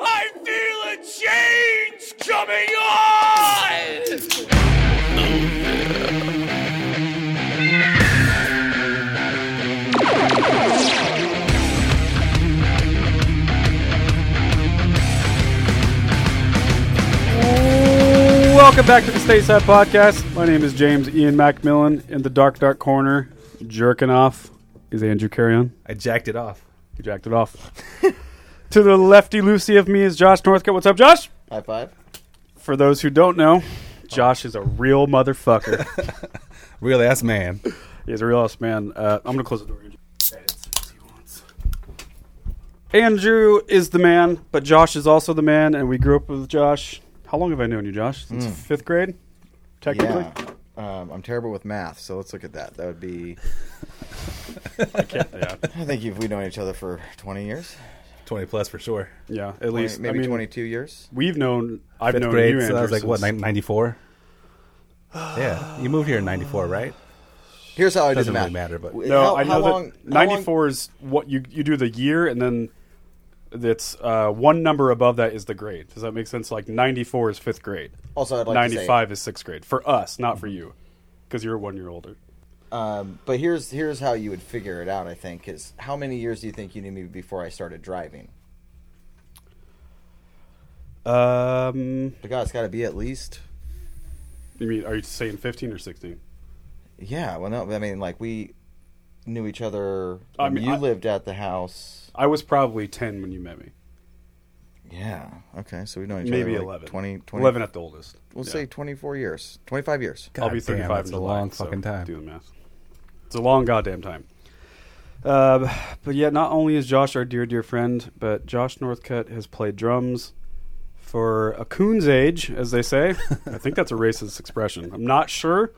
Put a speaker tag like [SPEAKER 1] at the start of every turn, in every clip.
[SPEAKER 1] I feel a change coming on!
[SPEAKER 2] Welcome back to the Stateside Podcast. My name is James Ian Macmillan. In the dark, dark corner, jerking off is Andrew Carrion.
[SPEAKER 3] I jacked it off.
[SPEAKER 2] He jacked it off. to the lefty loosey of me is Josh Northcutt. What's up, Josh?
[SPEAKER 3] High five.
[SPEAKER 2] For those who don't know, Josh is a real motherfucker.
[SPEAKER 3] Real ass man.
[SPEAKER 2] He's a real ass man. Uh, I'm gonna close the door. Andrew. Andrew is the man, but Josh is also the man, and we grew up with Josh. How long have I known you, Josh? Since fifth grade, technically.
[SPEAKER 4] Yeah. Um, I'm terrible with math, so let's look at that. That would be. I think if we've known each other for 20 years,
[SPEAKER 3] 20 plus for sure.
[SPEAKER 2] Yeah, at least
[SPEAKER 4] maybe
[SPEAKER 2] I mean,
[SPEAKER 4] 22 years.
[SPEAKER 2] We've known. I've
[SPEAKER 3] Fifth
[SPEAKER 2] known
[SPEAKER 3] grade,
[SPEAKER 2] you.
[SPEAKER 3] so I was like,
[SPEAKER 2] Andrew,
[SPEAKER 3] what,
[SPEAKER 2] since-
[SPEAKER 3] 94? yeah. You moved here in 94, right?
[SPEAKER 4] Here's how I
[SPEAKER 3] Doesn't
[SPEAKER 4] did the
[SPEAKER 3] really
[SPEAKER 4] math.
[SPEAKER 3] matter, but-
[SPEAKER 4] W-
[SPEAKER 2] No,
[SPEAKER 4] how-
[SPEAKER 2] I
[SPEAKER 4] how
[SPEAKER 2] know
[SPEAKER 4] long-
[SPEAKER 2] that
[SPEAKER 4] how long-
[SPEAKER 2] 94 is what you you do the year, and then that's uh, one number above that is the grade. Does that make sense? Like 94 is fifth grade.
[SPEAKER 4] Also, I'd like to say-
[SPEAKER 2] 95 is sixth grade for us, not for you, because you're one year older.
[SPEAKER 4] um, but here's here's how you would figure it out. I think is how many years do you think you knew me before I started driving?
[SPEAKER 2] Um,
[SPEAKER 4] But God, it's got to be at least.
[SPEAKER 2] you mean are you saying 15 or 16?
[SPEAKER 4] Yeah. Well, no. I mean, like we knew each other.
[SPEAKER 2] I
[SPEAKER 4] when
[SPEAKER 2] mean,
[SPEAKER 4] you
[SPEAKER 2] I-
[SPEAKER 4] lived at the house.
[SPEAKER 2] I was probably 10 when you met me,
[SPEAKER 4] Yeah. Okay. So we've known each
[SPEAKER 2] maybe
[SPEAKER 4] other like
[SPEAKER 2] 11.
[SPEAKER 4] 20, 20
[SPEAKER 2] 11 at the oldest.
[SPEAKER 4] We'll
[SPEAKER 2] Yeah.
[SPEAKER 4] say 24 years, 25 years.
[SPEAKER 2] I'll be
[SPEAKER 3] God damn,
[SPEAKER 2] 35
[SPEAKER 3] that's
[SPEAKER 2] in
[SPEAKER 3] a
[SPEAKER 2] July,
[SPEAKER 3] long
[SPEAKER 2] so
[SPEAKER 3] fucking time.
[SPEAKER 2] Do the math. It's a long goddamn time. Uh, but yet, not only is Josh our dear, dear friend, but Josh Northcutt has played drums for a coon's age, as they say. I think that's a racist expression. I'm not sure.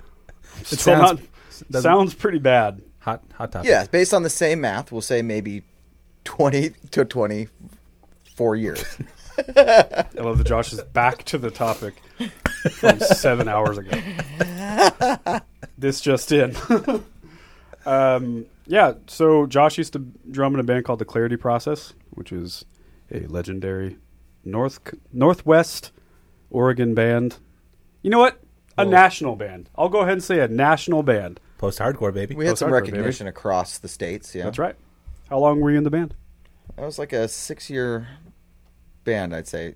[SPEAKER 2] It
[SPEAKER 3] sounds-
[SPEAKER 2] not,
[SPEAKER 3] doesn't-
[SPEAKER 2] sounds pretty bad.
[SPEAKER 3] Hot, hot topic.
[SPEAKER 4] Yeah, based on the same math, we'll say maybe 20 to 24 years.
[SPEAKER 2] I love that Josh is back to the topic from seven hours ago. this just in. um, yeah, so Josh used to drum in a band called The Clarity Process, which is a legendary North Northwest Oregon band. You know what? A national band. I'll go ahead and say a national band.
[SPEAKER 3] Post hardcore, baby.
[SPEAKER 4] We had some
[SPEAKER 2] hardcore, Oh, baby.
[SPEAKER 4] recognition across the states. Yeah,
[SPEAKER 2] That's right. How long were you in the band?
[SPEAKER 4] That was like a six-year band, I'd say.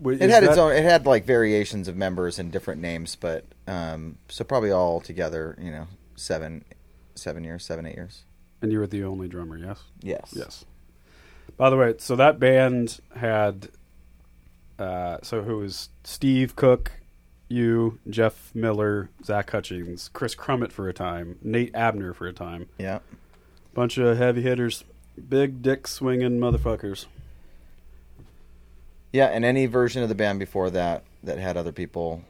[SPEAKER 2] W-
[SPEAKER 4] It
[SPEAKER 2] is
[SPEAKER 4] had its
[SPEAKER 2] that-
[SPEAKER 4] own. It had like variations of members and different names, but um, so probably all together, you know, seven, seven years, seven eight years.
[SPEAKER 2] And you were the only drummer, yes?
[SPEAKER 4] Yes.
[SPEAKER 2] Yes. By the way, so that band had, uh, so who was Steve Cook, you, Jeff Miller, Zach Hutchings, Chris Crummett for a time, Nate Abner for a time,
[SPEAKER 4] Yeah.
[SPEAKER 2] bunch of heavy hitters, big dick swinging motherfuckers.
[SPEAKER 4] Yeah, and any version of the band before that that had other people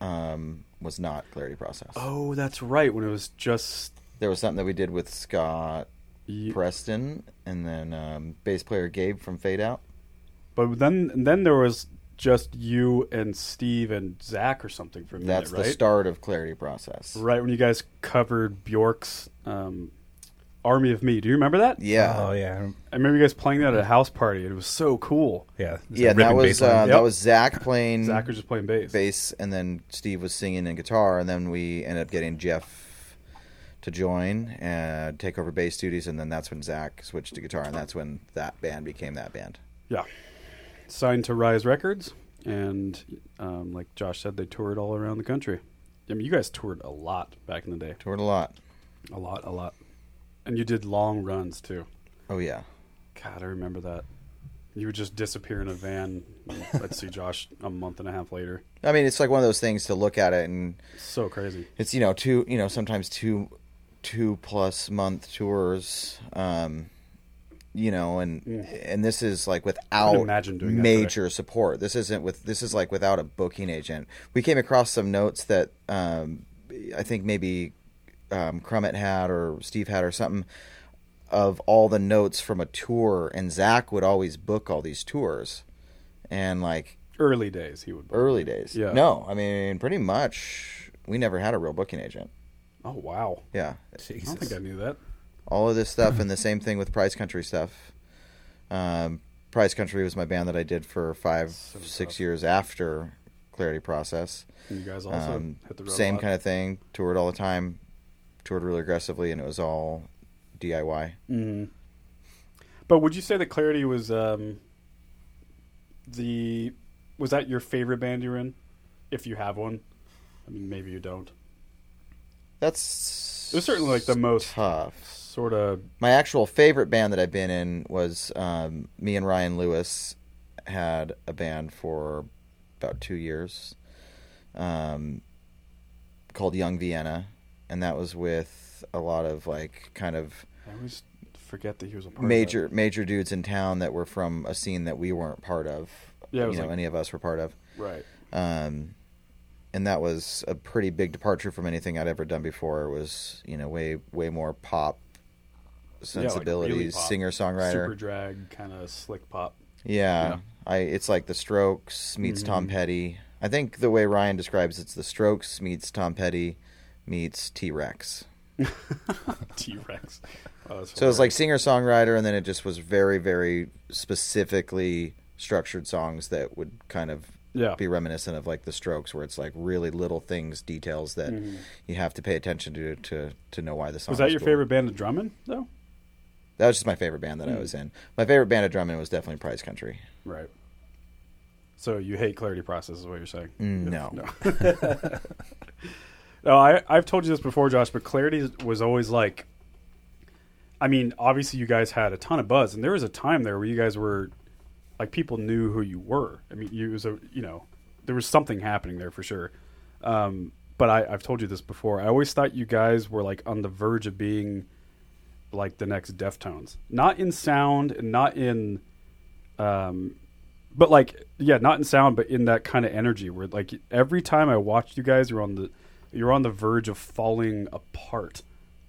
[SPEAKER 4] um, was not Clarity Process.
[SPEAKER 2] Oh, that's right. When it was just
[SPEAKER 4] There was something that we did with Scott
[SPEAKER 2] Ye-
[SPEAKER 4] Preston and then um, bass player Gabe from Fade Out.
[SPEAKER 2] But then then there was just you and Steve and Zach or something for a minute,
[SPEAKER 4] That's
[SPEAKER 2] right?
[SPEAKER 4] the start of Clarity Process.
[SPEAKER 2] Right when you guys covered Bjork's um, Army of Me. Do you remember that?
[SPEAKER 4] Yeah.
[SPEAKER 3] Oh, yeah.
[SPEAKER 2] I remember you guys playing that at a house party. It was so cool.
[SPEAKER 3] Yeah. It's
[SPEAKER 4] yeah,
[SPEAKER 3] a ripping
[SPEAKER 4] that was
[SPEAKER 3] bass line.
[SPEAKER 4] uh,
[SPEAKER 2] Yep.
[SPEAKER 4] that was Zach playing
[SPEAKER 2] Zach was just playing bass.
[SPEAKER 4] bass, and then Steve was singing and guitar, and then we ended up getting Jeff to join and take over bass duties, and then that's when Zach switched to guitar, and that's when that band became that band.
[SPEAKER 2] Yeah. Signed to Rise Records, and um, like Josh said, they toured all around the country. I mean, you guys toured a lot back in the day.
[SPEAKER 4] Toured a lot.
[SPEAKER 2] A lot, a lot. And you did long runs too.
[SPEAKER 4] Oh yeah,
[SPEAKER 2] God, I remember that. You would just disappear in a van. and Let's see Josh a month and a half later.
[SPEAKER 4] I mean, it's like one of those things to look at it and
[SPEAKER 2] So crazy.
[SPEAKER 4] it's you know two you know sometimes two two plus month tours um you know and and this is like without
[SPEAKER 2] imagine doing that
[SPEAKER 4] major support this isn't with this is like without a booking agent we came across some notes that um i think maybe um crummett had or steve had or something of all the notes from a tour and zach would always book all these tours and like
[SPEAKER 2] Early days, he would.
[SPEAKER 4] early days
[SPEAKER 2] Yeah.
[SPEAKER 4] no i mean pretty much we never had a real booking agent
[SPEAKER 2] Oh wow!
[SPEAKER 4] yeah.
[SPEAKER 2] I don't think I knew that.
[SPEAKER 4] All of this stuff and the same thing with Prize Country stuff. Um, Prize Country was my band that I did for five, six years after Clarity Process.
[SPEAKER 2] And you guys also
[SPEAKER 4] Um,
[SPEAKER 2] hit the road
[SPEAKER 4] same kind of thing. Toured all the time, toured really aggressively, and it was all DIY.
[SPEAKER 2] Mm. But would you say that Clarity was um, the was that your favorite band you're in, if you have one? I mean, maybe you don't.
[SPEAKER 4] That's
[SPEAKER 2] It was certainly like the most
[SPEAKER 4] tough.
[SPEAKER 2] sort of
[SPEAKER 4] My actual favorite band that I've been in was um, me and Ryan Lewis had a band for about two years um, called Young Vienna, and that was with a lot of like kind of
[SPEAKER 2] I always forget that he was a part
[SPEAKER 4] major
[SPEAKER 2] Of
[SPEAKER 4] major dudes in town that were from a scene that we weren't part of.
[SPEAKER 2] Yeah, it
[SPEAKER 4] you
[SPEAKER 2] was
[SPEAKER 4] know,
[SPEAKER 2] like-
[SPEAKER 4] any of us were part of.
[SPEAKER 2] that. Right.
[SPEAKER 4] Um, and that was a pretty big departure from anything I'd ever done before. It was you know way way more pop
[SPEAKER 2] Yeah, like really
[SPEAKER 4] sensibilities,
[SPEAKER 2] pop.
[SPEAKER 4] singer
[SPEAKER 2] super
[SPEAKER 4] songwriter.
[SPEAKER 2] drag kind of slick pop.
[SPEAKER 4] Yeah. I it's like the Strokes meets Tom
[SPEAKER 2] Mm-hmm.
[SPEAKER 4] Petty. I think the way Ryan describes it's the Strokes meets Tom Petty meets T Rex.
[SPEAKER 2] T Rex. Oh,
[SPEAKER 4] So it was like singer songwriter, and then it just was very very specifically structured songs that would kind of
[SPEAKER 2] Yeah.
[SPEAKER 4] be reminiscent of like the Strokes, where it's like really little things, details that you have to pay attention to to to know why the
[SPEAKER 2] Mm-hmm.
[SPEAKER 4] song
[SPEAKER 2] was that your
[SPEAKER 4] cool.
[SPEAKER 2] favorite Mm. band of Drummond though?
[SPEAKER 4] That was just my favorite band that I was in. My favorite band of drumming was definitely Prize Country.
[SPEAKER 2] Right. So you hate clarity process is what you're saying.
[SPEAKER 4] no.
[SPEAKER 2] No, I, I've told you this before, Josh, but clarity was always like. I mean, obviously, you guys had a ton of buzz, and there was a time there where you guys were, like, people knew who you were. I mean, you it was a, you know, there was something happening there for sure. Um, but I, I've told you this before. I always thought you guys were like on the verge of being, like, the next Deftones, not in sound and not in um, but like yeah not in sound but in that kind of energy where like every time i watched you guys you're on the you're on the verge of falling apart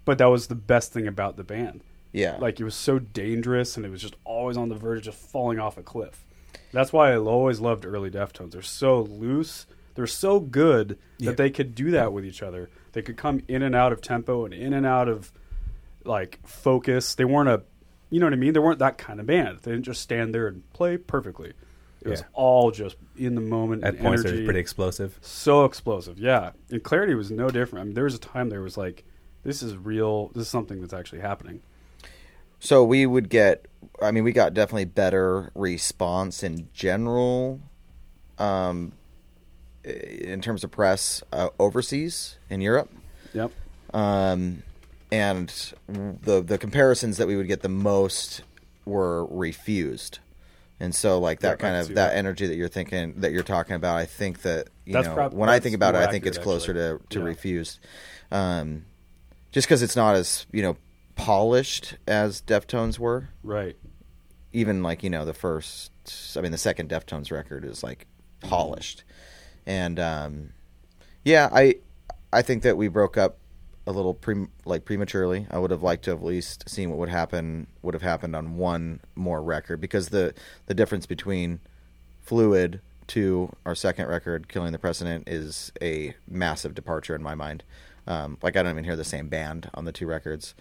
[SPEAKER 2] but that was the best thing about the band
[SPEAKER 4] Yeah.
[SPEAKER 2] like it was so dangerous and it was just always on the verge of falling off a cliff that's why i always loved early deftones they're so loose they're so good that they could do that with each other they could come in and out of tempo and in and out of like focus. They weren't a, you know what I mean? They weren't that kind of band. They didn't just stand there and play perfectly. It was
[SPEAKER 3] Yeah.
[SPEAKER 2] all just in the moment.
[SPEAKER 3] At
[SPEAKER 2] and
[SPEAKER 3] points, it
[SPEAKER 2] energy.
[SPEAKER 3] was pretty explosive.
[SPEAKER 2] so explosive. Yeah, and clarity was no different. I mean, there was a time there was like, this is real. This is something that's actually happening.
[SPEAKER 4] So we would get, I mean, we got definitely better response in general, um, in terms of press uh, overseas in Europe,
[SPEAKER 2] Yep.
[SPEAKER 4] um, and the the comparisons that we would get the most were refused, and so like
[SPEAKER 2] Yeah, I
[SPEAKER 4] that
[SPEAKER 2] can
[SPEAKER 4] kind of
[SPEAKER 2] see
[SPEAKER 4] that,
[SPEAKER 2] that.
[SPEAKER 4] energy that you're thinking that you're talking about, I think that you
[SPEAKER 2] That's
[SPEAKER 4] know
[SPEAKER 2] prob-
[SPEAKER 4] when I
[SPEAKER 2] that's
[SPEAKER 4] think about it,
[SPEAKER 2] more
[SPEAKER 4] I think
[SPEAKER 2] accurate,
[SPEAKER 4] it's closer
[SPEAKER 2] actually.
[SPEAKER 4] to to
[SPEAKER 2] Yeah.
[SPEAKER 4] refused. Um, just because it's not as you know polished as Deftones were
[SPEAKER 2] Right.
[SPEAKER 4] even like you know the first i mean the second deftones record is like polished and um yeah i i think that we broke up a little pre like prematurely i would have liked to have at least seen what would happen would have happened on one more record because the the difference between fluid to our second record killing the precedent is a massive departure in my mind um like i don't even hear the same band on the two records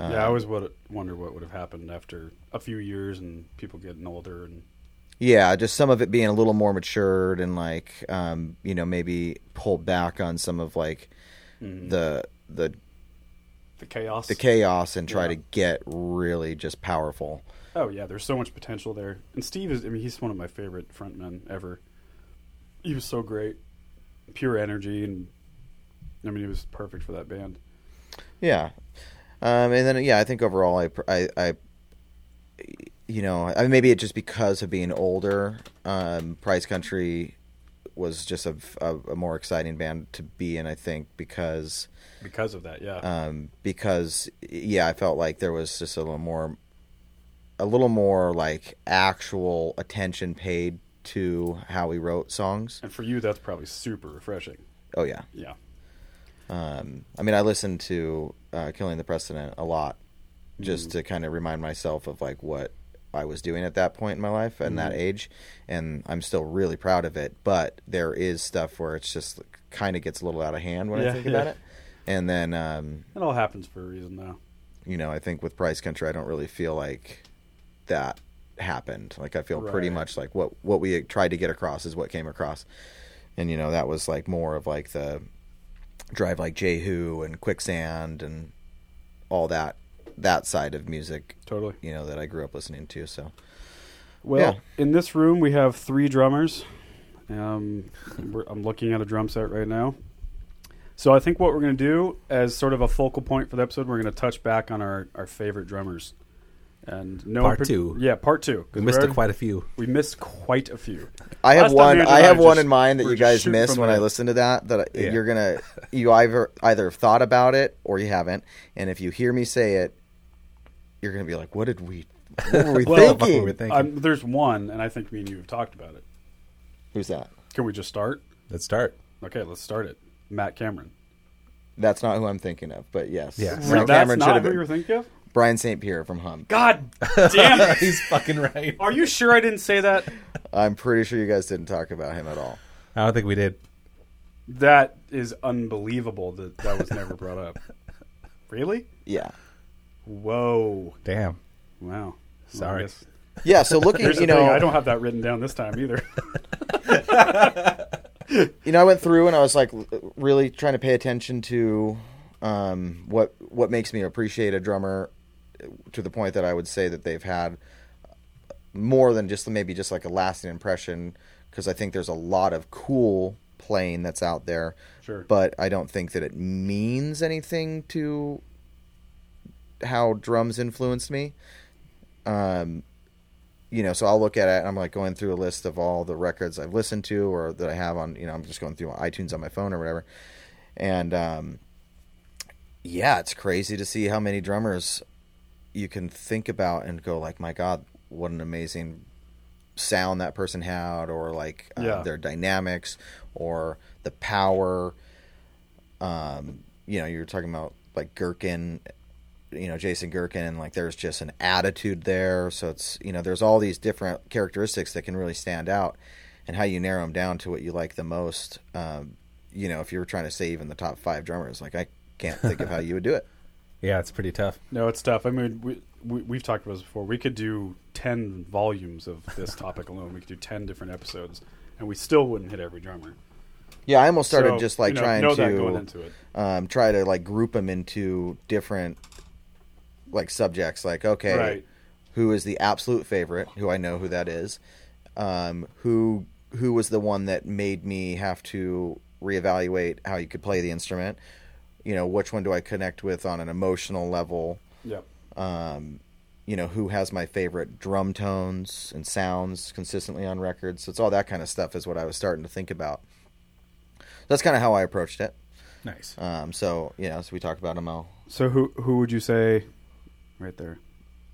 [SPEAKER 2] yeah, I always would wonder what would have happened after a few years and people getting older and
[SPEAKER 4] Yeah, just some of it being a little more matured and like um, you know maybe pull back on some of like the the
[SPEAKER 2] the chaos.
[SPEAKER 4] the chaos and try
[SPEAKER 2] Yeah.
[SPEAKER 4] to get really just powerful.
[SPEAKER 2] Oh yeah, there's so much potential there. And Steve is I mean, he's one of my favorite frontmen ever. He was so great. Pure energy and I mean, he was perfect for that band.
[SPEAKER 4] Yeah, um, and then yeah, I think overall I pr- I, I you know, I maybe it just because of being older, um, Prize Country was just a, a, a more exciting band to be in. I think because
[SPEAKER 2] because of that. Yeah,
[SPEAKER 4] um, because yeah, I felt like there was just a little more, a little more like actual attention paid to how we wrote songs.
[SPEAKER 2] and for you, that's probably super refreshing.
[SPEAKER 4] Oh yeah,
[SPEAKER 2] Yeah,
[SPEAKER 4] um, I mean, I listened to uh, Killing the President a lot just
[SPEAKER 2] Mm.
[SPEAKER 4] to kind of remind myself of like what I was doing at that point in my life and
[SPEAKER 2] Mm.
[SPEAKER 4] that age. And I'm still really proud of it, but there is stuff where it's just kind of gets a little out of hand when
[SPEAKER 2] Yeah,
[SPEAKER 4] I think
[SPEAKER 2] yeah.
[SPEAKER 4] about it. And then, um,
[SPEAKER 2] it all happens for a reason, though.
[SPEAKER 4] you know, I think with Price Country, I don't really feel like that happened. Like I feel pretty
[SPEAKER 2] Right.
[SPEAKER 4] much like what what we tried to get across is what came across, and you know that was like more of like the drive like Jehu and Quicksand and all that that side of music,
[SPEAKER 2] Totally.
[SPEAKER 4] you know, that I grew up listening to. So
[SPEAKER 2] Well,
[SPEAKER 4] Yeah.
[SPEAKER 2] in this room we have three drummers. Um, we're, I'm looking at a drum set right now. So I think what we're going to do as sort of a focal point for the episode, we're going to touch back on our, our favorite drummers. And no
[SPEAKER 3] Part
[SPEAKER 2] par-
[SPEAKER 3] two.
[SPEAKER 2] yeah, part two. 'cause
[SPEAKER 3] We missed
[SPEAKER 2] we're-
[SPEAKER 3] quite a few.
[SPEAKER 2] We missed quite a few.
[SPEAKER 4] I have
[SPEAKER 2] Last time
[SPEAKER 4] one.
[SPEAKER 2] Andrew
[SPEAKER 4] I
[SPEAKER 2] and
[SPEAKER 4] have one
[SPEAKER 2] just-
[SPEAKER 4] in mind that
[SPEAKER 2] we're
[SPEAKER 4] you
[SPEAKER 2] just
[SPEAKER 4] guys
[SPEAKER 2] shooting
[SPEAKER 4] missed
[SPEAKER 2] from
[SPEAKER 4] when
[SPEAKER 2] the-
[SPEAKER 4] I listened to that. That I
[SPEAKER 3] Yeah.
[SPEAKER 4] you're gonna you either either have thought about it or you haven't. And if you hear me say it, you're gonna be like, "What did we? What were we
[SPEAKER 3] Well,
[SPEAKER 4] thinking?
[SPEAKER 3] we were thinking.
[SPEAKER 2] Um, there's one, and I think me and you have talked about it.
[SPEAKER 4] Who's that?
[SPEAKER 2] Can we just start?
[SPEAKER 3] Let's start.
[SPEAKER 2] Okay, let's start it. Matt Cameron.
[SPEAKER 4] That's not who I'm thinking of. But yes,
[SPEAKER 3] Yeah.
[SPEAKER 4] Matt
[SPEAKER 3] So
[SPEAKER 2] Really, that's
[SPEAKER 4] Cameron should
[SPEAKER 2] not
[SPEAKER 4] have
[SPEAKER 2] who you were
[SPEAKER 4] been
[SPEAKER 2] thinking of.
[SPEAKER 4] Brian St. Pierre from Hum.
[SPEAKER 2] God damn it!
[SPEAKER 3] He's fucking right.
[SPEAKER 2] Are you sure I didn't say that?
[SPEAKER 4] I'm pretty sure you guys didn't talk about him at all.
[SPEAKER 3] I don't think we did.
[SPEAKER 2] That is unbelievable that that was never brought up. Really?
[SPEAKER 4] Yeah,
[SPEAKER 2] Whoa.
[SPEAKER 3] Damn.
[SPEAKER 2] Wow.
[SPEAKER 3] Sorry.
[SPEAKER 2] Well, I guess-
[SPEAKER 4] yeah. So looking,
[SPEAKER 2] Here's
[SPEAKER 4] you
[SPEAKER 2] the
[SPEAKER 4] know,
[SPEAKER 2] thing, I don't have that written down this time either.
[SPEAKER 4] you know, I went through and I was like really trying to pay attention to um, what what makes me appreciate a drummer uh, to the point that I would say that they've had uh, more than just maybe just like a lasting impression because I think there's a lot of cool playing that's out there.
[SPEAKER 2] Sure.
[SPEAKER 4] But I don't think that it means anything to how drums influenced me. Um, you know, so I'll look at it and I'm like going through a list of all the records I've listened to or that I have on, you know, I'm just going through iTunes on my phone or whatever. And um, yeah, it's crazy to see how many drummers you can think about and go like, my God, what an amazing sound that person had or like uh,
[SPEAKER 2] Yeah.
[SPEAKER 4] their dynamics or the power. Um, you know, you were talking about like Gherkin you know Jason Gherkin and like there's just an attitude there so it's you know there's all these different characteristics that can really stand out and how you narrow them down to what you like the most um, you know if you were trying to say even the top five drummers like I can't think of how you would do it
[SPEAKER 3] Yeah, it's pretty tough.
[SPEAKER 2] No, it's tough. I mean, we, we, we've talked about this before. We could do 10 volumes of this topic alone. We could do 10 different episodes, and we still wouldn't hit every drummer.
[SPEAKER 4] yeah I almost started
[SPEAKER 2] So,
[SPEAKER 4] just like
[SPEAKER 2] you know,
[SPEAKER 4] trying
[SPEAKER 2] know that going into
[SPEAKER 4] to
[SPEAKER 2] it.
[SPEAKER 4] um, try to like group them into different like subjects like okay
[SPEAKER 2] Right.
[SPEAKER 4] who is the absolute favorite who I know who that is um, who who was the one that made me have to reevaluate how you could play the instrument you know which one do I connect with on an emotional level
[SPEAKER 2] Yep.
[SPEAKER 4] you know who has my favorite drum tones and sounds consistently on records so it's all that kind of stuff is what I was starting to think about that's kind of how I approached it
[SPEAKER 3] Nice.
[SPEAKER 4] um, so you know so we talked about them all
[SPEAKER 2] So who who would you say? Right there,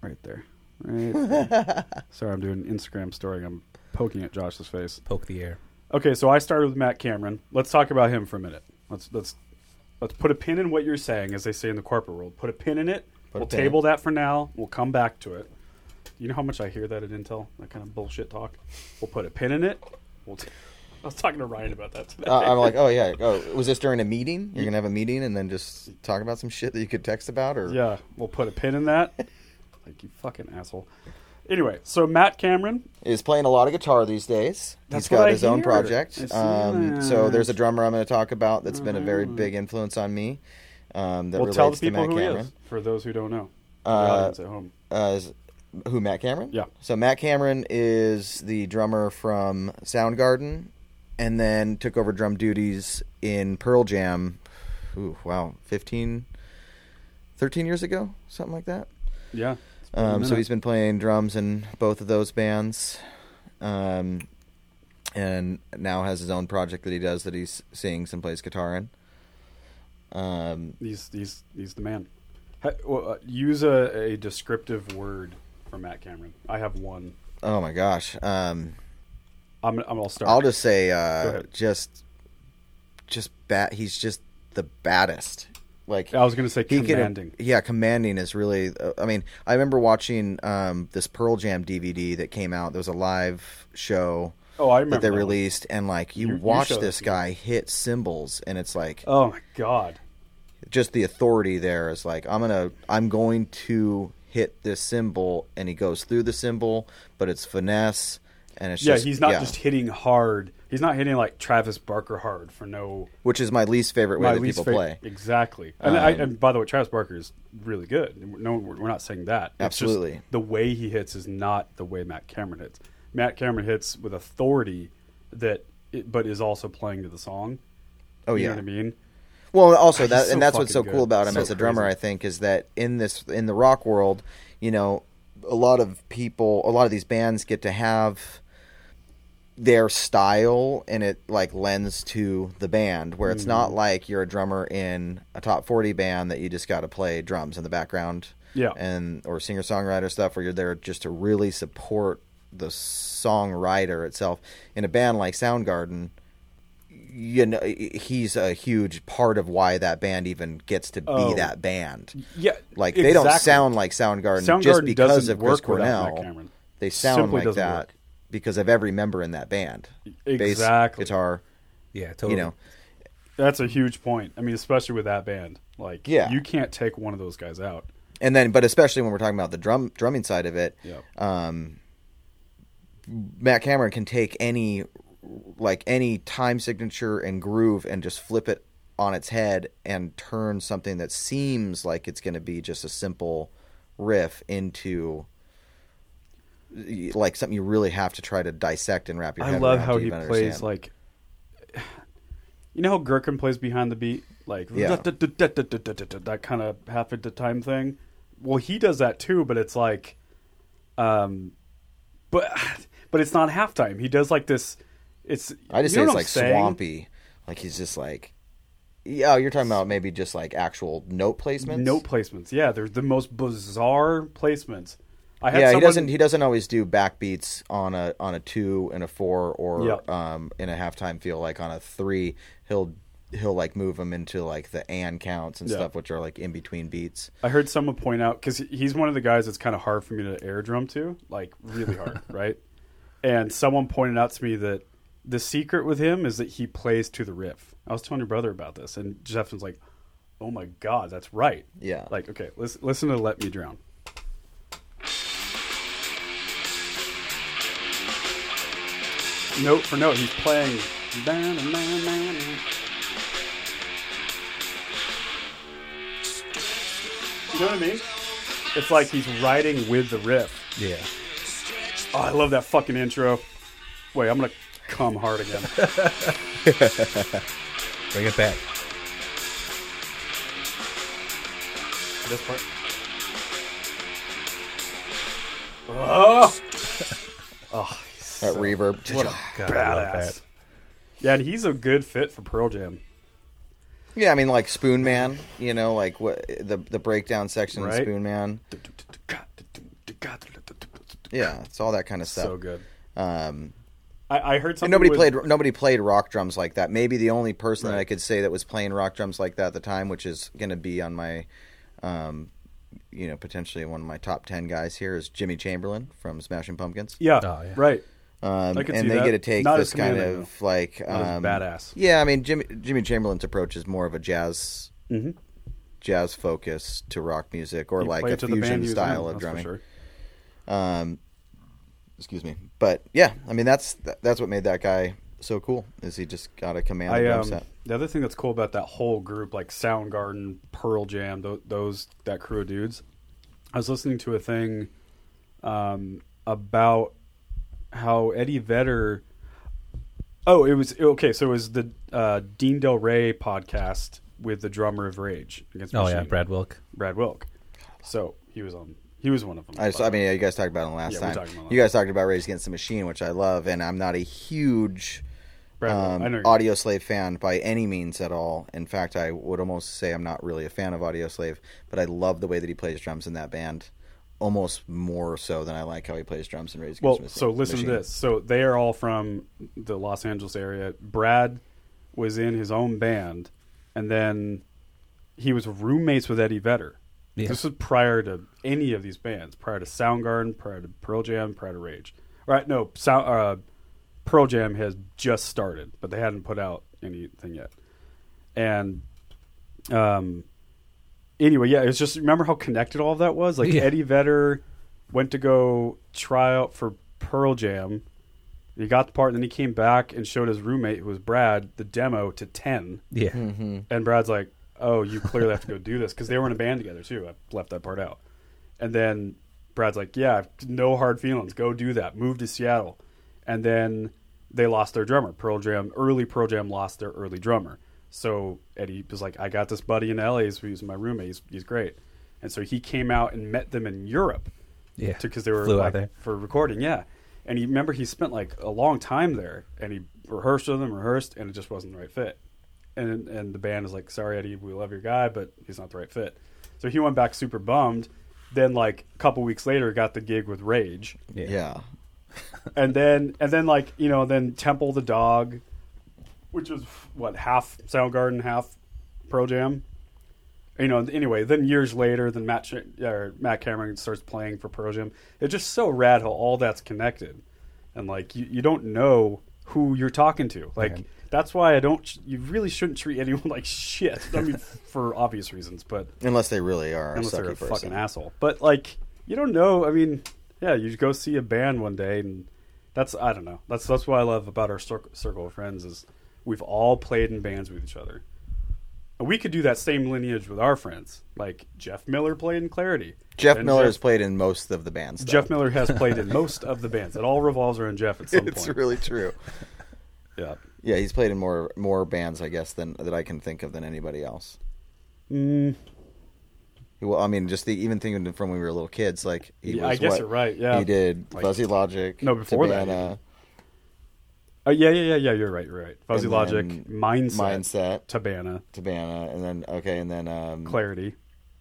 [SPEAKER 2] right there, right. there. Sorry, I'm doing an Instagram story. I'm poking at Josh's face.
[SPEAKER 3] Poke the air.
[SPEAKER 2] Okay, so I started with Matt Cameron. Let's talk about him for a minute. Let's let's let's put a pin in what you're saying, as they say in the corporate world. Put a pin in it.
[SPEAKER 4] Put a
[SPEAKER 2] we'll
[SPEAKER 4] pin in
[SPEAKER 2] table that for now. We'll come back to it. You know how much I hear that at Intel, that kind of bullshit talk. We'll put a pin in it. We'll. T- I was talking to Ryan about that today.
[SPEAKER 4] uh, I'm like, oh yeah. Oh, was this during a meeting? You're gonna have a meeting and then just talk about some shit that you could text about, or
[SPEAKER 2] Yeah, we'll put a pin in that. like you fucking asshole. Anyway, so Matt Cameron,
[SPEAKER 4] is playing a lot of guitar these days.
[SPEAKER 2] That's
[SPEAKER 4] He's got
[SPEAKER 2] what I
[SPEAKER 4] his own
[SPEAKER 2] hear. I
[SPEAKER 4] project.
[SPEAKER 2] see
[SPEAKER 4] Um,
[SPEAKER 2] that. Mm-hmm.
[SPEAKER 4] so there's a drummer I'm going to talk about that's been a very big influence on me. Um, that
[SPEAKER 2] Well,
[SPEAKER 4] relates
[SPEAKER 2] tell the
[SPEAKER 4] to
[SPEAKER 2] people
[SPEAKER 4] Matt
[SPEAKER 2] who
[SPEAKER 4] Cameron.
[SPEAKER 2] he is for those who don't know. The
[SPEAKER 4] Uh,
[SPEAKER 2] audience at home.
[SPEAKER 4] Uh, is- who Matt Cameron?
[SPEAKER 2] Yeah.
[SPEAKER 4] So Matt Cameron is the drummer from Soundgarden, and then took over drum duties in Pearl Jam. Ooh, wow, 15, 13 years ago, something like that.
[SPEAKER 2] Yeah,
[SPEAKER 4] Um, so he's been playing drums in both of those bands, um, and now has his own project that he does that he s- sings and plays guitar in. Um,
[SPEAKER 2] He's he's he's the man. Ha, well, uh, use a, a descriptive word for Matt Cameron. I have one.
[SPEAKER 4] oh my gosh! Um,
[SPEAKER 2] I'm I'm all start.
[SPEAKER 4] I'll just say,
[SPEAKER 2] Go
[SPEAKER 4] uh,
[SPEAKER 2] ahead.
[SPEAKER 4] just, just bat. He's just the baddest. Like
[SPEAKER 2] I was gonna say
[SPEAKER 4] he could-
[SPEAKER 2] commanding.
[SPEAKER 4] yeah, commanding is really. Uh, I mean, I remember watching um, this Pearl Jam DVD that came out. There was a live show.
[SPEAKER 2] Oh, I remember
[SPEAKER 4] that they
[SPEAKER 2] that one.
[SPEAKER 4] released, and like you,
[SPEAKER 2] You- you
[SPEAKER 4] watch
[SPEAKER 2] showed
[SPEAKER 4] this
[SPEAKER 2] it to me.
[SPEAKER 4] guy hit cymbals, and it's like
[SPEAKER 2] oh my god.
[SPEAKER 4] just the authority there is like I'm gonna I'm going to hit this symbol, and he goes through the symbol, but it's finesse, and it's
[SPEAKER 2] Yeah,
[SPEAKER 4] just,
[SPEAKER 2] he's not
[SPEAKER 4] yeah.
[SPEAKER 2] just hitting hard. He's not hitting like Travis Barker hard for no
[SPEAKER 4] which is my least favorite way
[SPEAKER 2] my
[SPEAKER 4] that
[SPEAKER 2] least
[SPEAKER 4] people
[SPEAKER 2] fav-
[SPEAKER 4] play. Um,
[SPEAKER 2] Exactly. And, I, and by the way, Travis Barker is really good. No, we're we're not saying that. It's just
[SPEAKER 4] Absolutely.
[SPEAKER 2] the way he hits is not the way Matt Cameron hits. Matt Cameron hits with authority that, it, but is also playing to the song.
[SPEAKER 4] Oh
[SPEAKER 2] you
[SPEAKER 4] yeah,
[SPEAKER 2] know what I mean.
[SPEAKER 4] Well, also
[SPEAKER 2] He's
[SPEAKER 4] that,
[SPEAKER 2] so
[SPEAKER 4] and that's what's so
[SPEAKER 2] fucking
[SPEAKER 4] cool
[SPEAKER 2] good.
[SPEAKER 4] about him
[SPEAKER 2] So
[SPEAKER 4] as a drummer,
[SPEAKER 2] crazy.
[SPEAKER 4] I think, is that in this in the rock world, you know, a lot of people, a lot of these bands get to have their style, and it like lends to the band, where it's
[SPEAKER 2] Mm.
[SPEAKER 4] not like you're a drummer in a top forty band that you just got to play drums in the background,
[SPEAKER 2] Yeah.
[SPEAKER 4] and or singer songwriter stuff, where you're there just to really support the songwriter itself. In a band like Soundgarden, you know he's a huge part of why that band even gets to be
[SPEAKER 2] Oh.
[SPEAKER 4] that band.
[SPEAKER 2] Yeah,
[SPEAKER 4] Like they don't
[SPEAKER 2] exactly.
[SPEAKER 4] sound like Soundgarden, just
[SPEAKER 2] Soundgarden
[SPEAKER 4] because
[SPEAKER 2] doesn't
[SPEAKER 4] of Chris
[SPEAKER 2] work without Matt
[SPEAKER 4] Cornell.
[SPEAKER 2] Cameron.
[SPEAKER 4] They sound
[SPEAKER 2] Simply
[SPEAKER 4] like
[SPEAKER 2] doesn't
[SPEAKER 4] that
[SPEAKER 2] work.
[SPEAKER 4] because of every member in that band.
[SPEAKER 2] Exactly.
[SPEAKER 4] Bass, guitar,
[SPEAKER 3] Yeah, totally.
[SPEAKER 4] you know.
[SPEAKER 2] That's a huge point. I mean, especially with that band. Like,
[SPEAKER 4] Yeah.
[SPEAKER 2] you can't take one of those guys out.
[SPEAKER 4] And then but especially when we're talking about the drum drumming side of it,
[SPEAKER 2] Yeah.
[SPEAKER 4] Matt Cameron can take any like any time signature and groove and just flip it on its head and turn something that seems like it's going to be just a simple riff into like something you really have to try to dissect and wrap your
[SPEAKER 2] I
[SPEAKER 4] head
[SPEAKER 2] love
[SPEAKER 4] around
[SPEAKER 2] how
[SPEAKER 4] to
[SPEAKER 2] he
[SPEAKER 4] even
[SPEAKER 2] plays
[SPEAKER 4] understand.
[SPEAKER 2] like. You know how Gherkin plays behind the beat, like
[SPEAKER 4] Yeah.
[SPEAKER 2] that kind of half at the time thing. Well, he does that too, but it's like, um, but but it's not halftime. He does like this. It's
[SPEAKER 4] I just
[SPEAKER 2] you know
[SPEAKER 4] say
[SPEAKER 2] what
[SPEAKER 4] it's
[SPEAKER 2] I'm
[SPEAKER 4] like
[SPEAKER 2] saying?
[SPEAKER 4] swampy. Like he's just like yeah, you're talking about maybe just like actual note placements.
[SPEAKER 2] note placements. Yeah, they're the most bizarre placements. I had
[SPEAKER 4] yeah,
[SPEAKER 2] someone,
[SPEAKER 4] he doesn't. He doesn't always do backbeats on a on a two and a four or
[SPEAKER 2] Yep.
[SPEAKER 4] um, in a halftime feel like on a three. He'll he'll like move them into like the and counts and
[SPEAKER 2] Yeah.
[SPEAKER 4] stuff, which are like in between beats.
[SPEAKER 2] I heard someone point out because he's one of the guys that's kind of hard for me to air drum to, like really hard, right? And someone pointed out to me that the secret with him is that he plays to the riff. I was telling your brother about this, and Jeffin's like, "Oh my god, that's right."
[SPEAKER 4] Yeah.
[SPEAKER 2] Like, okay, listen, listen to "Let Me Drown." Note for note, he's playing. You know what I mean? It's like he's riding with the riff.
[SPEAKER 3] Yeah.
[SPEAKER 2] Oh, I love that fucking intro. Wait, I'm gonna come hard again.
[SPEAKER 3] Bring it back.
[SPEAKER 2] this part. Oh,
[SPEAKER 4] That reverb.
[SPEAKER 3] God, I love
[SPEAKER 2] badass. Yeah, and he's a good fit for Pearl Jam.
[SPEAKER 4] Yeah, I mean like Spoon Man. You know, like what the the breakdown section of
[SPEAKER 2] Right.
[SPEAKER 4] Spoon Man. Yeah, it's all that kind of stuff.
[SPEAKER 2] So good.
[SPEAKER 4] Um,
[SPEAKER 2] I, I heard something.
[SPEAKER 4] and nobody
[SPEAKER 2] with-
[SPEAKER 4] played nobody played rock drums like that. Maybe the only person that I could say that was playing rock drums like that at the time, which is going to be on my, um, you know, potentially one of my top ten guys here is Jimmy Chamberlain from Smashing Pumpkins.
[SPEAKER 2] Yeah,
[SPEAKER 3] Oh, yeah.
[SPEAKER 2] right.
[SPEAKER 4] Um,
[SPEAKER 2] I could
[SPEAKER 4] and
[SPEAKER 2] see
[SPEAKER 4] they
[SPEAKER 2] that.
[SPEAKER 4] get to take
[SPEAKER 2] Not
[SPEAKER 4] this
[SPEAKER 2] as
[SPEAKER 4] kind
[SPEAKER 2] commanding,
[SPEAKER 4] of like
[SPEAKER 2] Not as
[SPEAKER 4] um,
[SPEAKER 2] badass.
[SPEAKER 4] Yeah, I mean Jimmy Jimmy Chamberlain's approach is more of a jazz jazz focus to rock music or
[SPEAKER 2] Mm-hmm. He
[SPEAKER 4] like
[SPEAKER 2] played
[SPEAKER 4] a
[SPEAKER 2] to the band
[SPEAKER 4] fusion
[SPEAKER 2] he was in,
[SPEAKER 4] style
[SPEAKER 2] that's for
[SPEAKER 4] of drumming.
[SPEAKER 2] sure.
[SPEAKER 4] Excuse me, but yeah, I mean that's that's what made that guy so cool is he just got a command
[SPEAKER 2] I,
[SPEAKER 4] drum
[SPEAKER 2] um,
[SPEAKER 4] set.
[SPEAKER 2] the other thing that's cool about that whole group, like Soundgarden, Pearl Jam, those, those that crew of dudes, I was listening to a thing um, about how Eddie Vedder. Oh, it was okay. So it was the uh, Dean Del Rey podcast with the drummer of Rage against.
[SPEAKER 3] Oh
[SPEAKER 2] Machine,
[SPEAKER 3] yeah, Brad Wilk.
[SPEAKER 2] Brad Wilk. So he was on He was one of them.
[SPEAKER 4] I, just, I mean, yeah, you guys talked about it last
[SPEAKER 2] Yeah, we
[SPEAKER 4] time.
[SPEAKER 2] talked about it
[SPEAKER 4] you
[SPEAKER 2] last
[SPEAKER 4] guys talked about Rage Against the Machine, which I love, and I'm not a huge
[SPEAKER 2] Brad, I know
[SPEAKER 4] um,
[SPEAKER 2] you-
[SPEAKER 4] Audio Slave fan by any means at all. In fact, I would almost say I'm not really a fan of Audio Slave, but I love the way that he plays drums in that band, almost more so than I like how he plays drums in Rage Against
[SPEAKER 2] Well,
[SPEAKER 4] the Machine.
[SPEAKER 2] so listen to this. So they are all from the Los Angeles area. Brad was in his own band, and then he was roommates with Eddie Vedder. This was prior to any of these bands, prior to Soundgarden, prior to Pearl Jam, prior to Rage. All Right? No, Sound, uh, Pearl Jam has just started, but they hadn't put out anything yet. And um, anyway, yeah, it's just remember how connected all of that was. Like
[SPEAKER 5] Yeah.
[SPEAKER 2] Eddie Vedder went to go try out for Pearl Jam. He got the part, and then he came back and showed his roommate, who was Brad, the demo to ten.
[SPEAKER 5] Yeah.
[SPEAKER 2] And Brad's like, "Oh, you clearly have to go do this because they were in a band together too." I left that part out. And then Brad's like, "Yeah, no hard feelings. Go do that. Move to Seattle." And then they lost their drummer. Pearl Jam, early Pearl Jam lost their early drummer. So Eddie was like, "I got this buddy in LA. He's, he's my roommate. He's, he's great." And so he came out and met them in Europe
[SPEAKER 5] Yeah.
[SPEAKER 2] because they were
[SPEAKER 5] Flew out
[SPEAKER 2] like,
[SPEAKER 5] there.
[SPEAKER 2] for recording. Yeah, and he remember he spent like a long time there, and he rehearsed with them, rehearsed, and it just wasn't the right fit. And and the band is like, sorry Eddie, we love your guy, but he's not the right fit. So he went back super bummed. Then like a couple weeks later, got the gig with Rage,
[SPEAKER 4] Yeah.
[SPEAKER 2] and then and then like you know then Temple the Dog, which was what half Soundgarden, half Pro Jam. You know, anyway, then years later, then Matt Sh- or Matt Cameron starts playing for Pearl Jam. It's just so rad how all that's connected, and like you, you don't know who you're talking to. Like that's why I don't. You really shouldn't treat anyone like shit. I mean, for obvious reasons, but
[SPEAKER 4] Unless they really are
[SPEAKER 2] unless
[SPEAKER 4] a sucky
[SPEAKER 2] they're a
[SPEAKER 4] person.
[SPEAKER 2] fucking asshole. But like, you don't know. I mean, yeah, you go see a band one day, and that's I don't know. That's that's what I love about our cir- circle of friends is we've all played in bands with each other. And we could do that same lineage with our friends. Like Jeff Miller played in Clarity.
[SPEAKER 4] Jeff
[SPEAKER 2] And
[SPEAKER 4] Miller
[SPEAKER 2] Jeff,
[SPEAKER 4] has played in most of the bands. though.
[SPEAKER 2] Jeff Miller has played in most of the bands. It all revolves around Jeff at some
[SPEAKER 4] It's
[SPEAKER 2] point.
[SPEAKER 4] really true.
[SPEAKER 2] yeah.
[SPEAKER 4] Yeah, he's played in more more bands, I guess, than that I can think of than anybody else. Mm. Well, I mean, just the even thinking from when we were little kids, like he
[SPEAKER 2] Yeah, I
[SPEAKER 4] was
[SPEAKER 2] guess
[SPEAKER 4] what
[SPEAKER 2] you're right, yeah.
[SPEAKER 4] he did
[SPEAKER 2] Like-
[SPEAKER 4] Fuzzy Logic.
[SPEAKER 2] No, before that,
[SPEAKER 4] Tabana,
[SPEAKER 2] even. Oh yeah, yeah, yeah, yeah. You're right. You're right. Fuzzy
[SPEAKER 4] And
[SPEAKER 2] Logic,
[SPEAKER 4] then
[SPEAKER 2] mindset,
[SPEAKER 4] Mindset,
[SPEAKER 2] Tabana,
[SPEAKER 4] Tabana, and then okay, and then um,
[SPEAKER 2] Clarity,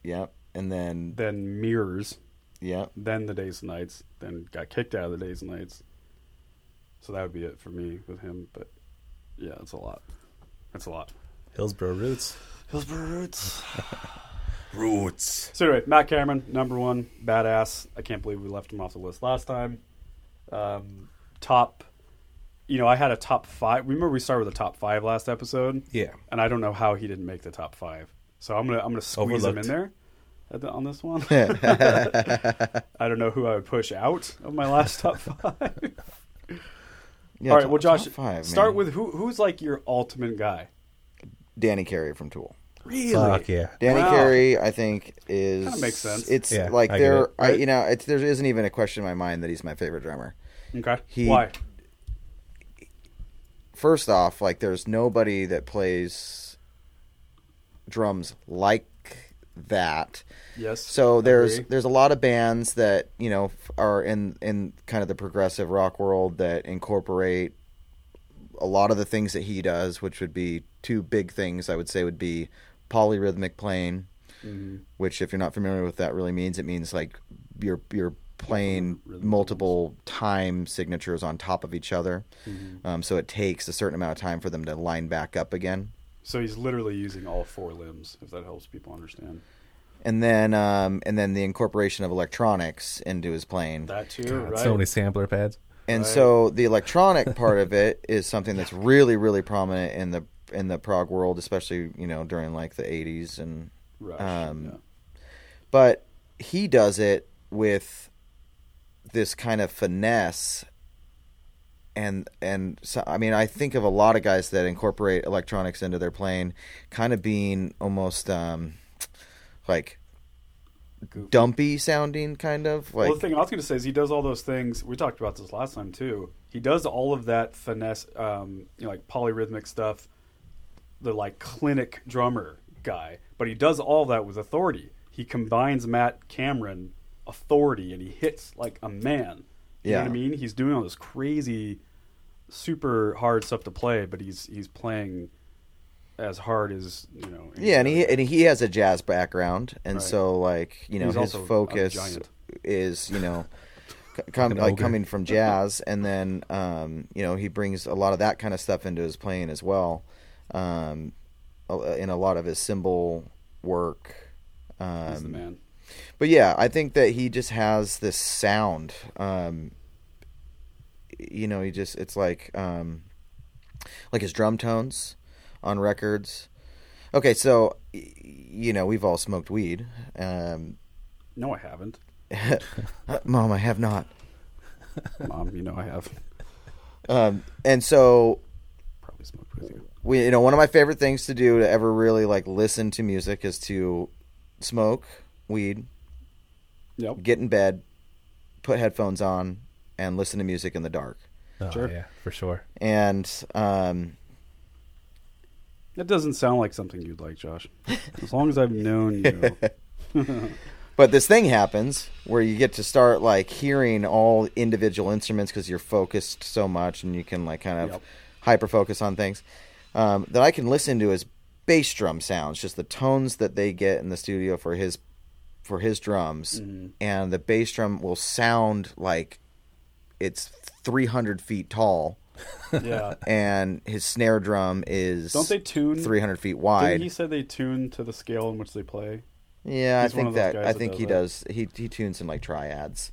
[SPEAKER 4] Yep, and then
[SPEAKER 2] then Mirrors.
[SPEAKER 4] yep,
[SPEAKER 2] then the days and nights, then got kicked out of the days and nights. So that would be it for me with him. But yeah, it's a lot. That's a lot.
[SPEAKER 3] Hillsborough Roots.
[SPEAKER 2] Hillsborough Roots.
[SPEAKER 3] Roots.
[SPEAKER 2] So anyway, Matt Cameron, number one, badass. I can't believe we left him off the list last time. Um, top, you know, I had a top five. Remember we started with a top five last episode.
[SPEAKER 3] Yeah.
[SPEAKER 2] and I don't know how he didn't make the top five. So I'm gonna I'm gonna squeeze him
[SPEAKER 3] Overlooked.
[SPEAKER 2] in there at the, on this one. I don't know who I would push out of my last top five.
[SPEAKER 4] yeah.
[SPEAKER 2] All right,
[SPEAKER 4] top-
[SPEAKER 2] well, Josh,
[SPEAKER 4] top five,
[SPEAKER 2] start
[SPEAKER 4] man.
[SPEAKER 2] with who who's like your ultimate guy.
[SPEAKER 4] Danny Carey from Tool.
[SPEAKER 2] Really?
[SPEAKER 3] Fuck yeah.
[SPEAKER 4] Danny
[SPEAKER 2] Wow.
[SPEAKER 4] Carey, I think, is
[SPEAKER 2] Kinda makes sense.
[SPEAKER 4] It's
[SPEAKER 3] Yeah,
[SPEAKER 4] like
[SPEAKER 3] I get
[SPEAKER 4] there,
[SPEAKER 3] it.
[SPEAKER 4] I, you know, it's, there isn't even a question in my mind that he's my favorite drummer.
[SPEAKER 2] Okay.
[SPEAKER 4] He-
[SPEAKER 2] Why?
[SPEAKER 4] first off, like there's nobody that plays drums like that.
[SPEAKER 2] Yes.
[SPEAKER 4] So
[SPEAKER 2] I
[SPEAKER 4] there's
[SPEAKER 2] agree.
[SPEAKER 4] there's a lot of bands that you know f- are in in kind of the progressive rock world that incorporate a lot of the things that he does, which would be two big things I would say would be polyrhythmic playing,
[SPEAKER 2] Mm-hmm.
[SPEAKER 4] which if you're not familiar with that really means it means like you're you're playing multiple time signatures on top of each other.
[SPEAKER 2] Mm-hmm.
[SPEAKER 4] Um, so it takes a certain amount of time for them to line back up again.
[SPEAKER 2] So he's literally using all four limbs, if that helps people understand.
[SPEAKER 4] And then um, and then the incorporation of electronics into his playing.
[SPEAKER 2] That too, right?
[SPEAKER 3] So many sampler pads.
[SPEAKER 4] And so the electronic part of it is something that's really, really prominent in the in the prog world, especially you know during like the '80s and.
[SPEAKER 2] Rush,
[SPEAKER 4] um,
[SPEAKER 2] yeah.
[SPEAKER 4] But he does it with this kind of finesse, and and so I mean I think of a lot of guys that incorporate electronics into their playing, kind of being almost um, like dumpy sounding, kind of like
[SPEAKER 2] well, the thing I was going to say is he does all those things. We talked about this last time too. He does all of that finesse, um, you know, like polyrhythmic stuff, the like clinic drummer guy. But he does all that with authority. He combines Matt Cameron authority and he hits like a man. You know
[SPEAKER 4] Yeah.
[SPEAKER 2] what I mean? He's doing all this crazy, super hard stuff to play, but he's he's playing as hard as you know. any
[SPEAKER 4] Yeah, and he
[SPEAKER 2] other-
[SPEAKER 4] and he has a jazz background, and
[SPEAKER 2] Right.
[SPEAKER 4] so like you know
[SPEAKER 2] He's
[SPEAKER 4] his
[SPEAKER 2] also a
[SPEAKER 4] focus
[SPEAKER 2] giant.
[SPEAKER 4] is you know c- com-
[SPEAKER 3] an
[SPEAKER 4] like
[SPEAKER 3] ogre.
[SPEAKER 4] coming from jazz, and then um, you know he brings a lot of that kind of stuff into his playing as well, um, a- in a lot of his cymbal work. Um,
[SPEAKER 2] he's the man.
[SPEAKER 4] but yeah, I think that he just has this sound. Um, you know, he just it's like um, like his drum tones on records. Okay, so y- you know we've all smoked weed. Um,
[SPEAKER 2] No, I haven't,
[SPEAKER 4] Mom, I have not.
[SPEAKER 2] mom. You know I have
[SPEAKER 4] Um, and so
[SPEAKER 2] probably smoked with you.
[SPEAKER 4] we, you know, one of my favorite things to do to ever really like listen to music is to smoke weed,
[SPEAKER 2] Yep.
[SPEAKER 4] get in bed, put headphones on, and listen to music in the dark.
[SPEAKER 3] Oh,
[SPEAKER 2] Sure.
[SPEAKER 3] Yeah, for sure.
[SPEAKER 4] And um,
[SPEAKER 2] That doesn't sound like something you'd like, Josh. As long as I've known you,
[SPEAKER 4] But this thing happens where you get to start like hearing all individual instruments because you're focused so much and you can like kind of
[SPEAKER 2] Yep.
[SPEAKER 4] hyper focus on things. Um, that I can listen to his bass drum sounds, just the tones that they get in the studio for his for his drums,
[SPEAKER 2] Mm-hmm.
[SPEAKER 4] and the bass drum will sound like it's 300 feet tall,
[SPEAKER 2] yeah.
[SPEAKER 4] and his snare drum is
[SPEAKER 2] Don't they tune
[SPEAKER 4] 300 feet
[SPEAKER 2] Didn't
[SPEAKER 4] wide.
[SPEAKER 2] he said they tune to the scale in which they play?
[SPEAKER 4] Yeah, I
[SPEAKER 2] He's one
[SPEAKER 4] think
[SPEAKER 2] of those
[SPEAKER 4] that
[SPEAKER 2] guys
[SPEAKER 4] I
[SPEAKER 2] that
[SPEAKER 4] think
[SPEAKER 2] does
[SPEAKER 4] he
[SPEAKER 2] that.
[SPEAKER 4] does. He he tunes in like triads.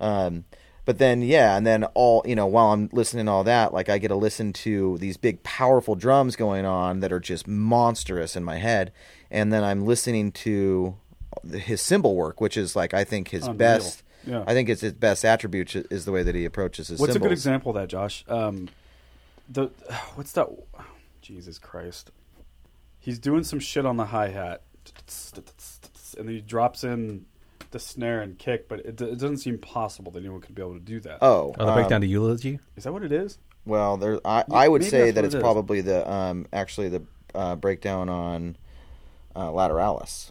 [SPEAKER 4] Um, but then yeah, and then all you know, while I'm listening to all that, like I get to listen to these big powerful drums going on that are just monstrous in my head, and then I'm listening to his cymbal work, which is like I think his
[SPEAKER 2] Unreal.
[SPEAKER 4] best.
[SPEAKER 2] Yeah.
[SPEAKER 4] I think it's his best attribute is the way that he approaches his.
[SPEAKER 2] What's a good
[SPEAKER 4] cymbals.
[SPEAKER 2] example of that, Josh? Um, the what's that? Jesus Christ! He's doing some shit on the hi hat, and then he drops in the snare and kick, but it, it doesn't seem possible that anyone could be able to do that.
[SPEAKER 4] Oh,
[SPEAKER 3] Oh, the
[SPEAKER 4] um,
[SPEAKER 3] breakdown to eulogy.
[SPEAKER 2] is that what it is?
[SPEAKER 4] Well, there I, I would
[SPEAKER 2] maybe
[SPEAKER 4] say
[SPEAKER 2] that's
[SPEAKER 4] that
[SPEAKER 2] what
[SPEAKER 4] it's
[SPEAKER 2] it is.
[SPEAKER 4] probably the um, actually the uh, breakdown on uh, lateralis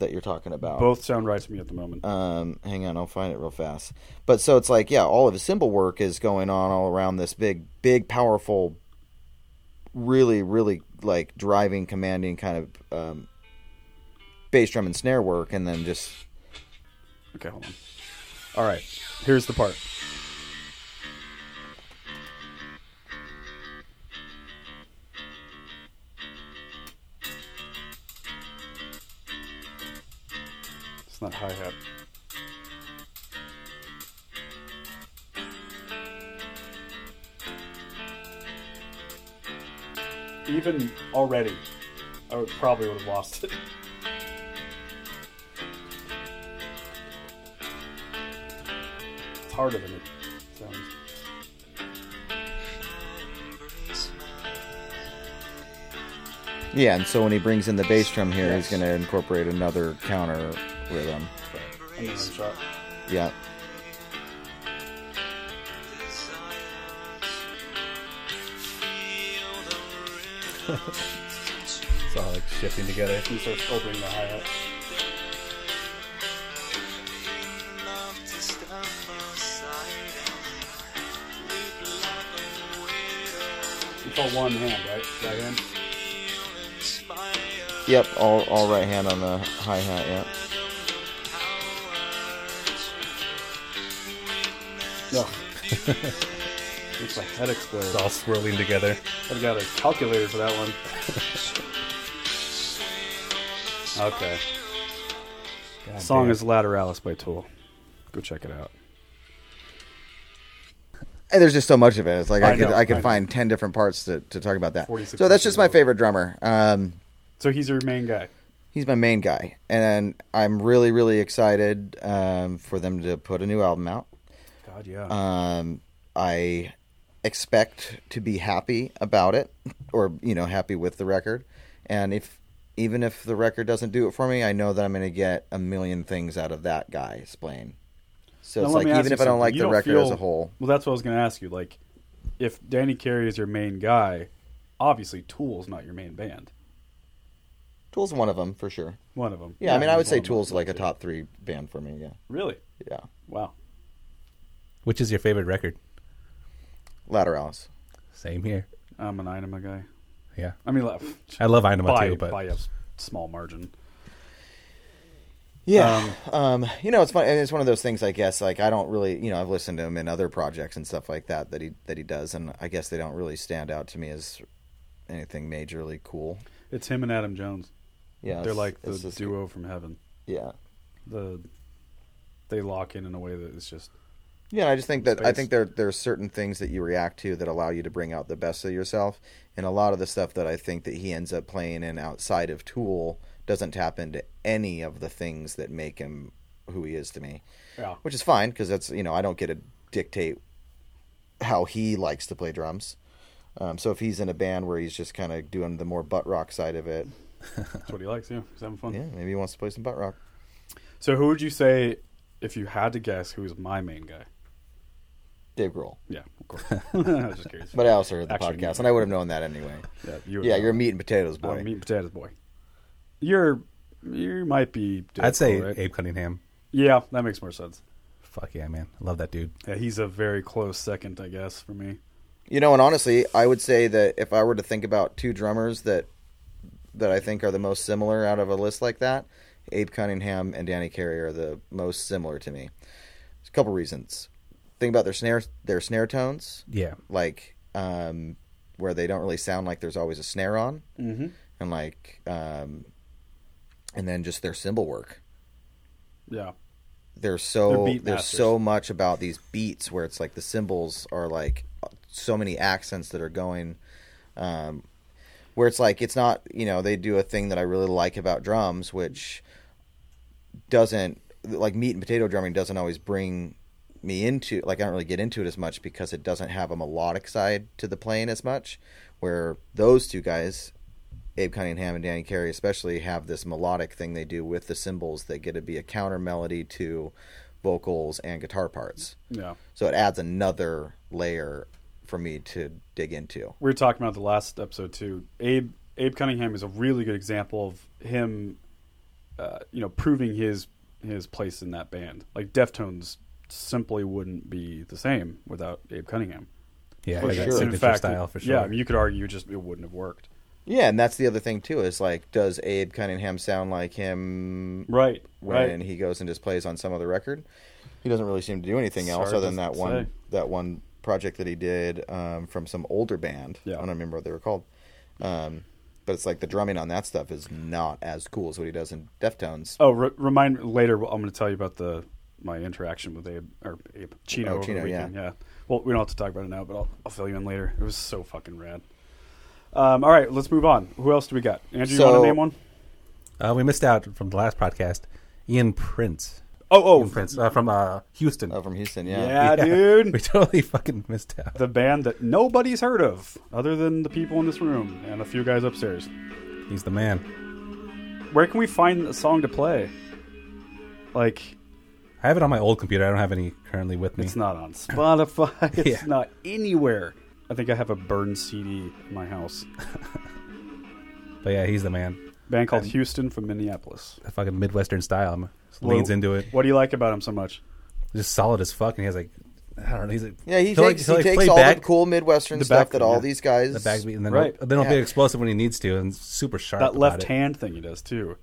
[SPEAKER 4] that you're talking about.
[SPEAKER 2] Both sound right to me at the moment.
[SPEAKER 4] Um, hang on, I'll find it real fast. But so it's like, yeah, all of his symbol work is going on all around this big, big, powerful, really, really like driving, commanding kind of um, bass drum and snare work, and then just
[SPEAKER 2] okay, hold on. All right, here's the part. It's not hi hat. Even already, I would probably would have lost it. It's harder than it sounds.
[SPEAKER 4] yeah. And so when he brings in the bass drum here, he's going to incorporate another counter rhythm.
[SPEAKER 2] And then I'm shot.
[SPEAKER 4] Yeah.
[SPEAKER 3] It's all like shifting together.
[SPEAKER 2] He starts opening the hi hat. It's all one hand, right? Right hand.
[SPEAKER 4] Yep, all, all right hand on the hi hat. Yeah,
[SPEAKER 2] No. Makes my head explode.
[SPEAKER 3] It's all swirling together.
[SPEAKER 2] I've got a calculator for that one. okay.
[SPEAKER 3] God
[SPEAKER 2] Song
[SPEAKER 3] damn.
[SPEAKER 2] is Lateralis by Tool. Go check it out.
[SPEAKER 4] and there's just so much of it. It's like I,
[SPEAKER 2] I
[SPEAKER 4] could
[SPEAKER 2] know,
[SPEAKER 4] I could
[SPEAKER 2] I know.
[SPEAKER 4] find ten different parts to, to talk about that.
[SPEAKER 2] 46
[SPEAKER 4] So that's just my
[SPEAKER 2] minutes.
[SPEAKER 4] favorite drummer. Um,
[SPEAKER 2] So he's your main guy.
[SPEAKER 4] he's my main guy, and I'm really really excited um, for them to put a new album out.
[SPEAKER 2] God, yeah.
[SPEAKER 4] Um, I expect to be happy about it, or you know, happy with the record. And if even if the record doesn't do it for me, I know that I'm going to get a million things out of that guy's playing. So
[SPEAKER 2] Now,
[SPEAKER 4] it's
[SPEAKER 2] let
[SPEAKER 4] like
[SPEAKER 2] me ask
[SPEAKER 4] even
[SPEAKER 2] you
[SPEAKER 4] if I don't
[SPEAKER 2] something.
[SPEAKER 4] like
[SPEAKER 2] You
[SPEAKER 4] the
[SPEAKER 2] don't
[SPEAKER 4] record as
[SPEAKER 2] feel-
[SPEAKER 4] a whole,
[SPEAKER 2] Well, that's what I was going to ask you. Like, if Danny Carey is your main guy, obviously Tool's not your main band.
[SPEAKER 4] Tool's one of them for sure.
[SPEAKER 2] One of them.
[SPEAKER 4] Yeah, I mean, I would say
[SPEAKER 2] one of 'em.
[SPEAKER 4] Tool's like a top three band for me. Yeah,
[SPEAKER 2] Really?
[SPEAKER 4] yeah.
[SPEAKER 2] Wow.
[SPEAKER 3] Which is your favorite record?
[SPEAKER 4] Lateralis.
[SPEAKER 3] Same here.
[SPEAKER 2] I'm an Inema guy.
[SPEAKER 3] Yeah.
[SPEAKER 2] I mean, like,
[SPEAKER 3] I love Inema
[SPEAKER 2] by,
[SPEAKER 3] too, but
[SPEAKER 2] by a s- small margin.
[SPEAKER 4] Yeah. Um, you know, it's funny. It's one of those things, I guess. Like, I don't really, you know, I've listened to him in other projects and stuff like that that he that he does, and I guess they don't really stand out to me as anything majorly cool.
[SPEAKER 2] It's him and Adam Jones.
[SPEAKER 4] Yeah,
[SPEAKER 2] They're
[SPEAKER 4] it's-
[SPEAKER 2] like the
[SPEAKER 4] it's just-
[SPEAKER 2] duo from heaven.
[SPEAKER 4] Yeah.
[SPEAKER 2] The they lock in in a way that it's just
[SPEAKER 4] Yeah, I just think that I
[SPEAKER 2] Space.
[SPEAKER 4] think there there are certain things that you react to that allow you to bring out the best of yourself, and a lot of the stuff that I think that he ends up playing in outside of Tool doesn't tap into any of the things that make him who he is to me.
[SPEAKER 2] Yeah.
[SPEAKER 4] which is fine because that's you know I don't get to dictate how he likes to play drums. Um, so if he's in a band where he's just kind of doing the more butt rock side of it,
[SPEAKER 2] that's what he likes. Yeah, he's having fun.
[SPEAKER 4] yeah, maybe he wants to play some butt rock.
[SPEAKER 2] So who would you say if you had to guess who is my main guy?
[SPEAKER 4] Dave Grohl,
[SPEAKER 2] Yeah, of course. I was just curious.
[SPEAKER 4] but I also heard the
[SPEAKER 2] Actually,
[SPEAKER 4] podcast, and I would have known that anyway.
[SPEAKER 2] yeah, you
[SPEAKER 4] Yeah, you're meat and potatoes,
[SPEAKER 2] I'm
[SPEAKER 4] boy.
[SPEAKER 2] meat and potatoes boy. You're you might be. Dave
[SPEAKER 3] I'd say
[SPEAKER 2] Grohl, right?
[SPEAKER 3] Abe Cunningham.
[SPEAKER 2] Yeah, that makes more sense.
[SPEAKER 3] Fuck yeah, man. I love that dude.
[SPEAKER 2] Yeah, he's a very close second, I guess, for me.
[SPEAKER 4] You know, and honestly, I would say that if I were to think about two drummers that that I think are the most similar out of a list like that, Abe Cunningham and Danny Carey are the most similar to me. There's a couple reasons. Think about their snare their snare tones,
[SPEAKER 3] Yeah.
[SPEAKER 4] like um, where they don't really sound like there's always a snare on, mm-hmm. and like um, and then just their cymbal work
[SPEAKER 2] Yeah,
[SPEAKER 4] there's so
[SPEAKER 2] They're beat
[SPEAKER 4] there's
[SPEAKER 2] masters.
[SPEAKER 4] so much about these beats where it's like the symbols are like so many accents that are going um, where it's like it's not you know they do a thing that I really like about drums which doesn't like meat and potato drumming doesn't always bring me into like I don't really get into it as much because it doesn't have a melodic side to the playing as much where those two guys Abe Cunningham and Danny Carey especially have this melodic thing they do with the cymbals that get to be a counter melody to vocals and guitar parts.
[SPEAKER 2] yeah.
[SPEAKER 4] So it adds another layer for me to dig into.
[SPEAKER 2] we were talking about the last episode too. Abe Abe Cunningham is a really good example of him, uh, you know, proving his his place in that band. Like Deftones simply wouldn't be the same without Abe Cunningham.
[SPEAKER 3] Yeah.
[SPEAKER 2] Like,
[SPEAKER 3] that
[SPEAKER 2] and
[SPEAKER 3] signature style for sure.
[SPEAKER 2] Yeah, I mean, you could argue just it wouldn't have worked.
[SPEAKER 4] Yeah, and that's the other thing too is like does Abe Cunningham sound like him
[SPEAKER 2] Right,
[SPEAKER 4] when
[SPEAKER 2] right.
[SPEAKER 4] he goes and just plays on some other record? He doesn't really seem to do anything else
[SPEAKER 2] Sorry,
[SPEAKER 4] other than that
[SPEAKER 2] doesn't
[SPEAKER 4] one
[SPEAKER 2] say.
[SPEAKER 4] that one project that he did um, from some older band.
[SPEAKER 2] Yeah.
[SPEAKER 4] I don't remember what they were called. Um, but it's like the drumming on that stuff is not as cool as what he does in Deftones.
[SPEAKER 2] Oh, re- remind later. I'm going to tell you about the my interaction with Abe or Abe Chino
[SPEAKER 4] Oh,
[SPEAKER 2] over
[SPEAKER 4] Chino,
[SPEAKER 2] the weekend.
[SPEAKER 4] yeah.
[SPEAKER 2] Yeah. Well, we don't have to talk about it now, but I'll, I'll fill you in later. It was so fucking rad. Um, all right, let's move on. Who else do we got? Andrew, you want
[SPEAKER 4] So-
[SPEAKER 2] to name one?
[SPEAKER 3] Uh, we missed out from the last podcast. Ian Prince.
[SPEAKER 2] Oh,
[SPEAKER 3] Ian Prince uh, from uh, Houston.
[SPEAKER 4] Oh, from Houston, yeah.
[SPEAKER 2] yeah, dude.
[SPEAKER 3] We totally fucking missed out.
[SPEAKER 2] the band that nobody's heard of other than the people in this room and a few guys upstairs.
[SPEAKER 3] He's the man.
[SPEAKER 2] Where can we find a song to play? Like
[SPEAKER 3] I have it on my old computer. I don't have any currently with me.
[SPEAKER 2] it's not on Spotify. It's
[SPEAKER 3] Yeah.
[SPEAKER 2] not anywhere. I think I have a burned CD in my house.
[SPEAKER 3] But yeah, he's the man.
[SPEAKER 2] band called Houston from Minneapolis.
[SPEAKER 3] That fucking Midwestern style. um, just leans
[SPEAKER 2] What-
[SPEAKER 3] into it.
[SPEAKER 2] What do you like about him so much?
[SPEAKER 3] Just solid as fuck. And he has like, I don't know. He's like,
[SPEAKER 4] Yeah, he
[SPEAKER 3] he'll, like-
[SPEAKER 4] takes,
[SPEAKER 3] he'll,
[SPEAKER 4] he
[SPEAKER 3] like,
[SPEAKER 4] takes
[SPEAKER 3] play
[SPEAKER 4] all
[SPEAKER 3] back,
[SPEAKER 4] the cool Midwestern
[SPEAKER 2] The
[SPEAKER 4] stuff
[SPEAKER 2] backbeat,
[SPEAKER 4] that all
[SPEAKER 2] yeah.
[SPEAKER 4] these guys.
[SPEAKER 3] the backbeat, and then
[SPEAKER 2] Right.
[SPEAKER 3] he'll, then he'll be
[SPEAKER 4] Yeah.
[SPEAKER 3] explosive when he needs to, and super sharp.
[SPEAKER 2] That
[SPEAKER 3] about
[SPEAKER 2] left
[SPEAKER 3] it.
[SPEAKER 2] hand thing he does too.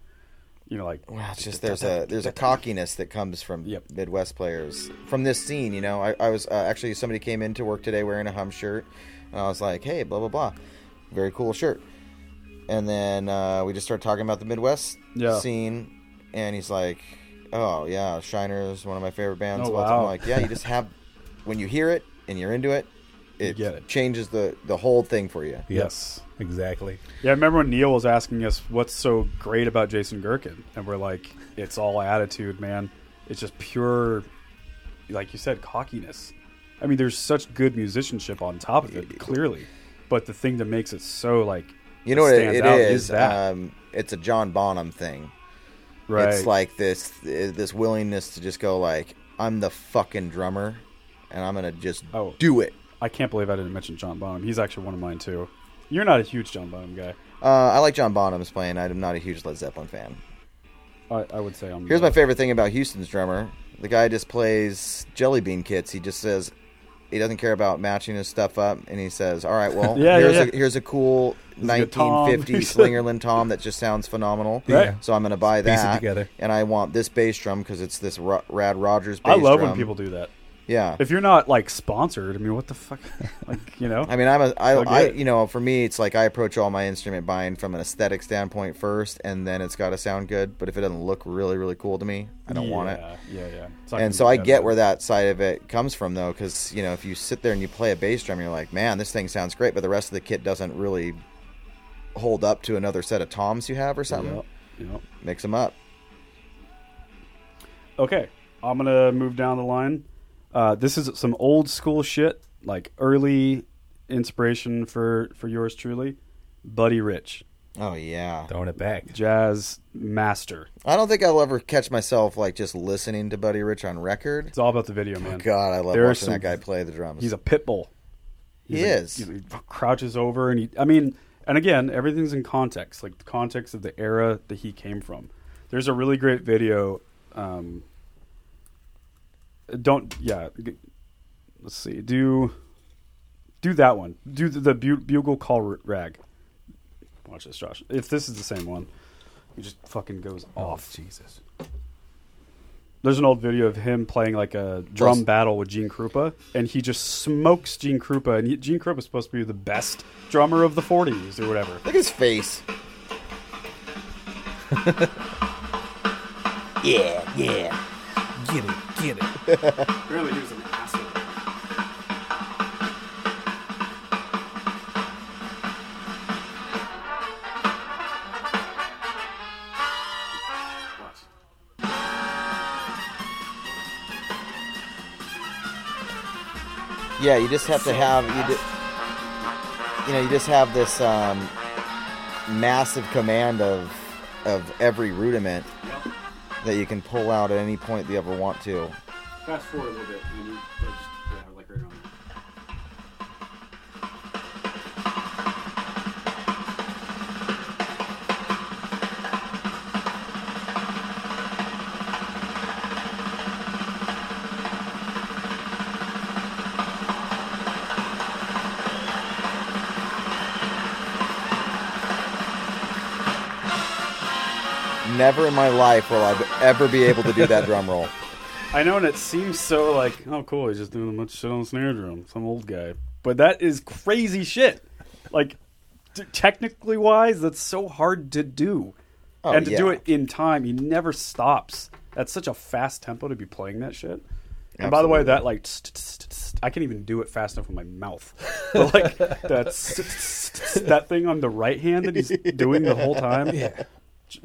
[SPEAKER 2] You know, like
[SPEAKER 4] Wow, it's just there's a there's a cockiness that comes from
[SPEAKER 2] Yep.
[SPEAKER 4] Midwest players from this scene. You know, I, I was uh, actually somebody came into work today wearing a hum shirt, and I was like, "Hey, blah blah blah, very cool shirt." And then uh, we just started talking about the Midwest
[SPEAKER 2] Yeah.
[SPEAKER 4] scene, and he's like, "Oh yeah, Shiner's one of my favorite bands."
[SPEAKER 2] Oh,
[SPEAKER 4] of all time." I'm
[SPEAKER 2] wow.
[SPEAKER 4] like, "Yeah, you just have when you hear it and you're into it, it,
[SPEAKER 2] get it.
[SPEAKER 4] changes the the whole thing for you."
[SPEAKER 3] Yes, exactly.
[SPEAKER 2] Yeah, I remember when Neil was asking us what's so great about Jason Gherkin, and we're like, it's all attitude, man. It's just pure, like you said, cockiness. I mean, there's such good musicianship on top of it, clearly, but the thing that makes it so like
[SPEAKER 4] You know what it,
[SPEAKER 2] stands
[SPEAKER 4] it
[SPEAKER 2] out
[SPEAKER 4] is?
[SPEAKER 2] that
[SPEAKER 4] Um, it's a John Bonham thing.
[SPEAKER 2] right?
[SPEAKER 4] It's like this eh, this willingness to just go like I'm the fucking drummer, and I'm gonna just
[SPEAKER 2] Oh.
[SPEAKER 4] do it.
[SPEAKER 2] I can't believe I didn't mention John Bonham. He's actually one of mine too. You're not a huge John Bonham guy.
[SPEAKER 4] Uh, I like John Bonham's playing. I'm not a huge Led Zeppelin fan.
[SPEAKER 2] I, I would say I'm.
[SPEAKER 4] Here's my favorite thing about Houston's drummer. The guy just plays jelly bean kits. He just says he doesn't care about matching his stuff up, and he says, "All right, well,
[SPEAKER 2] Yeah, yeah,
[SPEAKER 4] here's,
[SPEAKER 2] yeah.
[SPEAKER 4] A, here's a cool
[SPEAKER 2] a tom."
[SPEAKER 4] 1950 Slingerland tom that just sounds phenomenal.
[SPEAKER 2] Right.
[SPEAKER 4] So I'm going to buy
[SPEAKER 3] Piece it
[SPEAKER 4] that
[SPEAKER 3] together.
[SPEAKER 4] and I want this bass drum because it's this Ro- Rad Rogers. bass
[SPEAKER 2] I love
[SPEAKER 4] drum.
[SPEAKER 2] when people do that.
[SPEAKER 4] Yeah,
[SPEAKER 2] If you're not like sponsored, I mean, what the fuck? like, you know,
[SPEAKER 4] I mean, I'm a, I,
[SPEAKER 2] I'll get
[SPEAKER 4] I,
[SPEAKER 2] it.
[SPEAKER 4] you know, for me, it's like I approach all my instrument buying from an aesthetic standpoint first, and then it's got to sound good. But if it doesn't look really, really cool to me, I don't
[SPEAKER 2] yeah,
[SPEAKER 4] want it.
[SPEAKER 2] Yeah, yeah. It's not gonna
[SPEAKER 4] And so
[SPEAKER 2] be
[SPEAKER 4] I
[SPEAKER 2] that
[SPEAKER 4] get
[SPEAKER 2] bad.
[SPEAKER 4] where that side of it comes from, though, because you know, if you sit there and you play a bass drum, you're like, man, this thing sounds great, but the rest of the kit doesn't really hold up to another set of toms you have or something.
[SPEAKER 2] Yeah, yeah.
[SPEAKER 4] Mix them up.
[SPEAKER 2] Okay, I'm gonna move down the line. Uh, this is some old school shit, like early inspiration for for yours truly, Buddy Rich,
[SPEAKER 4] Oh yeah.
[SPEAKER 3] Throwing it back.
[SPEAKER 2] jazz master.
[SPEAKER 4] I don't think I'll ever catch myself like just listening to Buddy Rich on record.
[SPEAKER 2] It's all about the video, man.
[SPEAKER 4] Oh, God, I love
[SPEAKER 2] There are
[SPEAKER 4] watching
[SPEAKER 2] some-
[SPEAKER 4] that guy play the drums.
[SPEAKER 2] He's a pit bull.
[SPEAKER 4] he is.
[SPEAKER 2] He crouches over, and he. I mean, and again, everything's in context, like the context of the era that he came from. There's a really great video. Um, don't yeah. g- Let's see. Do do that one. Do the, the bu- bugle call r- rag. Watch this, Josh. If this is the same one, he just fucking goes off.
[SPEAKER 3] Jesus.
[SPEAKER 2] There's an old video of him playing like a drum
[SPEAKER 4] Plus-
[SPEAKER 2] battle with Gene Krupa, and he just smokes Gene Krupa. And he, Gene Krupa's supposed to be the best drummer of the 40s or whatever.
[SPEAKER 4] Look at his face. yeah, yeah.
[SPEAKER 3] Get it, get it.
[SPEAKER 2] Apparently, he was an asshole.
[SPEAKER 4] Yeah, you just have to have you. Di- you know, you just have this um, massive command of of every rudiment that you can pull out at any point you ever want to.
[SPEAKER 2] Fast forward a little bit, and you just like right on.
[SPEAKER 4] Never in my life will I ever be able to do that drum roll.
[SPEAKER 2] I know, and it seems so like, oh, cool, he's just doing a bunch of shit on the snare drum, some old guy. But that is crazy shit. Like, t- technically wise, that's so hard to do.
[SPEAKER 4] Oh,
[SPEAKER 2] and to do
[SPEAKER 4] yeah.
[SPEAKER 2] it in time, he never stops. That's such a fast tempo to be playing that shit. And by the way,
[SPEAKER 4] Absolutely.
[SPEAKER 2] that like, tss, tss, tss, tss, I can't even do it fast enough with my mouth. But like that, tss, tss, tss, tss, that thing on the right hand that he's doing the whole time. Yeah.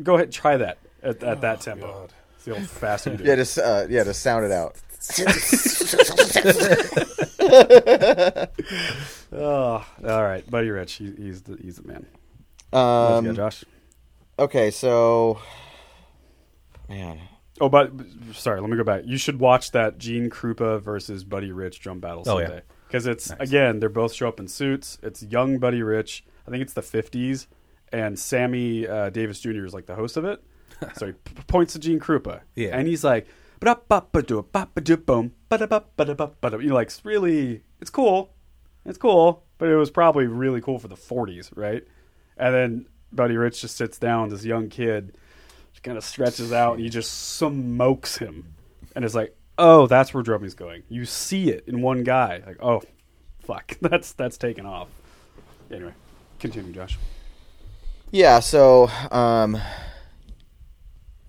[SPEAKER 2] Go ahead, try that at, at that tempo. See how fast you do.
[SPEAKER 4] Oh, Yeah,
[SPEAKER 2] it.
[SPEAKER 4] just uh, yeah, just sound it out.
[SPEAKER 2] Oh, all right, Buddy Rich, he, he's the he's the man. What else you
[SPEAKER 4] Um,
[SPEAKER 2] got, Josh.
[SPEAKER 4] okay, so man,
[SPEAKER 2] Oh, but sorry, let me go back. You should watch that Gene Krupa versus Buddy Rich drum battle
[SPEAKER 3] Oh, yeah.
[SPEAKER 2] someday because it's again they're both show up in suits. It's young Buddy Rich. I think it's the fifties, and Sammy uh, Davis Jr. is like the host of it. so he p- points to Gene Krupa,
[SPEAKER 3] Yeah.
[SPEAKER 2] and he's like, "Ba-da-ba-ba-do-ba-ba-do-boom, ba-da-ba-ba-da-ba-ba-da." you know, like it's really, it's cool, it's cool, but it was probably really cool for the forties, right? And then Buddy Rich just sits down, this young kid, just kind of stretches out, and he just smokes him, and it's like, oh, that's where drumming's going. You see it in one guy, like, oh, fuck, that's that's taken off. Anyway, continue, Josh.
[SPEAKER 4] Yeah, so um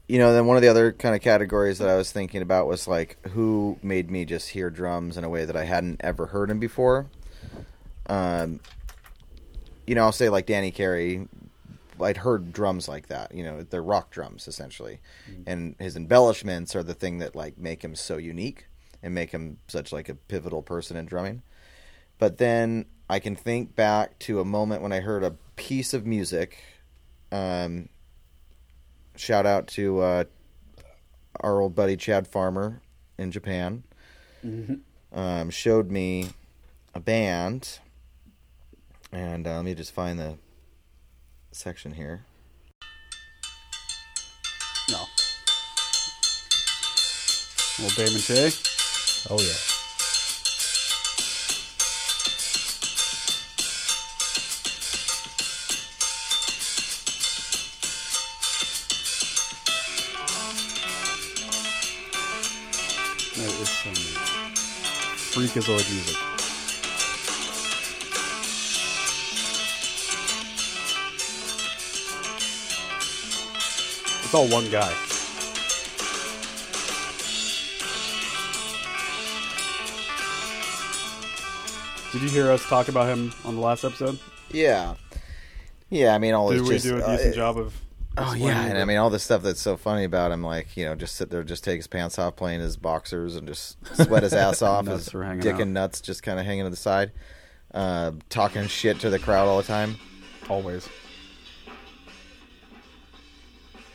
[SPEAKER 4] you know, then one of the other kind of categories that I was thinking about was like who made me just hear drums in a way that I hadn't ever heard them before. Um you know, I'll say like Danny Carey, I'd heard drums like that, you know, they're rock drums essentially. And his embellishments are the thing that like make him so unique and make him such like a pivotal person in drumming but then I can think back to a moment when I heard a piece of music. Um, shout out to uh, our old buddy Chad Farmer in Japan.
[SPEAKER 2] Mm-hmm.
[SPEAKER 4] Um, showed me a band, and uh, let me just find the section here.
[SPEAKER 2] No. Little Dame and Jay.
[SPEAKER 3] Oh yeah.
[SPEAKER 2] There is some um, freakazoid music. It's all one guy. Did you hear us talk about him on the last episode?
[SPEAKER 4] Yeah. Yeah, I mean, all
[SPEAKER 2] Did
[SPEAKER 4] it's
[SPEAKER 2] we
[SPEAKER 4] just,
[SPEAKER 2] do a
[SPEAKER 4] uh,
[SPEAKER 2] decent job of?
[SPEAKER 4] Oh
[SPEAKER 2] explaining
[SPEAKER 4] yeah, and
[SPEAKER 2] it?
[SPEAKER 4] I mean all this stuff that's so funny about him, like you know, just sit there, just take his pants off, playing his boxers, and just sweat his ass off,
[SPEAKER 2] Nuts
[SPEAKER 4] his
[SPEAKER 2] were hanging
[SPEAKER 4] dick
[SPEAKER 2] out.
[SPEAKER 4] and nuts just kind of hanging to the side, uh, talking shit to the crowd all the time.
[SPEAKER 2] always.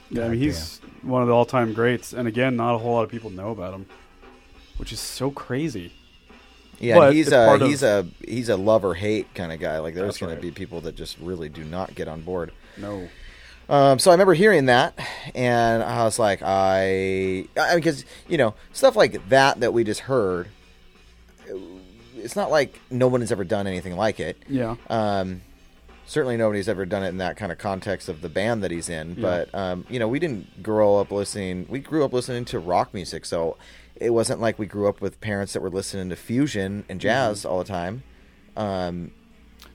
[SPEAKER 2] Yeah, I mean he's one of the all-time greats, and again, not a whole lot of people know about him, which is so crazy.
[SPEAKER 4] Yeah,
[SPEAKER 2] But
[SPEAKER 4] and he's
[SPEAKER 2] it's
[SPEAKER 4] a
[SPEAKER 2] part of-
[SPEAKER 4] he's a he's a love or hate kind of guy. Like there's
[SPEAKER 2] That's
[SPEAKER 4] going
[SPEAKER 2] right.
[SPEAKER 4] to be people that just really do not get on board.
[SPEAKER 2] No,
[SPEAKER 4] Um, so I remember hearing that, and I was like, I, I because you know stuff like that that we just heard. It's not like no one has ever done anything like it.
[SPEAKER 2] yeah,
[SPEAKER 4] Um, certainly nobody's ever done it in that kind of context of the band that he's in. But um, you know, we didn't grow up listening. We grew up listening to rock music, so it wasn't like we grew up with parents that were listening to fusion and jazz
[SPEAKER 2] Mm-hmm.
[SPEAKER 4] all the time. Um,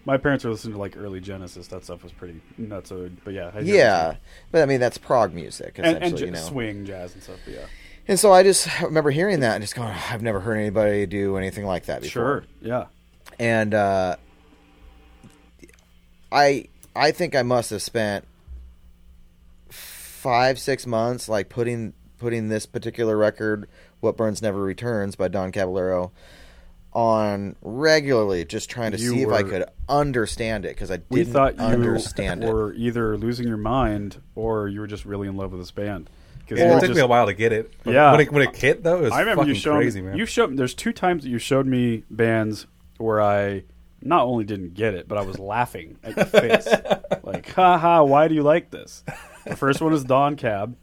[SPEAKER 2] my parents were listening to like early Genesis. That stuff was pretty nuts. But yeah, I hear what you're
[SPEAKER 4] yeah,
[SPEAKER 2] saying.
[SPEAKER 4] but I mean that's prog music
[SPEAKER 2] and,
[SPEAKER 4] essentially.
[SPEAKER 2] and j-
[SPEAKER 4] you know,
[SPEAKER 2] swing jazz and stuff. But yeah,
[SPEAKER 4] and so I just remember hearing that and just going, I've never heard anybody do anything like that before.
[SPEAKER 2] sure, yeah,
[SPEAKER 4] and uh, I I think I must have spent five six months like putting putting this particular record, "What Burns Never Returns" by Don Caballero, on regularly, just trying to
[SPEAKER 2] You
[SPEAKER 4] see if I
[SPEAKER 2] were-
[SPEAKER 4] could understand it because I didn't
[SPEAKER 2] we thought you
[SPEAKER 4] understand it.
[SPEAKER 2] were either losing your mind or you were just really in love with this band. 'Cause
[SPEAKER 3] Yeah,
[SPEAKER 2] you
[SPEAKER 3] it
[SPEAKER 2] were
[SPEAKER 3] took
[SPEAKER 2] just-
[SPEAKER 3] me a while to get it. But
[SPEAKER 2] Yeah.
[SPEAKER 3] When it, when it hit though, it was
[SPEAKER 2] I remember you
[SPEAKER 3] fucking
[SPEAKER 2] showed
[SPEAKER 3] crazy,
[SPEAKER 2] me,
[SPEAKER 3] man.
[SPEAKER 2] You showed there's two times that you showed me bands where I not only didn't get it, but I was laughing at your face. like, ha ha, why do you like this? The first one is Dawn Cab.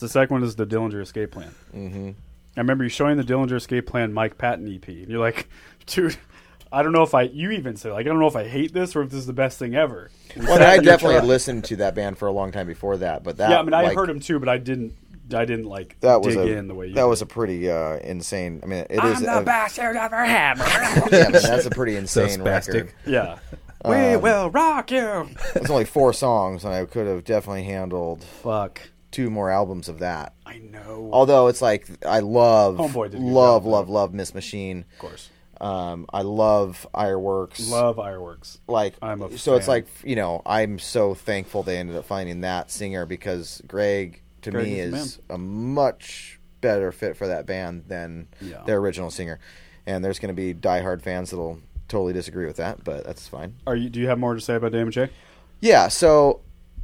[SPEAKER 2] The second one is the Dillinger Escape Plan. Mm-hmm. I remember you showing the Dillinger Escape Plan Mike Patton EP, and you're like, dude. I don't know if I you even said like I don't know if I hate this or if this is the best thing ever. We
[SPEAKER 4] Well,
[SPEAKER 2] sat
[SPEAKER 4] I
[SPEAKER 2] in your
[SPEAKER 4] definitely
[SPEAKER 2] truck.
[SPEAKER 4] listened to that band for a long time before that, but that
[SPEAKER 2] Yeah, I mean I
[SPEAKER 4] like,
[SPEAKER 2] heard him too, but I didn't I didn't like
[SPEAKER 4] That was
[SPEAKER 2] dig
[SPEAKER 4] a
[SPEAKER 2] in the way you
[SPEAKER 4] that
[SPEAKER 2] did.
[SPEAKER 4] was a pretty uh, insane. I mean, it is a,
[SPEAKER 1] bastard of her hammer.
[SPEAKER 4] yeah, I mean, that's a pretty insane
[SPEAKER 3] spastic.
[SPEAKER 4] record.
[SPEAKER 2] yeah. Um,
[SPEAKER 1] we will rock you.
[SPEAKER 4] It's only four songs, and I could have definitely handled
[SPEAKER 2] Fuck.
[SPEAKER 4] two more albums of that.
[SPEAKER 2] I know.
[SPEAKER 4] Although it's like I love,
[SPEAKER 2] Homeboy did a good
[SPEAKER 4] love,
[SPEAKER 2] job, though.
[SPEAKER 4] love, love Miss Machine.
[SPEAKER 2] of course.
[SPEAKER 4] Um, I love Ironworks.
[SPEAKER 2] Love fireworks.
[SPEAKER 4] like
[SPEAKER 2] I'm a
[SPEAKER 4] so it's
[SPEAKER 2] fan.
[SPEAKER 4] like you know I'm so thankful they ended up finding that singer because Greg to
[SPEAKER 2] Greg
[SPEAKER 4] me
[SPEAKER 2] is the
[SPEAKER 4] is a much better fit for that band than
[SPEAKER 2] Yeah.
[SPEAKER 4] their original singer. And there's going to be diehard fans that'll totally disagree with that, but that's fine.
[SPEAKER 2] Are you? Do you have more to say about Damon J?
[SPEAKER 4] Yeah, so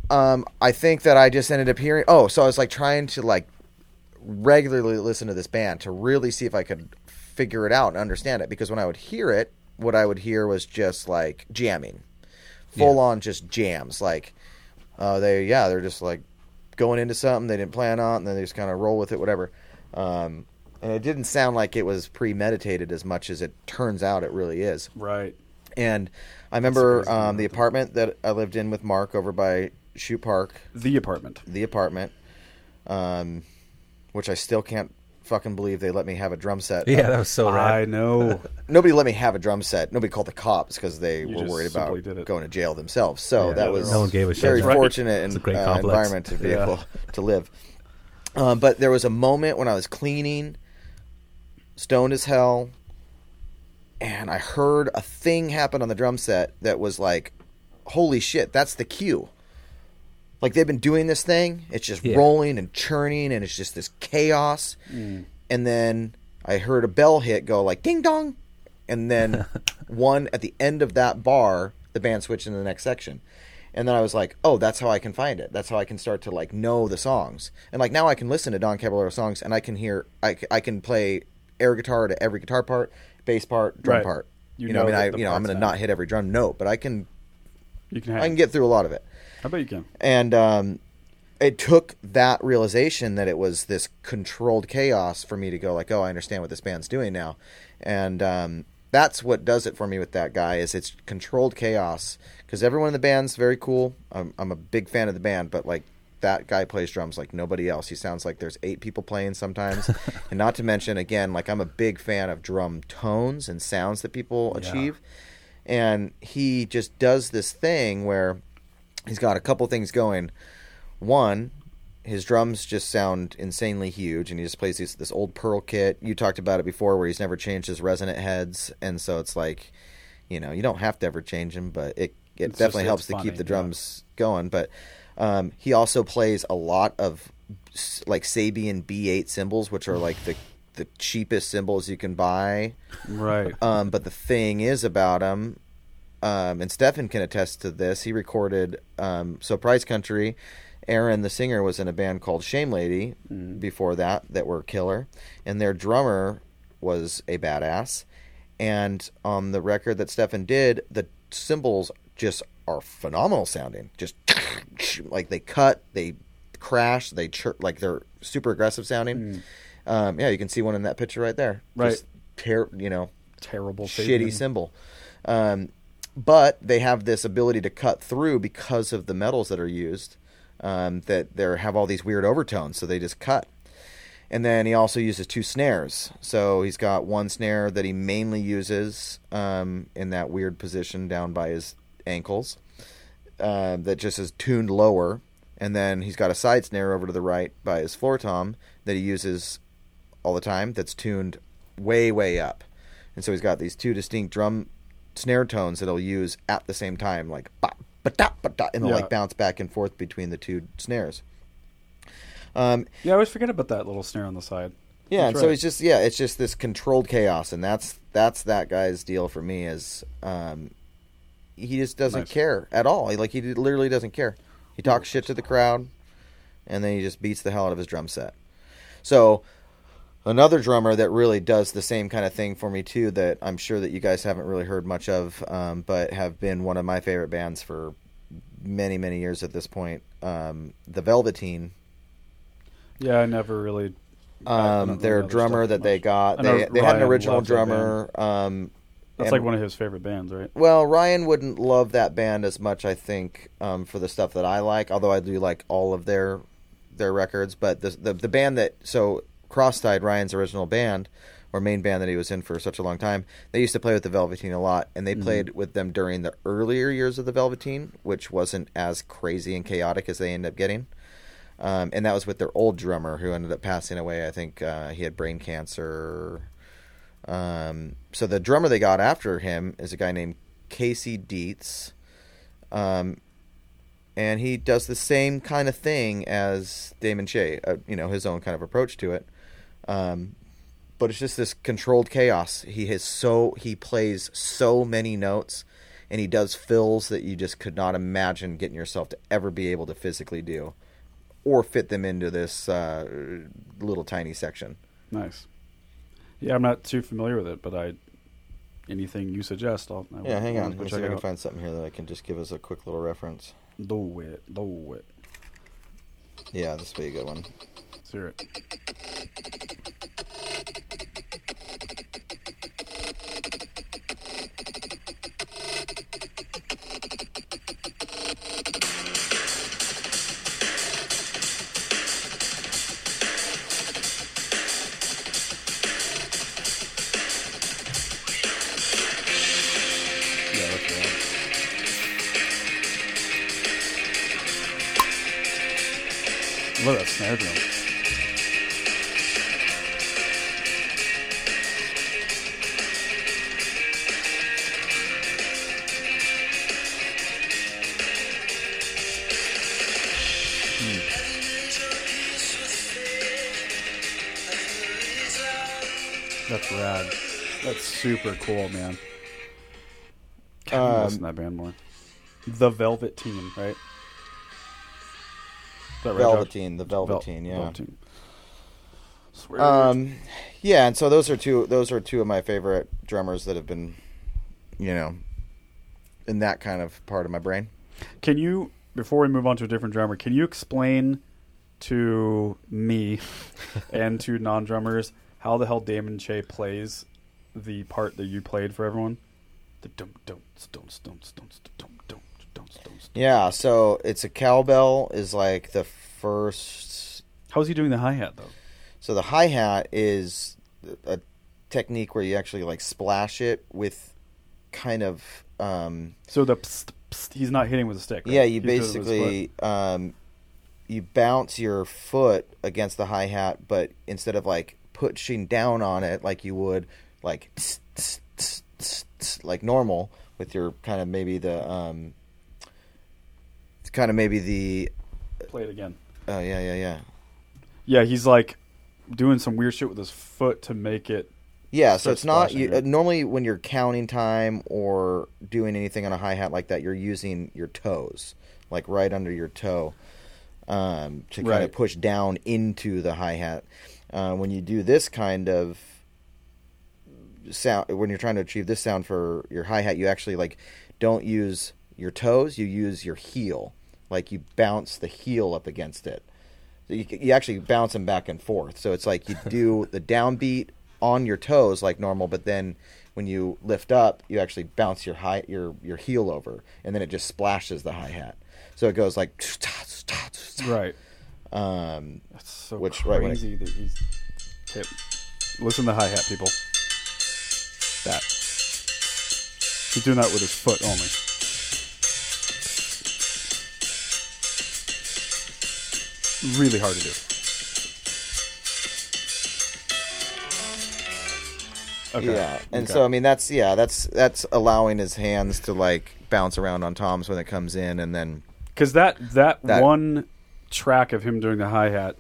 [SPEAKER 4] um, I think that I just ended up hearing. Oh, so I was like trying to like regularly listen to this band to really see if I could figure it out and understand it because when I would hear it, what I would hear was just like jamming, full on just jams. Like uh, they, yeah, they're just like going into something they didn't plan on, and then they just kind of roll with it, whatever. Um, and it didn't sound like it was premeditated as much as it turns out it really is.
[SPEAKER 2] Right.
[SPEAKER 4] And I remember um, the apartment that I lived in with Mark over by Shoot Park,
[SPEAKER 2] The apartment.
[SPEAKER 4] the apartment, um, which I still can't fucking believe they let me have a drum set. Uh,
[SPEAKER 3] yeah, that was so
[SPEAKER 2] I
[SPEAKER 3] rad.
[SPEAKER 2] know.
[SPEAKER 4] Nobody let me have a drum set. Nobody called the cops because they were
[SPEAKER 2] just
[SPEAKER 4] worried
[SPEAKER 2] simply
[SPEAKER 4] about
[SPEAKER 2] did it.
[SPEAKER 4] going to jail themselves. So
[SPEAKER 2] Yeah,
[SPEAKER 4] that
[SPEAKER 2] no,
[SPEAKER 4] was
[SPEAKER 2] no
[SPEAKER 3] one gave a shit.
[SPEAKER 4] very
[SPEAKER 3] Right.
[SPEAKER 4] fortunate
[SPEAKER 3] It's
[SPEAKER 4] and,
[SPEAKER 3] a great
[SPEAKER 4] uh,
[SPEAKER 3] complex.
[SPEAKER 4] environment to be
[SPEAKER 2] Yeah.
[SPEAKER 4] able to live. Um, but there was a moment when I was cleaning, stoned as hell, and I heard a thing happen on the drum set that was like, "Holy shit, that's the cue!" Like they've been doing this thing, it's just
[SPEAKER 3] Yeah.
[SPEAKER 4] rolling and churning, and it's just this chaos.
[SPEAKER 2] Mm.
[SPEAKER 4] And then I heard a bell hit, go like ding dong, and then one at the end of that bar, the band switched into the next section. And then I was like, oh, that's how I can find it. That's how I can start to like know the songs. And like now I can listen to Don Caballero songs and I can hear, I, c- I can play air guitar to every guitar part, bass part, drum
[SPEAKER 2] Right.
[SPEAKER 4] part.
[SPEAKER 2] You
[SPEAKER 4] You, know,
[SPEAKER 2] know
[SPEAKER 4] I mean,
[SPEAKER 2] the-
[SPEAKER 4] I,
[SPEAKER 2] the
[SPEAKER 4] you know, I'm
[SPEAKER 2] parts
[SPEAKER 4] going to
[SPEAKER 2] now.
[SPEAKER 4] not hit every drum note, but I can,
[SPEAKER 2] You can have.
[SPEAKER 4] I can get through a lot of it.
[SPEAKER 2] I bet you can.
[SPEAKER 4] and um, it took that realization that it was this controlled chaos for me to go like, oh, I understand what this band's doing now, and um, that's what does it for me with that guy is it's controlled chaos because everyone in the band's very cool. I'm, I'm a big fan of the band, but like that guy plays drums like nobody else. He sounds like there's eight people playing sometimes, and not to mention again, like I'm a big fan of drum tones and sounds that people achieve, and he just does this thing where he's got a couple things going. One, his drums just sound insanely huge, and he just plays these, this old Pearl kit. You talked about it before, where he's never changed his resonant heads, and so it's like, you know, you don't have to ever change them, but it it
[SPEAKER 2] just-
[SPEAKER 4] definitely
[SPEAKER 2] it's
[SPEAKER 4] helps to
[SPEAKER 2] funny,
[SPEAKER 4] keep the
[SPEAKER 2] yeah.
[SPEAKER 4] drums going. But um, he also plays a lot of s- like Sabian B8 cymbals, which are like the the cheapest cymbals you can buy.
[SPEAKER 2] Right.
[SPEAKER 4] Um, but the thing is about him, um, and Stefan can attest to this. He recorded um, so Prize Country. Aaron, the singer, was in a band called Shame Lady before that, that were killer, and their drummer was a badass. And on the record that Stefan did, the cymbals just are phenomenal sounding. Just like they cut, they crash, they chir- like they're super aggressive sounding. Um, yeah, you can see one in that picture right there.
[SPEAKER 2] Right.
[SPEAKER 4] Just tear, you know,
[SPEAKER 2] Terrible.
[SPEAKER 4] shitty symbol. Um, but they have this ability to cut through because of the metals that are used. Um, that they have all these weird overtones, so they just cut. And then he also uses two snares. So he's got one snare that he mainly uses um, in that weird position down by his ankles uh, that just is tuned lower. And then he's got a side snare over to the right by his floor tom that he uses all the time that's tuned way, way up. And so he's got these two distinct drum snare tones that he'll use at the same time, like ba ba da ba da, and it'll
[SPEAKER 2] Yeah.
[SPEAKER 4] like bounce back and forth between the two snares. Um,
[SPEAKER 2] Yeah, I always forget about that little snare on the side.
[SPEAKER 4] yeah,
[SPEAKER 2] That's
[SPEAKER 4] and
[SPEAKER 2] right.
[SPEAKER 4] so it's just yeah, it's just this controlled chaos, and that's that's that guy's deal for me is um, he just doesn't
[SPEAKER 2] Nice.
[SPEAKER 4] care at all. He, like he literally doesn't care. He talks shit to the crowd, and then he just beats the hell out of his drum set. So another drummer that really does the same kind of thing for me too that i'm sure that you guys haven't really heard much of um, but have been one of my favorite bands for many many years at this point um, the velveteen
[SPEAKER 2] Yeah, I never really. I don't
[SPEAKER 4] um,
[SPEAKER 2] really
[SPEAKER 4] their
[SPEAKER 2] know their
[SPEAKER 4] drummer
[SPEAKER 2] stuff
[SPEAKER 4] that they
[SPEAKER 2] much.
[SPEAKER 4] got.
[SPEAKER 2] I
[SPEAKER 4] They,
[SPEAKER 2] know
[SPEAKER 4] they had an
[SPEAKER 2] Ryan
[SPEAKER 4] original
[SPEAKER 2] loves that band.
[SPEAKER 4] drummer. Um,
[SPEAKER 2] That's
[SPEAKER 4] and-
[SPEAKER 2] like one of his favorite bands, right?
[SPEAKER 4] Well, Ryan wouldn't love that band as much, I think, um, for the stuff that I like. Although I do like all of their their records, but the the, the band that so Cross Tide, Ryan's original band or main band that he was in for such a long time, they used to play with the Velveteen a lot, and they played with them during the earlier years of the Velveteen, which wasn't as crazy and chaotic as they ended up getting. Um, and that was with their old drummer who ended up passing away. I think uh, he had brain cancer. Um, so the drummer they got after him is a guy named Casey Dietz. Um, and he does the same kind of thing as Damon Shea, uh, you know, his own kind of approach to it. Um, but it's just this controlled chaos. He has so he plays so many notes, and he does fills that you just could not imagine getting yourself to ever be able to physically do, or fit them into this uh, little tiny section.
[SPEAKER 2] Nice. Yeah, I'm not too familiar with it, but I anything you suggest, I'll. I
[SPEAKER 4] Yeah,
[SPEAKER 2] will-
[SPEAKER 4] hang on.
[SPEAKER 2] I'll
[SPEAKER 4] Let's see
[SPEAKER 2] check
[SPEAKER 4] if I
[SPEAKER 2] it
[SPEAKER 4] can
[SPEAKER 2] out.
[SPEAKER 4] find something here that I can just give us a quick little reference.
[SPEAKER 2] Do it, do it.
[SPEAKER 4] Yeah, this would be a good one.
[SPEAKER 2] Let's hear it.
[SPEAKER 4] Yeah, that's the one.
[SPEAKER 2] Look at that snare drum. That's rad. That's super cool, man.
[SPEAKER 4] Uh,
[SPEAKER 2] God, I'm gonna listen to that band more. The Velvet Team, right? Is that right, Josh?
[SPEAKER 4] Velveteen, the Velveteen, yeah.
[SPEAKER 2] Velveteen. Swear
[SPEAKER 4] Um, yeah, and so those are two. Those are two of my favorite drummers that have been, you know, in that kind of part of my brain.
[SPEAKER 2] Can you before we move on to a different drummer, can you explain to me and to non drummers how the hell Damon Che plays the part that you played for everyone? The dum dum dum dum dum dum dum dum dum.
[SPEAKER 4] Yeah, so it's a cowbell is like the first.
[SPEAKER 2] How's he doing the hi hat though?
[SPEAKER 4] So the hi hat is a technique where you actually like splash it with kind of. Um,
[SPEAKER 2] So the pst, pst, he's not hitting with a stick. Right?
[SPEAKER 4] yeah, you
[SPEAKER 2] He's doing it with his
[SPEAKER 4] basically um, you bounce your foot against the hi hat, but instead of like pushing down on it like you would like tss, tss, tss, tss, tss, like normal with your kind of maybe the um, kind of maybe the
[SPEAKER 2] foot. play it again.
[SPEAKER 4] oh yeah yeah yeah
[SPEAKER 2] Yeah, he's like doing some weird shit with his foot to make it.
[SPEAKER 4] Yeah, so
[SPEAKER 2] Start
[SPEAKER 4] it's not
[SPEAKER 2] splashing,
[SPEAKER 4] you,
[SPEAKER 2] right?
[SPEAKER 4] uh, normally when you're counting time or doing anything on a hi hat like that, you're using your toes, like right under your toe, um, to kind
[SPEAKER 2] Right.
[SPEAKER 4] of push down into the hi hat. Uh, when you do this kind of sound, when you're trying to achieve this sound for your hi hat, you actually like don't use your toes, you use your heel, like you bounce the heel up against it. So you, you actually bounce them back and forth. So it's like you do the downbeat on your toes like normal, but then when you lift up, you actually bounce your high your your heel over, and then it just splashes the hi hat. So it goes like
[SPEAKER 2] Right.
[SPEAKER 4] Um,
[SPEAKER 2] That's so
[SPEAKER 4] Which- right, right.
[SPEAKER 2] crazy that he's. Hit. Listen to the hi hat, people. That. He's doing that with his foot only. Really hard to do. Okay.
[SPEAKER 4] Yeah, and
[SPEAKER 2] Okay.
[SPEAKER 4] so I mean that's yeah that's that's allowing his hands to like bounce around on toms when it comes in, and then
[SPEAKER 2] because that, that
[SPEAKER 4] That-
[SPEAKER 2] one track of him doing the hi hat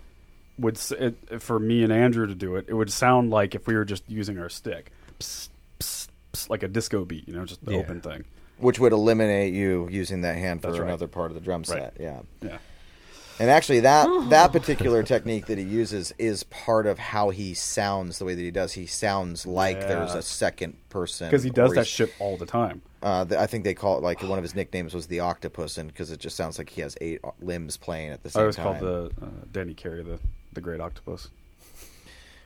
[SPEAKER 2] would s- it, for me and Andrew to do it, it would sound like if we were just using our stick, psst, psst, psst, like a disco beat, you know, just the
[SPEAKER 3] Yeah.
[SPEAKER 2] open thing.
[SPEAKER 4] which would eliminate you using that hand for
[SPEAKER 2] That's right.
[SPEAKER 4] another part of the drum set.
[SPEAKER 2] Right.
[SPEAKER 4] Yeah.
[SPEAKER 2] Yeah,
[SPEAKER 4] And actually, that that particular technique that he uses is part of how he sounds the way that he does. He sounds like
[SPEAKER 2] Yeah.
[SPEAKER 4] there's a second person
[SPEAKER 2] because he does
[SPEAKER 4] or
[SPEAKER 2] that
[SPEAKER 4] he's-
[SPEAKER 2] shit all the time.
[SPEAKER 4] Uh, th- I think they call it like one of his nicknames was the octopus, and because it just sounds like he has eight o- limbs playing at the
[SPEAKER 2] I
[SPEAKER 4] same
[SPEAKER 2] always
[SPEAKER 4] time.
[SPEAKER 2] Oh, called the uh, Danny Carey the the Great Octopus.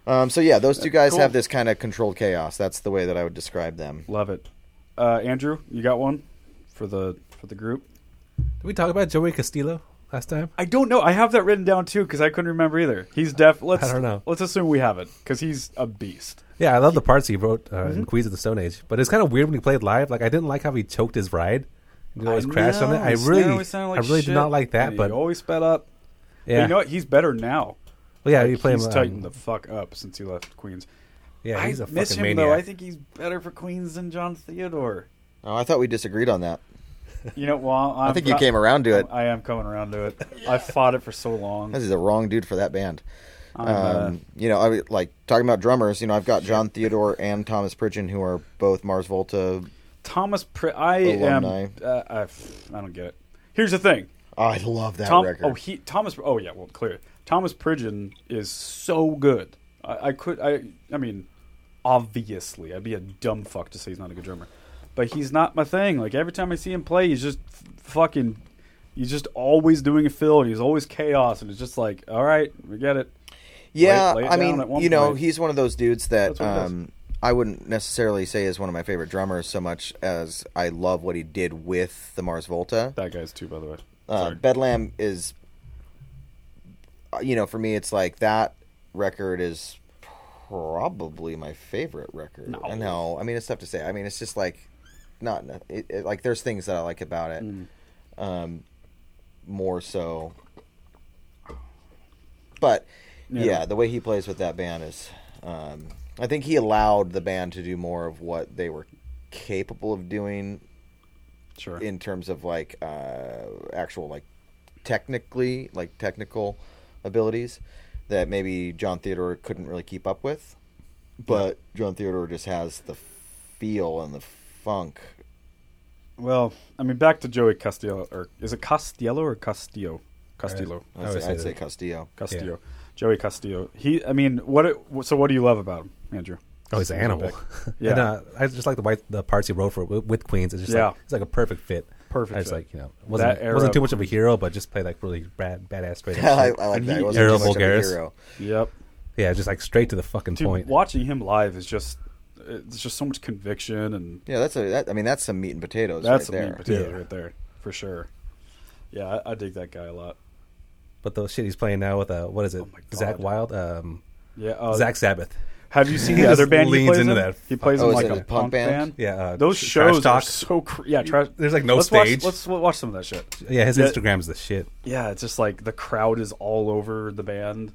[SPEAKER 4] um, so yeah, those two guys
[SPEAKER 2] Cool.
[SPEAKER 4] have this kind of controlled chaos. That's the way that I would describe them.
[SPEAKER 2] Love it, uh, Andrew. You got one for the for the group.
[SPEAKER 3] Did we talk about Joey Castillo last time?
[SPEAKER 2] I don't know. I have that written down too because I couldn't remember either. He's def. Let's
[SPEAKER 3] don't know.
[SPEAKER 2] Let's assume we have it because he's a beast.
[SPEAKER 3] Yeah, I love the parts he wrote uh,
[SPEAKER 2] Mm-hmm.
[SPEAKER 3] in Queens of the Stone Age, but it's kind of weird when he played live. Like I didn't like how he choked his ride. He always crashed on it. I really, I really did not like that. But
[SPEAKER 2] he always sped up. But
[SPEAKER 3] yeah,
[SPEAKER 2] you know what? He's better now.
[SPEAKER 3] well, yeah,
[SPEAKER 2] Like,
[SPEAKER 3] he played.
[SPEAKER 2] he's
[SPEAKER 3] um,
[SPEAKER 2] tightened the fuck up since he left Queens.
[SPEAKER 3] yeah, he's a
[SPEAKER 2] I miss
[SPEAKER 3] fucking
[SPEAKER 2] him
[SPEAKER 3] maniac.
[SPEAKER 2] though. I think he's better for Queens than John Theodore.
[SPEAKER 4] Oh, I thought we disagreed on that.
[SPEAKER 2] You know, well, I'm
[SPEAKER 4] I think you
[SPEAKER 2] not-
[SPEAKER 4] came around to it.
[SPEAKER 2] I am coming around to it. I fought it for so long.
[SPEAKER 4] This is the wrong dude for that band.
[SPEAKER 2] I'm, uh,
[SPEAKER 4] um, you know, I mean, like talking about drummers. You know, I've got John Theodore and Thomas Pridgeon, who are both Mars Volta.
[SPEAKER 2] Thomas, Pri- I
[SPEAKER 4] Alumni.
[SPEAKER 2] am. Uh, I, I don't get it. Here's the thing,
[SPEAKER 4] Oh, I love that
[SPEAKER 2] Tom.
[SPEAKER 4] record.
[SPEAKER 2] Oh, he Thomas. Oh yeah, well, clear. Thomas Pridgeon is so good. I, I could. I. I mean, obviously, I'd be a dumb fuck to say he's not a good drummer, but he's not my thing. Like every time I see him play, he's just f- fucking. He's just always doing a fill, and he's always chaos, and it's just like, all right, we get it.
[SPEAKER 4] Yeah,
[SPEAKER 2] lay it
[SPEAKER 4] I
[SPEAKER 2] down
[SPEAKER 4] mean,
[SPEAKER 2] at one
[SPEAKER 4] you know,
[SPEAKER 2] point.
[SPEAKER 4] he's one of those dudes that
[SPEAKER 2] That's what he does.
[SPEAKER 4] um, I wouldn't necessarily say is one of my favorite drummers so much as I love what he did with the Mars Volta.
[SPEAKER 2] That guy's too, by the way.
[SPEAKER 4] Uh,
[SPEAKER 2] Sorry.
[SPEAKER 4] Bedlam is, uh, you know, for me, it's like that record is probably my favorite record.
[SPEAKER 2] No.
[SPEAKER 4] I know. I mean, it's tough to say. I mean, it's just like not it, it, like there's things that I like about it,
[SPEAKER 2] Mm.
[SPEAKER 4] um, more so. But yeah. the way he plays with that band is, um, I think he allowed the band to do more of what they were capable of doing
[SPEAKER 2] Sure.
[SPEAKER 4] in terms of like uh, actual like technically like technical abilities that maybe John Theodore couldn't really keep up with, but John Theodore just has the feel and the funk.
[SPEAKER 2] Well, I mean, back to Joey Castillo, or is it Castillo or Castillo? Castillo,
[SPEAKER 3] I would
[SPEAKER 4] I'd, say,
[SPEAKER 3] say
[SPEAKER 4] I'd
[SPEAKER 3] that-
[SPEAKER 4] say Castillo.
[SPEAKER 2] Castillo, Joey Castillo. He, I mean, what? It, so, what do you love about him, Andrew?
[SPEAKER 3] Oh, he's an animal. uh,
[SPEAKER 2] Yeah.
[SPEAKER 3] and, uh, I just like the white the parts he wrote for with, with Queens. It's just
[SPEAKER 2] Yeah.
[SPEAKER 3] like it's like a perfect fit.
[SPEAKER 2] Perfect.
[SPEAKER 3] I was
[SPEAKER 2] fit.
[SPEAKER 3] like, you know, wasn't,
[SPEAKER 2] That era-
[SPEAKER 3] wasn't too much of a hero, but just played like really bad, badass straight up.
[SPEAKER 4] I,
[SPEAKER 3] shit.
[SPEAKER 4] I like that. It wasn't
[SPEAKER 3] Hero
[SPEAKER 4] too much of a
[SPEAKER 3] Vulgaris.
[SPEAKER 4] hero.
[SPEAKER 2] yep.
[SPEAKER 3] Yeah, just like straight to the fucking
[SPEAKER 2] Dude,
[SPEAKER 3] point.
[SPEAKER 2] watching him live is just it's just so much conviction and
[SPEAKER 4] Yeah, that's a. That, I mean, that's some meat and potatoes.
[SPEAKER 2] that's a
[SPEAKER 4] right there.
[SPEAKER 2] meat potato
[SPEAKER 3] Yeah.
[SPEAKER 2] right there for sure. Yeah, I, I dig that guy a lot.
[SPEAKER 3] But the shit he's playing now with uh, what is it?
[SPEAKER 2] Oh my God.
[SPEAKER 3] Zach Wild, um,
[SPEAKER 2] Yeah, uh,
[SPEAKER 3] Zach Sabbath.
[SPEAKER 2] Have you seen
[SPEAKER 3] He
[SPEAKER 2] the
[SPEAKER 3] just
[SPEAKER 2] other band? He
[SPEAKER 3] leans
[SPEAKER 2] plays
[SPEAKER 3] into
[SPEAKER 2] in?
[SPEAKER 3] that.
[SPEAKER 2] He plays
[SPEAKER 4] Oh,
[SPEAKER 2] in
[SPEAKER 4] is
[SPEAKER 2] like
[SPEAKER 4] it
[SPEAKER 2] a
[SPEAKER 4] his
[SPEAKER 2] punk,
[SPEAKER 4] punk
[SPEAKER 2] band.
[SPEAKER 4] band?
[SPEAKER 3] Yeah, uh,
[SPEAKER 2] those
[SPEAKER 3] Trash
[SPEAKER 2] shows are
[SPEAKER 3] Talk.
[SPEAKER 2] so cr- yeah. Trash,
[SPEAKER 3] There's, like, no
[SPEAKER 2] let's
[SPEAKER 3] stage.
[SPEAKER 2] Watch, let's w- watch some of that shit.
[SPEAKER 3] Yeah, his
[SPEAKER 2] Yeah.
[SPEAKER 3] Instagram's the shit.
[SPEAKER 2] Yeah, it's just like the crowd is all over the band.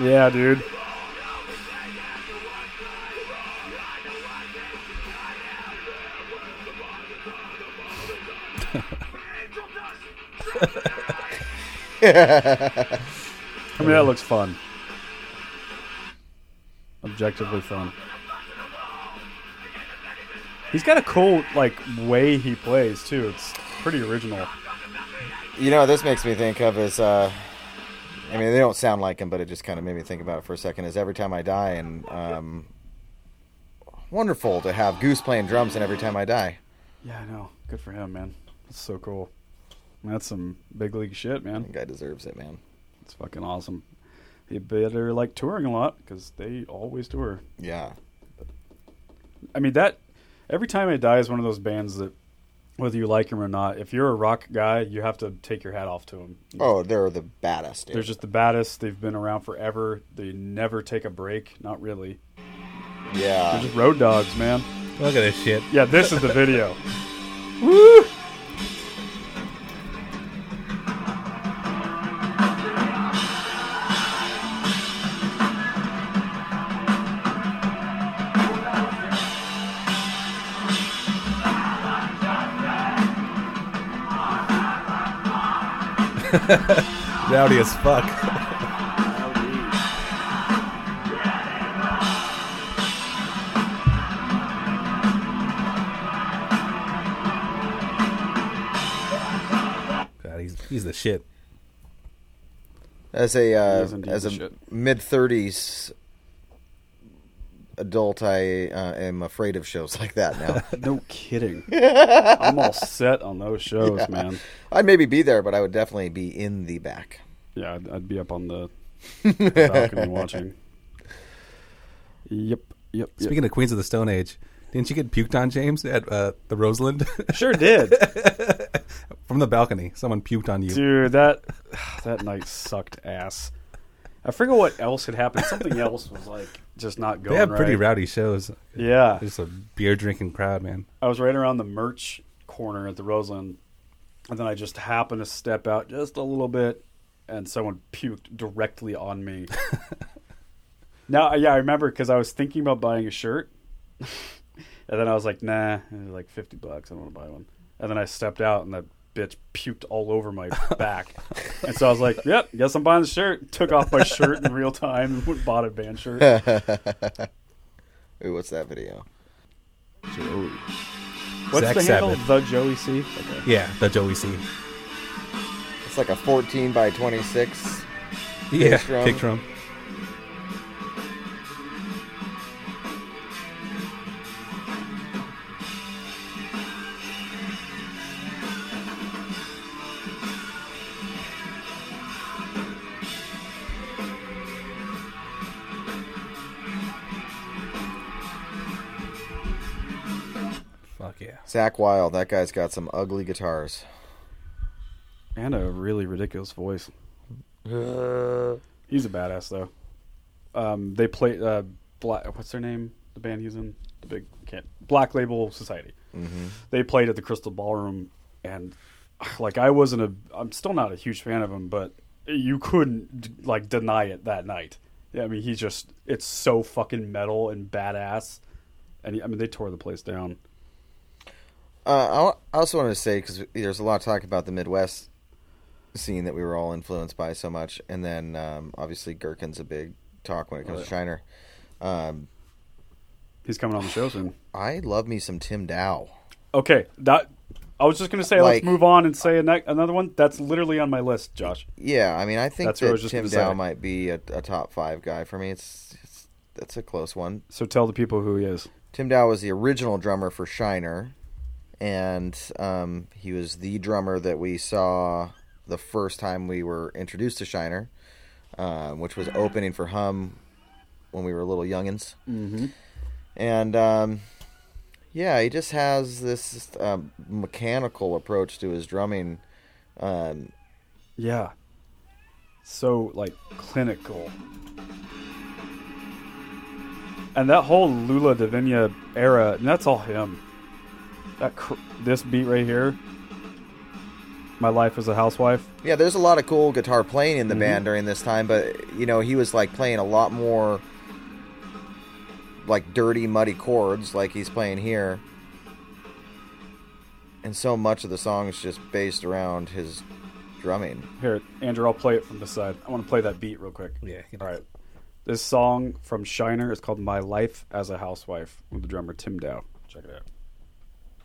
[SPEAKER 2] Yeah, dude. I mean, that looks fun. Objectively fun. He's got a cool like way he plays too. It's pretty original.
[SPEAKER 4] You know, what this makes me think of is, uh, I mean, they don't sound like him, but it just kind of made me think about it for a second. Is every time I die, and um, wonderful to have Goose playing drums, and every time I die,
[SPEAKER 2] Yeah, I know. Good for him, man. That's so cool. Man, that's some big league shit,
[SPEAKER 4] the
[SPEAKER 2] man.
[SPEAKER 4] guy deserves it, man.
[SPEAKER 2] It's fucking awesome. He better like touring a lot because they always tour.
[SPEAKER 4] Yeah,
[SPEAKER 2] I mean that. Every time I die is one of those bands that, whether you like him or not, if you're a rock guy, you have to take your hat off to him.
[SPEAKER 4] Oh, they're the baddest. Dude.
[SPEAKER 2] They're just the baddest. They've been around forever. They never take a break. Not really. They're
[SPEAKER 4] yeah.
[SPEAKER 2] just road dogs, man.
[SPEAKER 3] Look at this shit.
[SPEAKER 2] Yeah, this is the video.
[SPEAKER 3] Rowdy as fuck. God, he's he's the shit.
[SPEAKER 4] As a
[SPEAKER 2] He
[SPEAKER 4] uh,
[SPEAKER 2] is indeed
[SPEAKER 4] as
[SPEAKER 2] the
[SPEAKER 4] a
[SPEAKER 2] shit.
[SPEAKER 4] mid thirties adult, I uh, am afraid of shows like that now.
[SPEAKER 2] No kidding. I'm all set on those shows, man.
[SPEAKER 4] I'd maybe be there, but I would definitely be in the back.
[SPEAKER 2] Yeah, I'd, I'd be up on the, the balcony watching. Yep, yep.
[SPEAKER 3] Speaking of Queens of the Stone Age, didn't you get puked on, James, at uh, the Rosalind
[SPEAKER 2] of, sure did,
[SPEAKER 3] from the balcony? Someone puked on you.
[SPEAKER 2] dude. That that night sucked ass. I forget what else had happened. Something else was like just not going
[SPEAKER 3] they have pretty
[SPEAKER 2] right.
[SPEAKER 3] rowdy shows.
[SPEAKER 2] yeah,
[SPEAKER 3] Just a beer drinking crowd, man.
[SPEAKER 2] I was right around the merch corner at the Roseland, and then I just happened to step out just a little bit, and someone puked directly on me. now, yeah, I remember because I was thinking about buying a shirt, and then I was like, nah, it was like fifty bucks. I don't want to buy one. And then I stepped out, and that bitch puked all over my back, and so I was like, yep, guess I'm buying the shirt. Took off my shirt in real time and went and bought a band shirt.
[SPEAKER 4] Ooh, what's that video?
[SPEAKER 2] What's
[SPEAKER 3] Zach
[SPEAKER 2] the handle?
[SPEAKER 3] Sabbath.
[SPEAKER 2] The Joey C. Okay.
[SPEAKER 3] Yeah, the Joey C.
[SPEAKER 4] It's like a 14 by 26.
[SPEAKER 3] Yeah,
[SPEAKER 4] drum.
[SPEAKER 3] kick drum. Fuck yeah.
[SPEAKER 4] Zach Wild, that guy's got some ugly guitars.
[SPEAKER 2] And a really ridiculous voice. he's a badass though. Um, they play uh, Black. What's their name? The band he's in. The big can't, Black Label Society. They played at the Crystal Ballroom, and like I wasn't a. I'm still not a huge fan of him, but you couldn't like deny it that night. Yeah, I mean he's just. It's so fucking metal and badass, and I mean they tore the place down.
[SPEAKER 4] Uh, I wa- I also wanted to say because there's a lot of talk about the Midwest scene that we were all influenced by so much, and then um, obviously Gherkin's a big talk when it comes to Shiner. Um,
[SPEAKER 2] He's coming on the show soon.
[SPEAKER 4] I love me some Tim Dow.
[SPEAKER 2] Okay, that I was just gonna say
[SPEAKER 4] Like-
[SPEAKER 2] let's move on and say a ne- another one. That's literally on my list, Josh.
[SPEAKER 4] Yeah, I mean, I think
[SPEAKER 2] That's what I
[SPEAKER 4] that
[SPEAKER 2] was just
[SPEAKER 4] Tim
[SPEAKER 2] gonna say.
[SPEAKER 4] Dow might be a, a top five guy for me. It's, it's that's a close one.
[SPEAKER 2] So tell the people who he is.
[SPEAKER 4] Tim Dow was the original drummer for Shiner, and um, he was the drummer that we saw the first time we were introduced to Shiner, um, which was opening for Hum when we were little youngins. Mm-hmm. And um, yeah, he just has this um, mechanical approach to his drumming. Um,
[SPEAKER 2] Yeah. So like clinical. And that whole Lula Davinia era, and that's all him. That cr- this beat right here. My life as a housewife.
[SPEAKER 4] Yeah, there's a lot of cool guitar playing in the band during this time, but you know, he was like playing a lot more like dirty, muddy chords like he's playing here. And so much of the song is just based around his drumming.
[SPEAKER 2] Here, Andrew, I'll play it from the side. I want to play that beat real quick.
[SPEAKER 3] Yeah, you know.
[SPEAKER 2] All right. This song from Shiner is called "My Life as a Housewife" with the drummer Tim Dow. Check it out.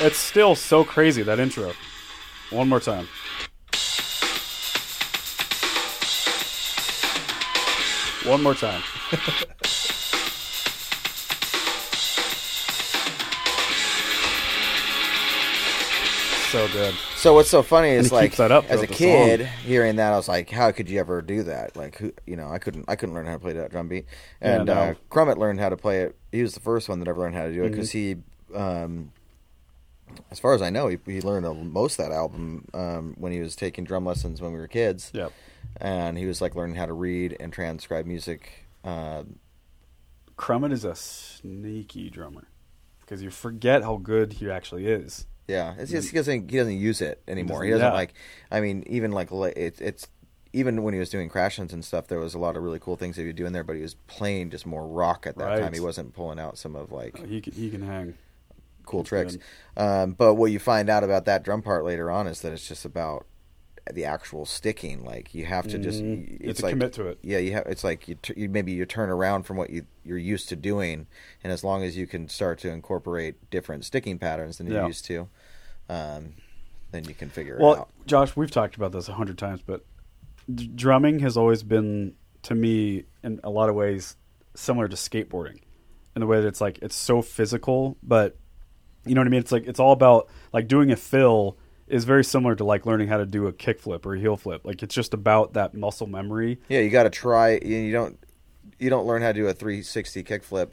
[SPEAKER 2] It's still so crazy that intro. One more time. One more time. so good.
[SPEAKER 4] So what's so funny
[SPEAKER 2] And
[SPEAKER 4] is
[SPEAKER 2] he
[SPEAKER 4] like
[SPEAKER 2] keeps that up
[SPEAKER 4] as a
[SPEAKER 2] throughout the song.
[SPEAKER 4] kid hearing that I was like, how could you ever do that? Like who you know, I couldn't I couldn't learn how to play that drum beat.
[SPEAKER 2] Yeah,
[SPEAKER 4] And
[SPEAKER 2] no.
[SPEAKER 4] uh, Crummett learned how to play it. He was the first one that ever learned how to do it because
[SPEAKER 2] Mm-hmm.
[SPEAKER 4] he, um, as far as I know, he, he learned a, most of that album um, when he was taking drum lessons when we were kids.
[SPEAKER 2] Yeah.
[SPEAKER 4] and he was like learning how to read and transcribe music. Uh,
[SPEAKER 2] Crummett is a sneaky drummer because you forget how good he actually is.
[SPEAKER 4] Yeah, it's just he doesn't he doesn't use it anymore. He
[SPEAKER 2] Mm. Doesn't-
[SPEAKER 4] doesn't
[SPEAKER 2] yeah.
[SPEAKER 4] like. I mean, even like la- it's it's even when he was doing crashes and stuff, there was a lot of really cool things that he would do in there. But he was playing just more rock at that
[SPEAKER 2] Right.
[SPEAKER 4] time. He wasn't pulling out some of like
[SPEAKER 2] He can, he can hang.
[SPEAKER 4] cool tricks. Um, but what you find out about that drum part later on is that it's just about the actual sticking. Like you have to just it's,
[SPEAKER 2] It's a
[SPEAKER 4] like
[SPEAKER 2] commit Mm-hmm. to it.
[SPEAKER 4] Yeah, you have. It's like you, t- you maybe you turn around from what you you're used to doing, and as long as you can start to incorporate different sticking patterns than you're
[SPEAKER 2] Yeah.
[SPEAKER 4] used to, um, then you can figure it
[SPEAKER 2] Well,
[SPEAKER 4] out.
[SPEAKER 2] Josh, we've talked about this a hundred times, but d- drumming has always been to me in a lot of ways similar to skateboarding in the way that it's like it's so physical, but you know what I mean. It's like it's all about like doing a fill is very similar to like learning how to do a kickflip or a heel flip. Like it's just about that muscle memory.
[SPEAKER 4] Yeah, you got to try. You you don't you don't learn how to do a 360 kickflip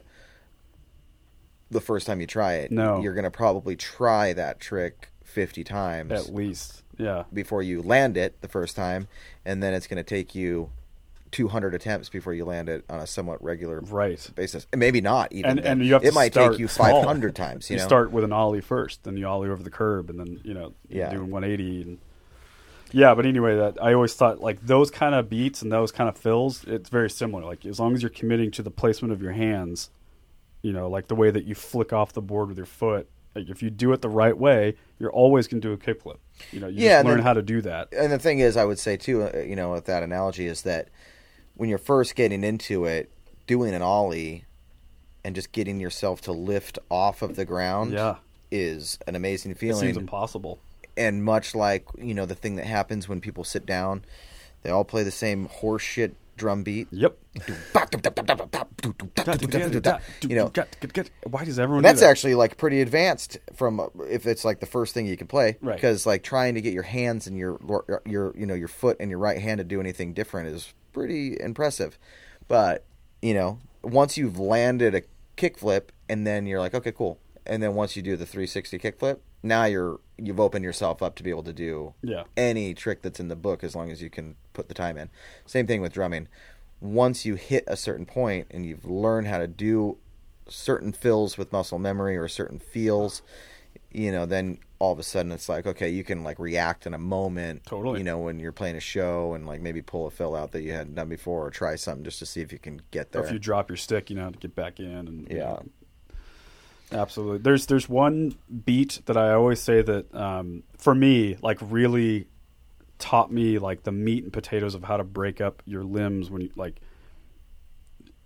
[SPEAKER 4] the first time you try it.
[SPEAKER 2] No.
[SPEAKER 4] you're gonna probably try that trick 50 times
[SPEAKER 2] At least, yeah.
[SPEAKER 4] before you land it the first time, and then it's going to take you 200 attempts before you land it on a somewhat regular
[SPEAKER 2] Right.
[SPEAKER 4] basis. And Maybe not even.
[SPEAKER 2] and,
[SPEAKER 4] then.
[SPEAKER 2] and you have
[SPEAKER 4] it
[SPEAKER 2] to
[SPEAKER 4] might
[SPEAKER 2] start
[SPEAKER 4] take you
[SPEAKER 2] small.
[SPEAKER 4] 500 times. You, know?
[SPEAKER 2] start with an ollie first, then you ollie over the curb, and then you know you're
[SPEAKER 4] Yeah.
[SPEAKER 2] doing 180. And yeah, but anyway, that I always thought like those kind of beats and those kind of fills, it's very similar. Like as long as you're committing to the placement of your hands, you know, like the way that you flick off the board with your foot. Like if you do it the right way, you're always going to do a kickflip. You know, you
[SPEAKER 4] Yeah,
[SPEAKER 2] just
[SPEAKER 4] and
[SPEAKER 2] learn
[SPEAKER 4] then-
[SPEAKER 2] how to do that.
[SPEAKER 4] and the thing is, I would say too, uh, you know, with that analogy is that when you're first getting into it, doing an ollie and just getting yourself to lift off of the ground,
[SPEAKER 2] Yeah.
[SPEAKER 4] is an amazing
[SPEAKER 2] It
[SPEAKER 4] feeling.
[SPEAKER 2] seems impossible.
[SPEAKER 4] and much like you know the thing that happens when people sit down, they all play the same horseshit drum beat.
[SPEAKER 2] Yep.
[SPEAKER 4] You know,
[SPEAKER 2] why does everyone?
[SPEAKER 4] and that's
[SPEAKER 2] do that?
[SPEAKER 4] actually like pretty advanced from uh, if it's like the first thing you can play,
[SPEAKER 2] Right.
[SPEAKER 4] Because like trying to get your hands and your your you know your foot and your right hand to do anything different is pretty impressive. But you know, once you've landed a kickflip, and then you're like, okay, cool. And then once you do the 360 kickflip, now you're you've opened yourself up to be able to do
[SPEAKER 2] Yeah.
[SPEAKER 4] any trick that's in the book as long as you can put the time in. Same thing with drumming. Once you hit a certain point and you've learned how to do certain fills with muscle memory or certain feels, you know, then all of a sudden it's like, okay, you can like react in a moment.
[SPEAKER 2] Totally.
[SPEAKER 4] You know, when you're playing a show and like maybe pull a fill out that you hadn't done before or try something just to see if you can get
[SPEAKER 2] Or
[SPEAKER 4] there.
[SPEAKER 2] if you drop your stick, you know how to get back in. And you
[SPEAKER 4] yeah.
[SPEAKER 2] know, Absolutely. There's there's one beat that I always say that um, for me, like really taught me like the meat and potatoes of how to break up your limbs when you like.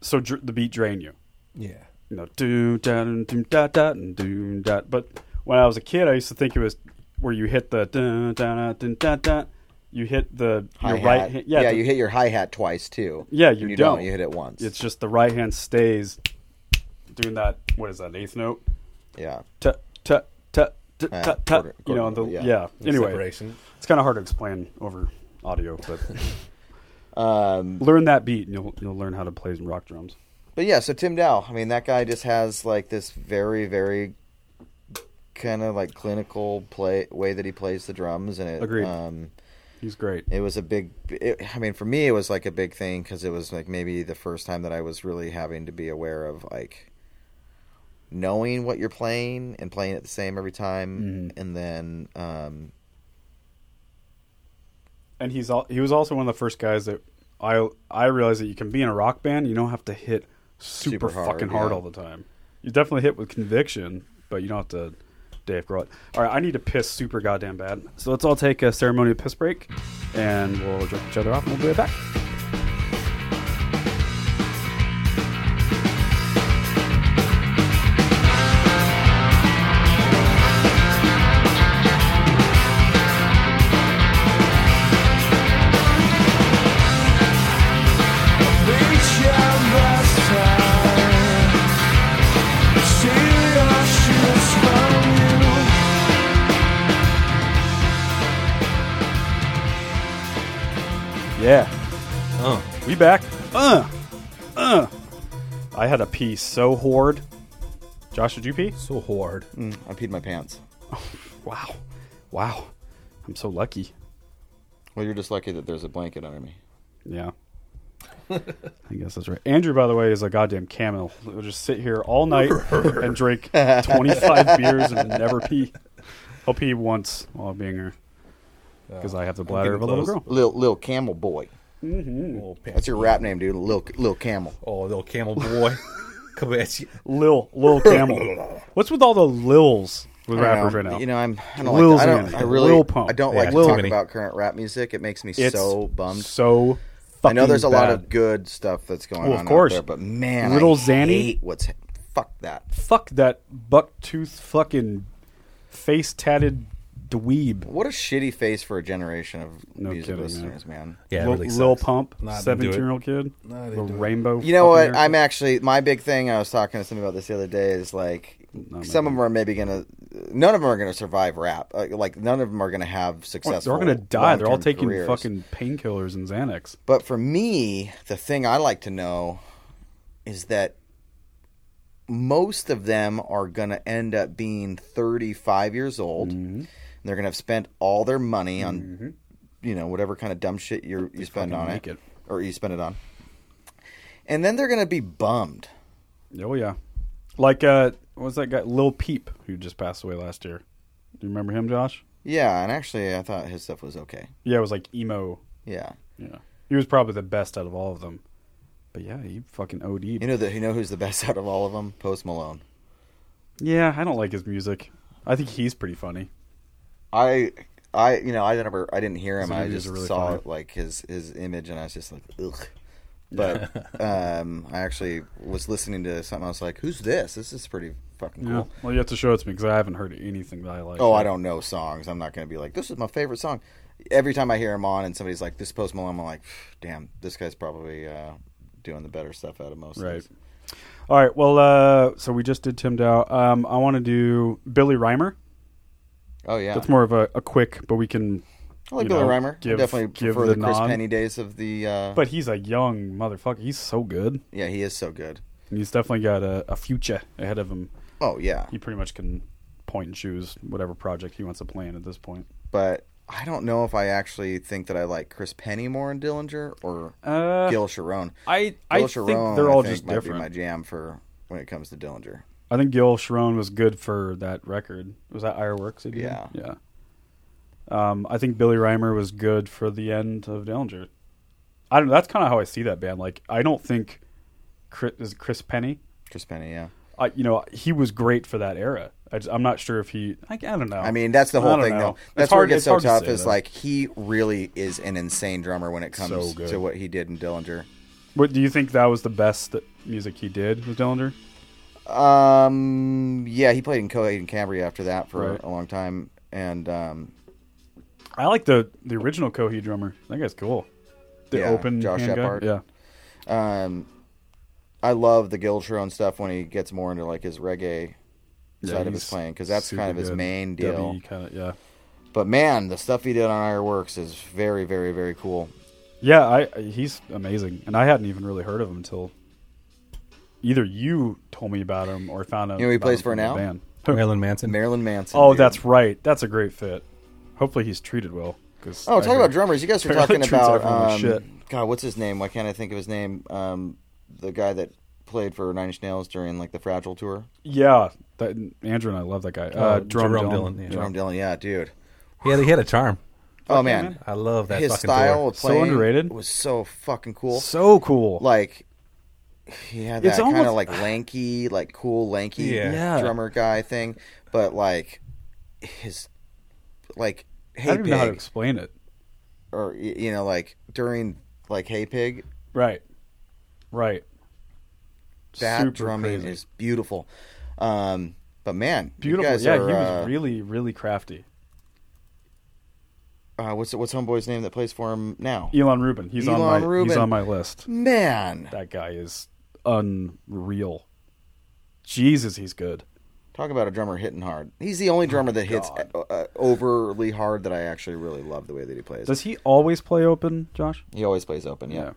[SPEAKER 2] So dr- the beat drain you,
[SPEAKER 3] Yeah.
[SPEAKER 2] you know, do da dun, dun, da da and do da. But when I was a kid, I used to think it was where you hit the da da da da da, you hit the your
[SPEAKER 4] Hi-hat.
[SPEAKER 2] right hand. Yeah, the-
[SPEAKER 4] you hit your hi hat twice too.
[SPEAKER 2] Yeah,
[SPEAKER 4] And
[SPEAKER 2] you
[SPEAKER 4] don't.
[SPEAKER 2] don't.
[SPEAKER 4] You hit it once.
[SPEAKER 2] It's just the right hand stays doing that. What is that eighth note?
[SPEAKER 4] yeah.
[SPEAKER 2] Tut tut tut tut
[SPEAKER 4] Yeah,
[SPEAKER 2] tut tut.
[SPEAKER 4] Eh, quarter-
[SPEAKER 2] You know, and the
[SPEAKER 4] quarter,
[SPEAKER 2] yeah.
[SPEAKER 4] yeah.
[SPEAKER 2] Anyway,
[SPEAKER 3] Separation.
[SPEAKER 2] it's kind of hard to explain over audio, but
[SPEAKER 4] Um,
[SPEAKER 2] learn that beat and you'll you'll learn how to play some rock drums.
[SPEAKER 4] But yeah, so Tim Dow, I mean, that guy just has like this very, very kind of like clinical play way that he plays the drums, and it
[SPEAKER 2] Agreed.
[SPEAKER 4] Um,
[SPEAKER 2] He's great.
[SPEAKER 4] it was a big. It, I mean, for me, it was like a big thing because it was like maybe the first time that I was really having to be aware of like knowing what you're playing and playing it the same every time, and then um,
[SPEAKER 2] and he's al- he was also one of the first guys that I I realized that you can be in a rock band. You don't have to hit super,
[SPEAKER 4] Super hard,
[SPEAKER 2] fucking hard
[SPEAKER 4] yeah.
[SPEAKER 2] all the time. You definitely hit with conviction, but you don't have to Dave Grohl. it. All right, I need to piss super goddamn bad. So let's all take a ceremonial piss break, and we'll jerk each other off, and we'll be right back. Yeah. We back. Uh. Uh. I had a pee so hard. Josh, did you pee?
[SPEAKER 3] So hard.
[SPEAKER 4] Mm, I peed my pants.
[SPEAKER 2] Wow. Wow. I'm so lucky.
[SPEAKER 4] Well, you're just lucky that there's a blanket under me.
[SPEAKER 2] Yeah. I guess that's right. Andrew, by the way, is a goddamn camel. He'll just sit here all night and drink 25 beers and never pee. He'll pee once while being here because I have the bladder of a
[SPEAKER 3] getting
[SPEAKER 2] little
[SPEAKER 3] close.
[SPEAKER 2] girl.
[SPEAKER 4] Lil Lil Camel Boy.
[SPEAKER 3] Little pants.
[SPEAKER 4] That's your rap name, dude. Lil Lil Camel.
[SPEAKER 3] Oh, little camel boy. Come at you.
[SPEAKER 2] Lil, Lil Camel. What's with all the Lils with
[SPEAKER 4] I don't
[SPEAKER 2] rappers
[SPEAKER 4] know.
[SPEAKER 2] right now?
[SPEAKER 4] You know, I'm. I don't
[SPEAKER 2] Lil
[SPEAKER 4] like. To, I don't.
[SPEAKER 2] Xanny.
[SPEAKER 4] I really.
[SPEAKER 2] Lil Pump.
[SPEAKER 4] I don't
[SPEAKER 3] Yeah,
[SPEAKER 4] like to
[SPEAKER 3] Lil
[SPEAKER 4] talk
[SPEAKER 3] Mini.
[SPEAKER 4] about current rap music. It makes me
[SPEAKER 2] It's
[SPEAKER 4] so bummed.
[SPEAKER 2] So
[SPEAKER 4] I know there's a lot
[SPEAKER 2] bad.
[SPEAKER 4] of good stuff that's going
[SPEAKER 2] Well, of
[SPEAKER 4] on
[SPEAKER 2] course.
[SPEAKER 4] out there, but man,
[SPEAKER 2] Little
[SPEAKER 4] I
[SPEAKER 2] Xanny?
[SPEAKER 4] hate what's fuck that?
[SPEAKER 2] Fuck that buck tooth fucking face tatted dweeb.
[SPEAKER 4] What a shitty face for a generation of
[SPEAKER 2] No
[SPEAKER 4] music
[SPEAKER 2] kidding, man.
[SPEAKER 4] listeners, man.
[SPEAKER 3] Yeah, it
[SPEAKER 2] Lil,
[SPEAKER 3] really
[SPEAKER 2] Lil
[SPEAKER 3] sucks.
[SPEAKER 2] Pump,
[SPEAKER 3] Not into
[SPEAKER 2] 17
[SPEAKER 3] it.
[SPEAKER 2] year old kid. the rainbow.
[SPEAKER 4] You know
[SPEAKER 2] fucking
[SPEAKER 4] what?
[SPEAKER 2] haircut.
[SPEAKER 4] I'm actually my big thing. I was talking to somebody about this the other day. Is like some of them are maybe gonna. None of them are gonna survive rap. Like, like none of them are gonna have success.
[SPEAKER 2] They're all going to die. They're all taking fucking painkillers and Xanax.
[SPEAKER 4] But for me, the thing I like to know is that most of them are going to end up being 35 years old.
[SPEAKER 2] Mm-hmm.
[SPEAKER 4] And they're going to have spent all their money on, you know, whatever kind of dumb shit you you spend on it,
[SPEAKER 2] Mm-hmm. make it.
[SPEAKER 4] or you spend it on. And then they're going to be bummed.
[SPEAKER 2] Oh yeah, like uh, what was that guy Lil Peep who just passed away last year? Do you remember him, Josh?
[SPEAKER 4] Yeah, and actually, I thought his stuff was okay.
[SPEAKER 2] Yeah, it was like emo.
[SPEAKER 4] Yeah,
[SPEAKER 2] Yeah, he was probably the best out of all of them. But yeah, he fucking OD'd.
[SPEAKER 4] you know the you know who's the best out of all of them? Post Malone.
[SPEAKER 2] yeah, I don't like his music. I think he's pretty funny.
[SPEAKER 4] I I you know I never I didn't hear him. I
[SPEAKER 2] interviews
[SPEAKER 4] just
[SPEAKER 2] are really
[SPEAKER 4] saw
[SPEAKER 2] funny.
[SPEAKER 4] like his his image and I was just like ugh. But um, I actually was listening to something. I was like, "Who's this? This is pretty fucking cool."
[SPEAKER 2] Yeah. Well, you have to show it to me because I haven't heard anything that I like.
[SPEAKER 4] Oh, I don't know songs. I'm not going to be like, "This is my favorite song." Every time I hear him on, and somebody's like, "This is Post Malone," I'm like, "Damn, this guy's probably uh, doing the better stuff out of most." of
[SPEAKER 2] Right.
[SPEAKER 4] these.
[SPEAKER 2] All right. Well, uh, so we just did Tim Dow. Um, I want to do Billy Reimer.
[SPEAKER 4] Oh yeah.
[SPEAKER 2] That's more of a, a quick, but we can.
[SPEAKER 4] I like
[SPEAKER 2] you
[SPEAKER 4] Billy
[SPEAKER 2] know,
[SPEAKER 4] Reimer. I
[SPEAKER 2] give-
[SPEAKER 4] definitely
[SPEAKER 2] give
[SPEAKER 4] prefer
[SPEAKER 2] the
[SPEAKER 4] the, Chris
[SPEAKER 2] nod.
[SPEAKER 4] Penny days of the. Uh,
[SPEAKER 2] But he's a young motherfucker. He's so good.
[SPEAKER 4] yeah, he is so good.
[SPEAKER 2] And he's definitely got a, a future ahead of him.
[SPEAKER 4] Oh yeah.
[SPEAKER 2] He pretty much can point and choose whatever project he wants to play in at this point.
[SPEAKER 4] but I don't know if I actually think that I like Chris Penny more in Dillinger or
[SPEAKER 2] Uh,
[SPEAKER 4] Gil Sharon.
[SPEAKER 2] I I
[SPEAKER 4] Gil
[SPEAKER 2] think
[SPEAKER 4] Sharon,
[SPEAKER 2] they're
[SPEAKER 4] I
[SPEAKER 2] all
[SPEAKER 4] think,
[SPEAKER 2] just
[SPEAKER 4] might
[SPEAKER 2] different.
[SPEAKER 4] Be my jam for when it comes to Dillinger.
[SPEAKER 2] I think Gil Sharon was good for that record. Was that Ironworks? he did?
[SPEAKER 4] Yeah.
[SPEAKER 2] yeah. Um, I think Billy Reimer was good for the end of Dillinger. I don't. know. That's kind of how I see that band. Like I don't think Chris is it Chris Penny.
[SPEAKER 4] Chris Penny, yeah.
[SPEAKER 2] I you know he was great for that era. I just, I'm not sure if he. I, I don't know.
[SPEAKER 4] I mean, that's the whole
[SPEAKER 2] Oh, don't
[SPEAKER 4] thing,
[SPEAKER 2] know.
[SPEAKER 4] though.
[SPEAKER 2] It's
[SPEAKER 4] That's where it
[SPEAKER 2] hard-
[SPEAKER 4] gets
[SPEAKER 2] it's
[SPEAKER 4] so
[SPEAKER 2] hard to
[SPEAKER 4] tough.
[SPEAKER 2] say,
[SPEAKER 4] Is
[SPEAKER 2] though.
[SPEAKER 4] like he really is an insane drummer when it comes
[SPEAKER 3] So good.
[SPEAKER 4] to what he did in Dillinger.
[SPEAKER 2] What do you think that was the best that music he did with Dillinger?
[SPEAKER 4] Um, yeah, he played in Coheed and Cambria after that for
[SPEAKER 2] Right.
[SPEAKER 4] a long time, and um,
[SPEAKER 2] I like the the original Coheed drummer. That guy's cool. The
[SPEAKER 4] Yeah,
[SPEAKER 2] open
[SPEAKER 4] Josh
[SPEAKER 2] hand guy.
[SPEAKER 4] Shepard.
[SPEAKER 2] Yeah.
[SPEAKER 4] Um, I love the Giltron stuff when he gets more into like his reggae
[SPEAKER 2] Yeah,
[SPEAKER 4] side of his
[SPEAKER 2] he's
[SPEAKER 4] playing because that's
[SPEAKER 2] super
[SPEAKER 4] kind of his
[SPEAKER 2] good.
[SPEAKER 4] main
[SPEAKER 2] Dubby
[SPEAKER 4] deal.
[SPEAKER 2] kinda- yeah.
[SPEAKER 4] But man, the stuff he did on Ironworks is very, very, very cool.
[SPEAKER 2] Yeah, I he's amazing, and I hadn't even really heard of him until either you told me about him or found out.
[SPEAKER 4] You know who he
[SPEAKER 2] about
[SPEAKER 4] plays
[SPEAKER 2] him
[SPEAKER 4] for
[SPEAKER 2] from the
[SPEAKER 4] now?
[SPEAKER 2] band.
[SPEAKER 3] Marilyn Manson.
[SPEAKER 4] Marilyn Manson.
[SPEAKER 2] Oh,
[SPEAKER 4] dude.
[SPEAKER 2] that's right. That's a great fit. Hopefully, he's treated well. 'cause
[SPEAKER 4] Oh,
[SPEAKER 2] I
[SPEAKER 4] talking
[SPEAKER 2] heard-
[SPEAKER 4] about drummers. You guys were
[SPEAKER 2] Apparently
[SPEAKER 4] talking
[SPEAKER 2] treats
[SPEAKER 4] about
[SPEAKER 2] everyone like
[SPEAKER 4] um,
[SPEAKER 2] shit.
[SPEAKER 4] God. What's his name? Why can't I think of his name? Um, the guy that played for Nine Inch Nails during like the Fragile tour.
[SPEAKER 2] Yeah, that, Andrew and I love that guy. Uh, Jerome,
[SPEAKER 3] Jerome
[SPEAKER 2] Dillon.
[SPEAKER 3] Dillon, yeah.
[SPEAKER 4] Jerome Dillon. Yeah, dude.
[SPEAKER 3] He had, he had a charm.
[SPEAKER 4] Oh man,
[SPEAKER 3] I love that
[SPEAKER 4] his
[SPEAKER 3] fucking
[SPEAKER 4] style
[SPEAKER 3] tour.
[SPEAKER 4] of
[SPEAKER 2] So
[SPEAKER 4] playing
[SPEAKER 2] underrated.
[SPEAKER 4] was so fucking cool.
[SPEAKER 2] So cool.
[SPEAKER 4] like he had that
[SPEAKER 2] It's
[SPEAKER 4] kind of
[SPEAKER 2] almost-
[SPEAKER 4] like lanky, like cool lanky
[SPEAKER 3] Yeah.
[SPEAKER 2] Yeah.
[SPEAKER 4] drummer guy thing, but like his like
[SPEAKER 2] I
[SPEAKER 4] hey
[SPEAKER 2] don't even know how to
[SPEAKER 4] pig
[SPEAKER 2] explain it.
[SPEAKER 4] or y- you know like during like hey pig
[SPEAKER 2] Right, right.
[SPEAKER 4] that
[SPEAKER 2] Super
[SPEAKER 4] drumming
[SPEAKER 2] crazy.
[SPEAKER 4] is beautiful. Um, but man,
[SPEAKER 2] beautiful.
[SPEAKER 4] You guys
[SPEAKER 2] yeah,
[SPEAKER 4] are,
[SPEAKER 2] he
[SPEAKER 4] uh,
[SPEAKER 2] was really, really crafty.
[SPEAKER 4] uh, what's what's homeboy's name that plays for him now?
[SPEAKER 2] Elon Rubin. He's on my.
[SPEAKER 4] Elon Rubin.
[SPEAKER 2] He's on my list.
[SPEAKER 4] Man,
[SPEAKER 2] That guy is unreal. Jesus, he's good.
[SPEAKER 4] talk about a drummer hitting hard. He's the
[SPEAKER 2] Oh
[SPEAKER 4] only drummer that hits uh, uh, overly hard that I actually really love the way that he plays.
[SPEAKER 2] Does he always play open, Josh?
[SPEAKER 4] He always plays open. yeah.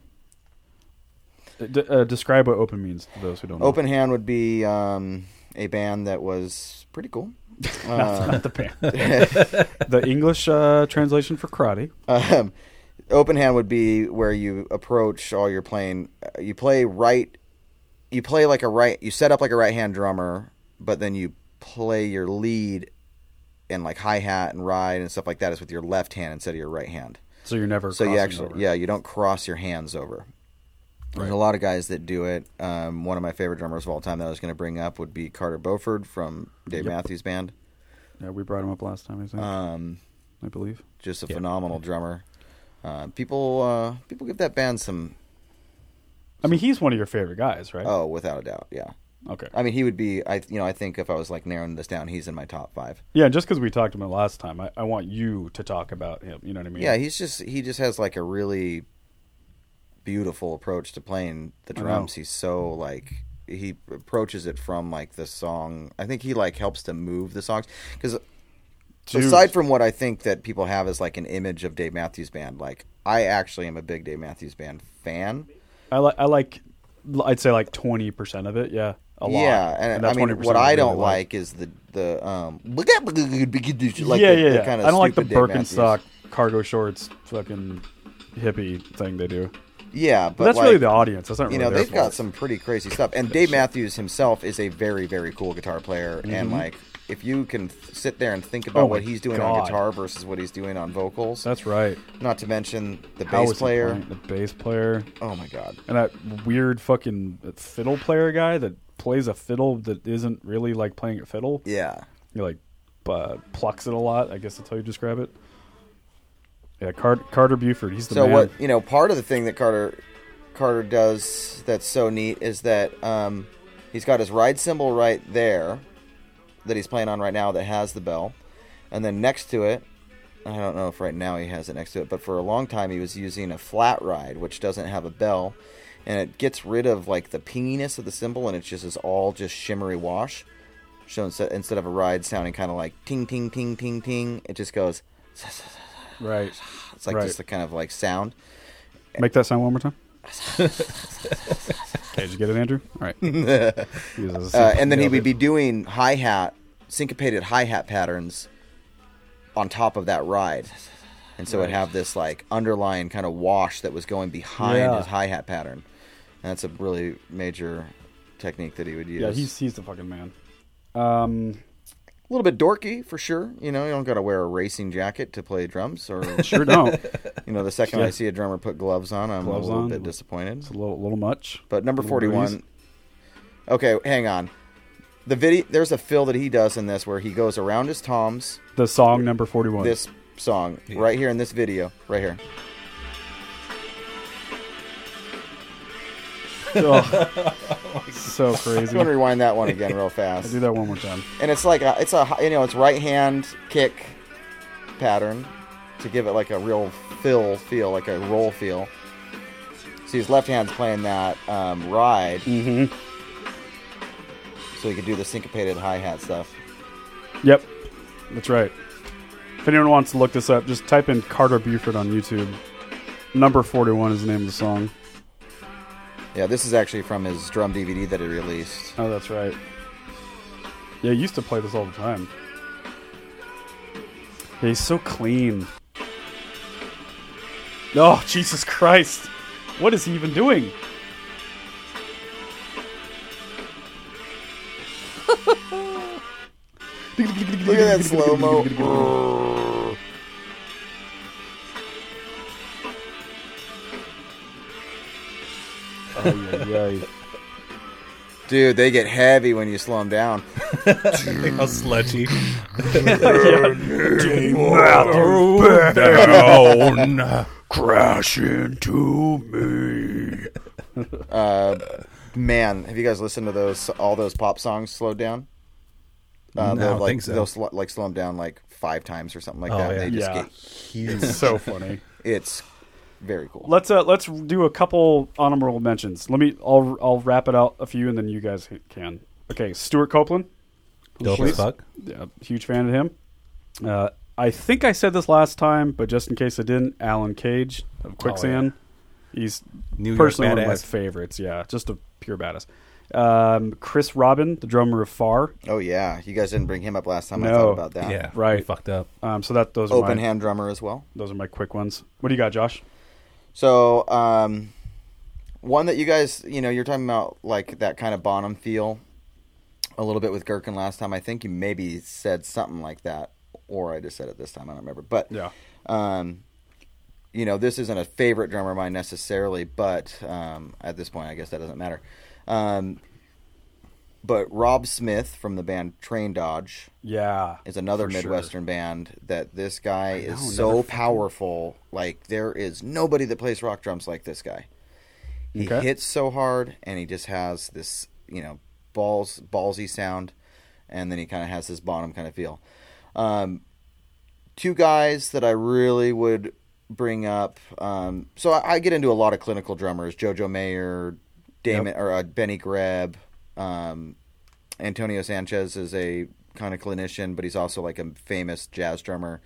[SPEAKER 2] Uh, d- uh, describe what open means to those who don't
[SPEAKER 4] Open Hand would be um, a band that was pretty cool.
[SPEAKER 2] know. Not the band. the English uh, translation for karate.
[SPEAKER 4] Um, open Hand would be where you approach all your playing. uh, You play right. You play like a right. You set up like a right hand drummer, but then you play your lead and like hi hat and ride and stuff like that is with your left hand instead of your right hand.
[SPEAKER 2] So you're never.
[SPEAKER 4] So you
[SPEAKER 2] crossing
[SPEAKER 4] actually,
[SPEAKER 2] over.
[SPEAKER 4] yeah, you don't cross your hands over. There's a lot of guys that do it. Um, one of my favorite drummers of all time that I was going to bring up would be Carter Beauford from Dave Matthews Band.
[SPEAKER 2] Yeah, we brought him up last time. I think.
[SPEAKER 4] Um,
[SPEAKER 2] I believe.
[SPEAKER 4] just a phenomenal drummer. Uh, people, uh, people give that band some.
[SPEAKER 2] I mean, he's one of your favorite guys, right?
[SPEAKER 4] Oh, without a doubt, yeah.
[SPEAKER 2] okay.
[SPEAKER 4] I mean, he would be. I, you know, I think if I was like narrowing this down, he's in my top five.
[SPEAKER 2] Yeah, just because we talked about him last time, I, I want you to talk about him. You know what I mean?
[SPEAKER 4] Yeah, he's just he just has like a really beautiful approach to playing the
[SPEAKER 2] know.
[SPEAKER 4] drums. He's so like he approaches it from like the song. I think he like helps to move the songs because
[SPEAKER 2] Dude.
[SPEAKER 4] aside from what I think that people have as like an image of Dave Matthews Band, like I actually am a big Dave Matthews Band fan.
[SPEAKER 2] I like. I like. I'd say like twenty percent of it. Yeah. A lot.
[SPEAKER 4] Yeah, and, I mean,
[SPEAKER 2] 20%
[SPEAKER 4] what I
[SPEAKER 2] really
[SPEAKER 4] don't like is the the um, like
[SPEAKER 2] yeah, yeah,
[SPEAKER 4] the, the
[SPEAKER 2] yeah.
[SPEAKER 4] kind of
[SPEAKER 2] I don't like the
[SPEAKER 4] stupid Dave Matthews.
[SPEAKER 2] Birkenstock cargo shorts, fucking hippie thing they do.
[SPEAKER 4] Yeah, but
[SPEAKER 2] But that's
[SPEAKER 4] like,
[SPEAKER 2] really the audience. That's not
[SPEAKER 4] you
[SPEAKER 2] really
[SPEAKER 4] know
[SPEAKER 2] their
[SPEAKER 4] they've got
[SPEAKER 2] fault.
[SPEAKER 4] some pretty crazy stuff and dave matthews himself is a very very cool guitar player and like if you can th- sit there and think about
[SPEAKER 2] Mm-hmm. Oh my
[SPEAKER 4] what he's doing on
[SPEAKER 2] God.
[SPEAKER 4] guitar versus what he's doing on vocals
[SPEAKER 2] That's right.
[SPEAKER 4] not to mention the
[SPEAKER 2] How is
[SPEAKER 4] bass
[SPEAKER 2] he
[SPEAKER 4] player
[SPEAKER 2] playing? the bass player,
[SPEAKER 4] oh my god
[SPEAKER 2] and that weird fucking fiddle player guy that plays a fiddle that isn't really like playing a fiddle.
[SPEAKER 4] yeah
[SPEAKER 2] He like uh, plucks it a lot. I guess that's how you describe it. Yeah, Car- Carter Buford. He's the
[SPEAKER 4] so
[SPEAKER 2] man.
[SPEAKER 4] what you know part of the thing that carter carter does that's so neat is that um, he's got his ride cymbal right there that he's playing on right now that has the bell and then next to it i don't know if right now he has it next to it but for a long time he was using a flat ride which doesn't have a bell and it gets rid of like the pinginess of the cymbal and it's just is all just shimmery wash so instead, instead of a ride sounding kind of like ting ting ting ting ting it just goes
[SPEAKER 2] Right.
[SPEAKER 4] it's like
[SPEAKER 2] Right.
[SPEAKER 4] just the kind of like sound
[SPEAKER 2] Make that sound one more time. okay, did you get it, Andrew? All right.
[SPEAKER 4] uh, and then he would be doing hi hat syncopated hi hat patterns on top of that ride, and so it'd have this like underlying kind of wash that was going behind
[SPEAKER 2] Yeah.
[SPEAKER 4] his hi hat pattern, and that's a really major technique that he would use.
[SPEAKER 2] Yeah, he's he's the fucking man. Um,
[SPEAKER 4] a little bit dorky for sure. You know, you don't got to wear a racing jacket to play drums, or
[SPEAKER 2] sure don't.
[SPEAKER 4] you know, the second I
[SPEAKER 2] Yeah.
[SPEAKER 4] see a drummer put gloves on, I'm
[SPEAKER 2] Gloves
[SPEAKER 4] a little
[SPEAKER 2] on.
[SPEAKER 4] bit disappointed.
[SPEAKER 2] It's a little little much.
[SPEAKER 4] But number
[SPEAKER 2] Little breeze.
[SPEAKER 4] 41. Okay, hang on. The video there's a fill that he does in this where he goes around his toms
[SPEAKER 2] the song number forty one.
[SPEAKER 4] this song right here in this video right here. Oh
[SPEAKER 2] so
[SPEAKER 4] I'm
[SPEAKER 2] crazy.
[SPEAKER 4] going to rewind that one again real
[SPEAKER 2] I
[SPEAKER 4] fast.
[SPEAKER 2] do that one more time.
[SPEAKER 4] And it's like a, it's a you know, it's right hand kick pattern to give it like a real fill feel, like a roll feel. So his left hand's playing that um, ride,
[SPEAKER 2] Mm-hmm.
[SPEAKER 4] so he could do the syncopated hi hat stuff.
[SPEAKER 2] Yep, that's right. If anyone wants to look this up, just type in Carter Buford on YouTube. Number 41 is the name of the song.
[SPEAKER 4] Yeah, this is actually from his drum DVD that he released.
[SPEAKER 2] Oh, that's right. Yeah, he used to play this all the time. Yeah, he's so clean. Oh, Jesus Christ. What is he even doing?
[SPEAKER 4] Look at that slow mo.
[SPEAKER 2] Oh, yeah, yeah.
[SPEAKER 4] Dude, they get heavy when you slow them down.
[SPEAKER 3] How sludgy.
[SPEAKER 4] Man, have you guys listened to those all those pop songs slowed down? Uh,
[SPEAKER 3] No, I
[SPEAKER 4] they'll,
[SPEAKER 3] don't
[SPEAKER 4] like,
[SPEAKER 3] think so.
[SPEAKER 4] They'll sl- like slow them down like five times or something like
[SPEAKER 3] Oh,
[SPEAKER 4] that.
[SPEAKER 3] yeah.
[SPEAKER 4] They just
[SPEAKER 2] Yeah.
[SPEAKER 4] get huge.
[SPEAKER 2] It's so funny.
[SPEAKER 4] it's very cool.
[SPEAKER 2] Let's uh, let's do a couple honorable mentions. Let me. I'll I'll wrap it out a few, and then you guys can. Okay, Stuart Copeland.
[SPEAKER 3] Dope as
[SPEAKER 2] Please.
[SPEAKER 3] fuck.
[SPEAKER 2] Yeah, huge fan of him. Uh, I think I said this last time, but just in case I didn't, Alan Cage of Quicksand. He's
[SPEAKER 3] Oh, New York
[SPEAKER 2] personally one of my
[SPEAKER 3] badass.
[SPEAKER 2] favorites. Yeah, just a pure badass. Um, Chris Robin, the drummer of Far.
[SPEAKER 4] Oh yeah, you guys didn't bring him up last time. I
[SPEAKER 2] No.
[SPEAKER 4] thought about that.
[SPEAKER 3] Yeah.
[SPEAKER 2] Right.
[SPEAKER 3] we Fucked up.
[SPEAKER 2] Um, so that those are
[SPEAKER 4] open
[SPEAKER 2] my,
[SPEAKER 4] hand drummer as well.
[SPEAKER 2] Those are my quick ones. What do you got, Josh?
[SPEAKER 4] So, um, one that you guys, you know, you're talking about like that kind of Bonham feel a little bit with Gherkin last time. I think you maybe said something like that, or I just said it this time. I don't remember. But
[SPEAKER 2] Yeah.
[SPEAKER 4] um, you know, this isn't a favorite drummer of mine necessarily, but um, at this point, I guess that doesn't matter. Um, but Rob Smith from the band Train Dodge
[SPEAKER 2] Yeah,
[SPEAKER 4] is another
[SPEAKER 2] for sure.
[SPEAKER 4] Midwestern band that this guy is
[SPEAKER 2] know,
[SPEAKER 4] so
[SPEAKER 2] another
[SPEAKER 4] powerful. Like there is nobody that plays rock drums like this guy. He
[SPEAKER 2] Okay.
[SPEAKER 4] hits so hard and he just has this, you know, balls ballsy sound and then he kind of has this bottom kind of feel. Um, two guys that I really would bring up. Um, so I, I get into a lot of clinical drummers: Jojo Mayer, Damon, or uh, Benny Greb. Um, Antonio Sanchez is a kind of clinician, but he's also like a famous jazz drummer.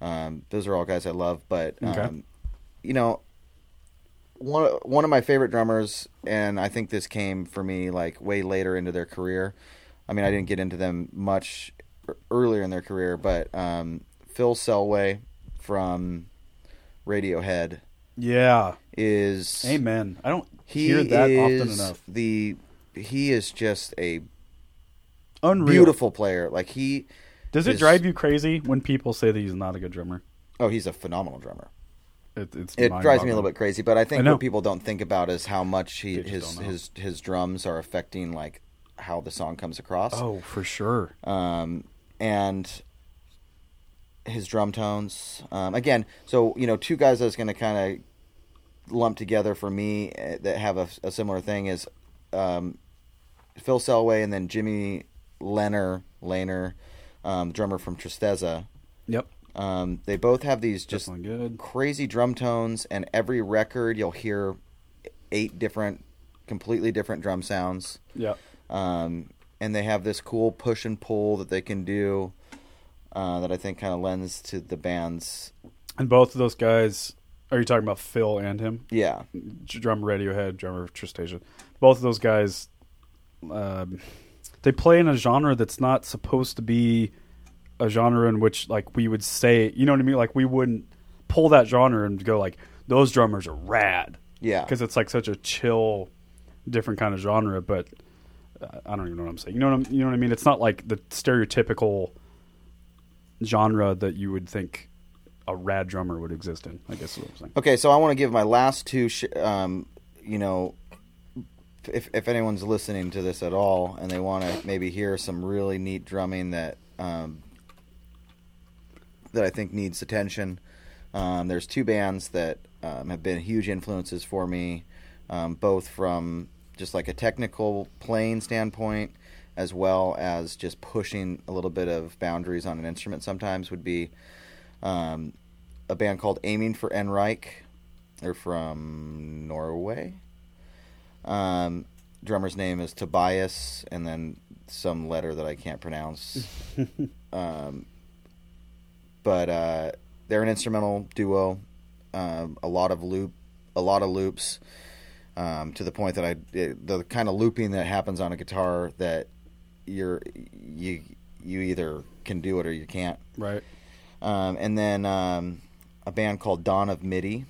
[SPEAKER 4] Um, those are all guys I love, but um,
[SPEAKER 2] Okay.
[SPEAKER 4] you know, one one of my favorite drummers, and I think this came for me like way later into their career. I mean, I didn't get into them much ear- earlier in their career, but um, Phil Selway from Radiohead
[SPEAKER 2] yeah.
[SPEAKER 4] is
[SPEAKER 2] Amen. I don't
[SPEAKER 4] he
[SPEAKER 2] hear that often
[SPEAKER 4] is
[SPEAKER 2] enough.
[SPEAKER 4] the he is just a
[SPEAKER 2] Unreal.
[SPEAKER 4] beautiful player. Like he
[SPEAKER 2] Does it
[SPEAKER 4] is-
[SPEAKER 2] drive you crazy when people say that he's not a good drummer?
[SPEAKER 4] Oh, he's a phenomenal drummer.
[SPEAKER 2] It, it's
[SPEAKER 4] It drives me a
[SPEAKER 2] mind-boggling.
[SPEAKER 4] little bit crazy, but I
[SPEAKER 2] I
[SPEAKER 4] think
[SPEAKER 2] know.
[SPEAKER 4] what people don't think about is how much he,
[SPEAKER 2] They just
[SPEAKER 4] his
[SPEAKER 2] don't know.
[SPEAKER 4] his his drums are affecting like how the song comes across.
[SPEAKER 2] Oh, for sure.
[SPEAKER 4] um, and his drum tones. Um, again, so you know, two guys I was going to kind of lump together for me uh, that have a, a similar thing is um, Phil Selway and then Jimmy Lenner, Laner, um, drummer from Tristeza.
[SPEAKER 2] Yep.
[SPEAKER 4] Um, they both have these just
[SPEAKER 2] Definitely good.
[SPEAKER 4] crazy drum tones, and every record you'll hear eight different, completely different drum sounds
[SPEAKER 2] Yep.
[SPEAKER 4] um, and they have this cool push and pull that they can do uh, that I think kind of lends to the band's
[SPEAKER 2] And both of those guys, are you talking about Phil and him?
[SPEAKER 4] yeah
[SPEAKER 2] Drum Radiohead, drummer of Tristasia. Both of those guys, um, they play in a genre that's not supposed to be a genre in which like we would say, you know what I mean? Like we wouldn't pull that genre and go like those drummers are rad.
[SPEAKER 4] Yeah.
[SPEAKER 2] because it's like such a chill, different kind of genre. But uh, I don't even know what I'm saying. You know what I'm, you know what I mean? It's not like the stereotypical genre that you would think a rad drummer would exist in. I guess is what I'm saying.
[SPEAKER 4] Okay, so I want to give my last two. Sh- um, you know, if if anyone's listening to this at all and they want to maybe hear some really neat drumming that um, that I think needs attention, um, there's two bands that um, have been huge influences for me, um, both from just like a technical playing standpoint as well as just pushing a little bit of boundaries on an instrument. Sometimes would be um, a band called Aiming for Enrich. They're from Norway. Um, drummer's name is Tobias, and then some letter that I can't pronounce. um, but uh, they're an instrumental duo. Um, a lot of loop, a lot of loops. Um, to the point that I it, the kind of looping that happens on a guitar that you're you you either can do it or you can't
[SPEAKER 2] Right.
[SPEAKER 4] um, and then um, a band called Dawn of Midi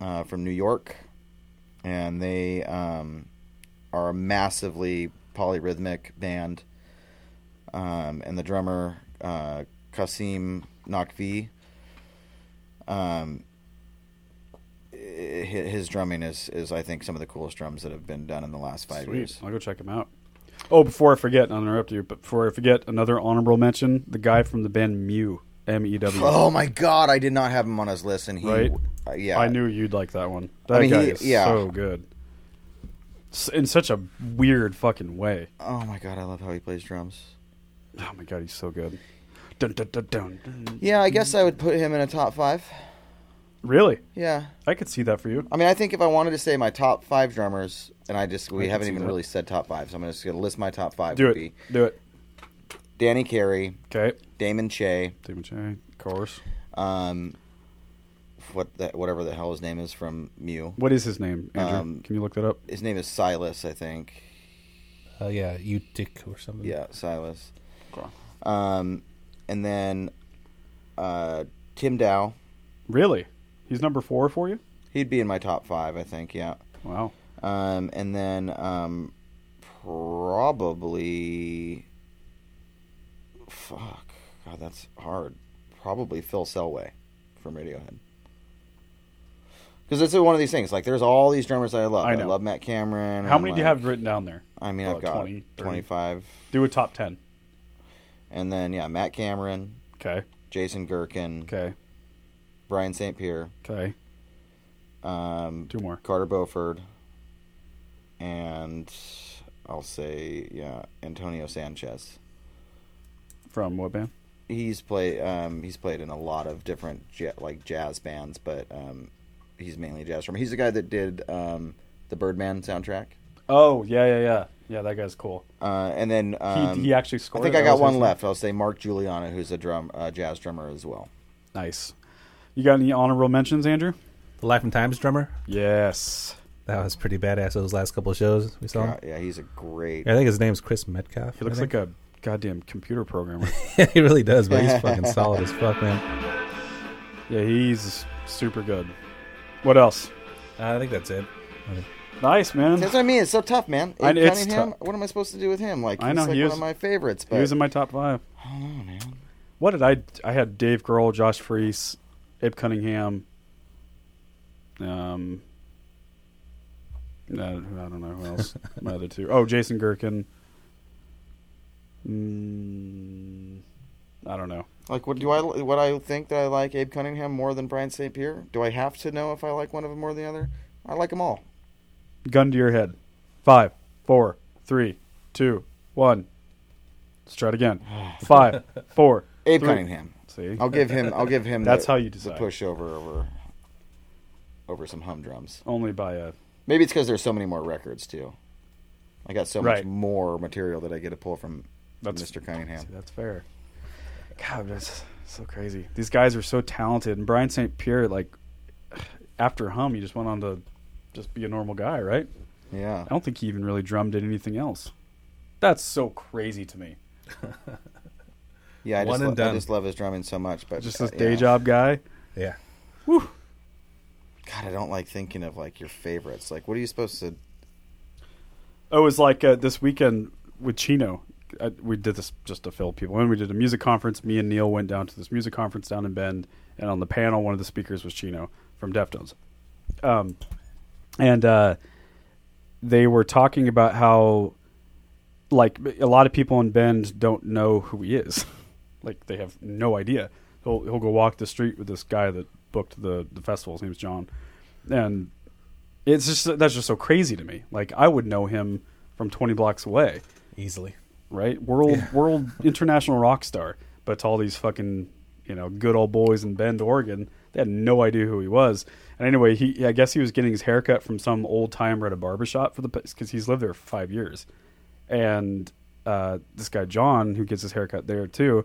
[SPEAKER 4] uh, from New York, and they um, are a massively polyrhythmic band. Um, and the drummer uh, Kasim Nakvi, um, hi- his drumming is is I think some of the coolest drums that have been done in the last five
[SPEAKER 2] Sweet.
[SPEAKER 4] years.
[SPEAKER 2] I'll go check him out. Oh, before I forget, I'll interrupt you, but before I forget, another honorable mention the guy from the band Mew, M E W.
[SPEAKER 4] Oh my God! I did not have him on his list, and he,
[SPEAKER 2] Right?
[SPEAKER 4] uh, yeah,
[SPEAKER 2] I knew you'd like that one. That
[SPEAKER 4] mean,
[SPEAKER 2] guy
[SPEAKER 4] he-
[SPEAKER 2] is
[SPEAKER 4] yeah.
[SPEAKER 2] so good. S- In such a weird fucking way.
[SPEAKER 4] Oh my God! I love how he plays drums.
[SPEAKER 2] Oh my god, he's so good. Dun, dun, dun, dun, dun.
[SPEAKER 4] Yeah, I
[SPEAKER 2] Mm.
[SPEAKER 4] guess I would put him in a top five.
[SPEAKER 2] Really?
[SPEAKER 4] Yeah.
[SPEAKER 2] I could see that for you.
[SPEAKER 4] I mean, I think if I wanted to say my top five drummers, and I just, we
[SPEAKER 2] can
[SPEAKER 4] haven't
[SPEAKER 2] see
[SPEAKER 4] even
[SPEAKER 2] that.
[SPEAKER 4] really said top five, so I'm just going to list my top five.
[SPEAKER 2] Do
[SPEAKER 4] would
[SPEAKER 2] it.
[SPEAKER 4] Be
[SPEAKER 2] Do it.
[SPEAKER 4] Danny Carey,
[SPEAKER 2] Okay.
[SPEAKER 4] Damon Che,
[SPEAKER 2] Demon Chain, of course.
[SPEAKER 4] um, what the, whatever the hell his name is from Mew.
[SPEAKER 2] What is his name, Andrew?
[SPEAKER 4] Um,
[SPEAKER 2] Can you look that up?
[SPEAKER 4] His name is Silas, I think.
[SPEAKER 3] Uh, yeah, you dick or something.
[SPEAKER 4] Yeah, Silas.
[SPEAKER 2] Cool.
[SPEAKER 4] Um, and then uh, Tim Dow.
[SPEAKER 2] Really? He's number four for you?
[SPEAKER 4] He'd be in my top five, I think, yeah.
[SPEAKER 2] Wow.
[SPEAKER 4] Um, and then um, probably, fuck, God, that's hard. Probably Phil Selway from Radiohead. Because it's one of these things. Like, there's all these drummers that I love.
[SPEAKER 2] I
[SPEAKER 4] I,
[SPEAKER 2] know.
[SPEAKER 4] love Matt Cameron.
[SPEAKER 2] How
[SPEAKER 4] and,
[SPEAKER 2] many do you
[SPEAKER 4] like,
[SPEAKER 2] have written down there?
[SPEAKER 4] I mean,
[SPEAKER 2] Oh,
[SPEAKER 4] I've got
[SPEAKER 2] 20, 30.
[SPEAKER 4] 25.
[SPEAKER 2] Do a top 10.
[SPEAKER 4] And then, yeah, Matt Cameron,
[SPEAKER 2] Okay.
[SPEAKER 4] Jason Gherkin,
[SPEAKER 2] Okay.
[SPEAKER 4] Brian St. Pierre,
[SPEAKER 2] Okay.
[SPEAKER 4] um,
[SPEAKER 2] Two more.
[SPEAKER 4] Carter Beauford, and I'll say, yeah, Antonio Sanchez.
[SPEAKER 2] From what band?
[SPEAKER 4] he's played um, he's played in a lot of different ja like jazz bands, but um, he's mainly jazz drummer. He's the guy that did um, the Birdman soundtrack,
[SPEAKER 2] Oh, yeah, yeah, yeah. Yeah, that guy's cool.
[SPEAKER 4] uh, and then um,
[SPEAKER 2] he actually
[SPEAKER 4] I
[SPEAKER 2] scored
[SPEAKER 4] think
[SPEAKER 2] it.
[SPEAKER 4] I
[SPEAKER 2] That
[SPEAKER 4] got
[SPEAKER 2] was
[SPEAKER 4] one
[SPEAKER 2] his-
[SPEAKER 4] left. I'll say Mark Juliana, who's a drum uh, jazz drummer as well.
[SPEAKER 2] Nice. You got any honorable mentions, Andrew?
[SPEAKER 3] The Life and Times drummer.
[SPEAKER 2] Yes.
[SPEAKER 3] That was pretty badass. Those last couple of shows we saw.
[SPEAKER 4] Yeah, yeah, he's a great.
[SPEAKER 3] I think his name's Chris Metcalf.
[SPEAKER 2] He looks like a goddamn computer programmer.
[SPEAKER 3] a. he really does, but he's fucking solid as fuck, man.
[SPEAKER 2] yeah, he's super good. What else?
[SPEAKER 3] I think that's it.
[SPEAKER 2] Nice, man.
[SPEAKER 4] That's what I mean. It's so tough, man.
[SPEAKER 2] I- it's
[SPEAKER 4] Cunningham,
[SPEAKER 2] tough.
[SPEAKER 4] What am I supposed to do with him? Like, he's
[SPEAKER 2] I know,
[SPEAKER 4] like
[SPEAKER 2] he
[SPEAKER 4] one
[SPEAKER 2] was-
[SPEAKER 4] of my favorites. But
[SPEAKER 2] He was in my top five. I don't know, man. What did I? I had Dave Grohl, Josh Freese, Abe Cunningham. Um, uh, I, I don't know who else. my other two. Oh, Jason Gherkin. Mm, I don't know.
[SPEAKER 4] like, what do I? What I think that I like Abe Cunningham more than Brian St. Pierre? Do I have to know if I like one of them more than the other? I like them all.
[SPEAKER 2] Gun to your head. Five, four, three, two, one. Let's try it again. Five, four.
[SPEAKER 4] Abe
[SPEAKER 2] three.
[SPEAKER 4] Cunningham.
[SPEAKER 2] See,
[SPEAKER 4] I'll give him. I'll give him.
[SPEAKER 2] That's
[SPEAKER 4] the,
[SPEAKER 2] how you
[SPEAKER 4] the
[SPEAKER 2] decide.
[SPEAKER 4] pushover over over some humdrums.
[SPEAKER 2] only by a
[SPEAKER 4] Maybe it's because there's so many more records too. I got so much
[SPEAKER 2] Right.
[SPEAKER 4] more material that I get to pull from
[SPEAKER 2] That's-
[SPEAKER 4] Mr. Cunningham.
[SPEAKER 2] See, that's fair. God, that's so crazy. These guys are so talented. And Brian St. Pierre, like, after Hum, he just went on to just be a normal guy, right?
[SPEAKER 4] Yeah,
[SPEAKER 2] I don't think he even really drummed in anything else. That's so crazy to me.
[SPEAKER 4] yeah. I
[SPEAKER 3] One
[SPEAKER 4] just,
[SPEAKER 3] and
[SPEAKER 4] lo- I
[SPEAKER 3] done.
[SPEAKER 4] just love his drumming so much, but
[SPEAKER 2] Just
[SPEAKER 4] uh,
[SPEAKER 2] this day
[SPEAKER 4] yeah.
[SPEAKER 2] job guy.
[SPEAKER 3] Yeah.
[SPEAKER 4] God, I don't like thinking of like your favorites. Like, what are you supposed to?
[SPEAKER 2] It was like uh, this weekend with Chino. I, we did this just to fill people in. We did a music conference. Me and Neil went down to this music conference down in Bend, and on the panel, one of the speakers was Chino from Deftones. Um, and uh, they were talking about how, like, a lot of people in Bend don't know who he is. like, they have no idea. He'll he'll go walk the street with this guy that booked the the festival. His name's John, and it's just that's just so crazy to me. Like I would know him from 20 blocks away,
[SPEAKER 3] Easily.
[SPEAKER 2] right? World world international rock star, but to all these fucking you know good old boys in Bend, Oregon, They had no idea who he was. And anyway, he I guess he was getting his haircut from some old timer at a barbershop for the because he's lived there for five years. And uh, this guy John, who gets his haircut there too,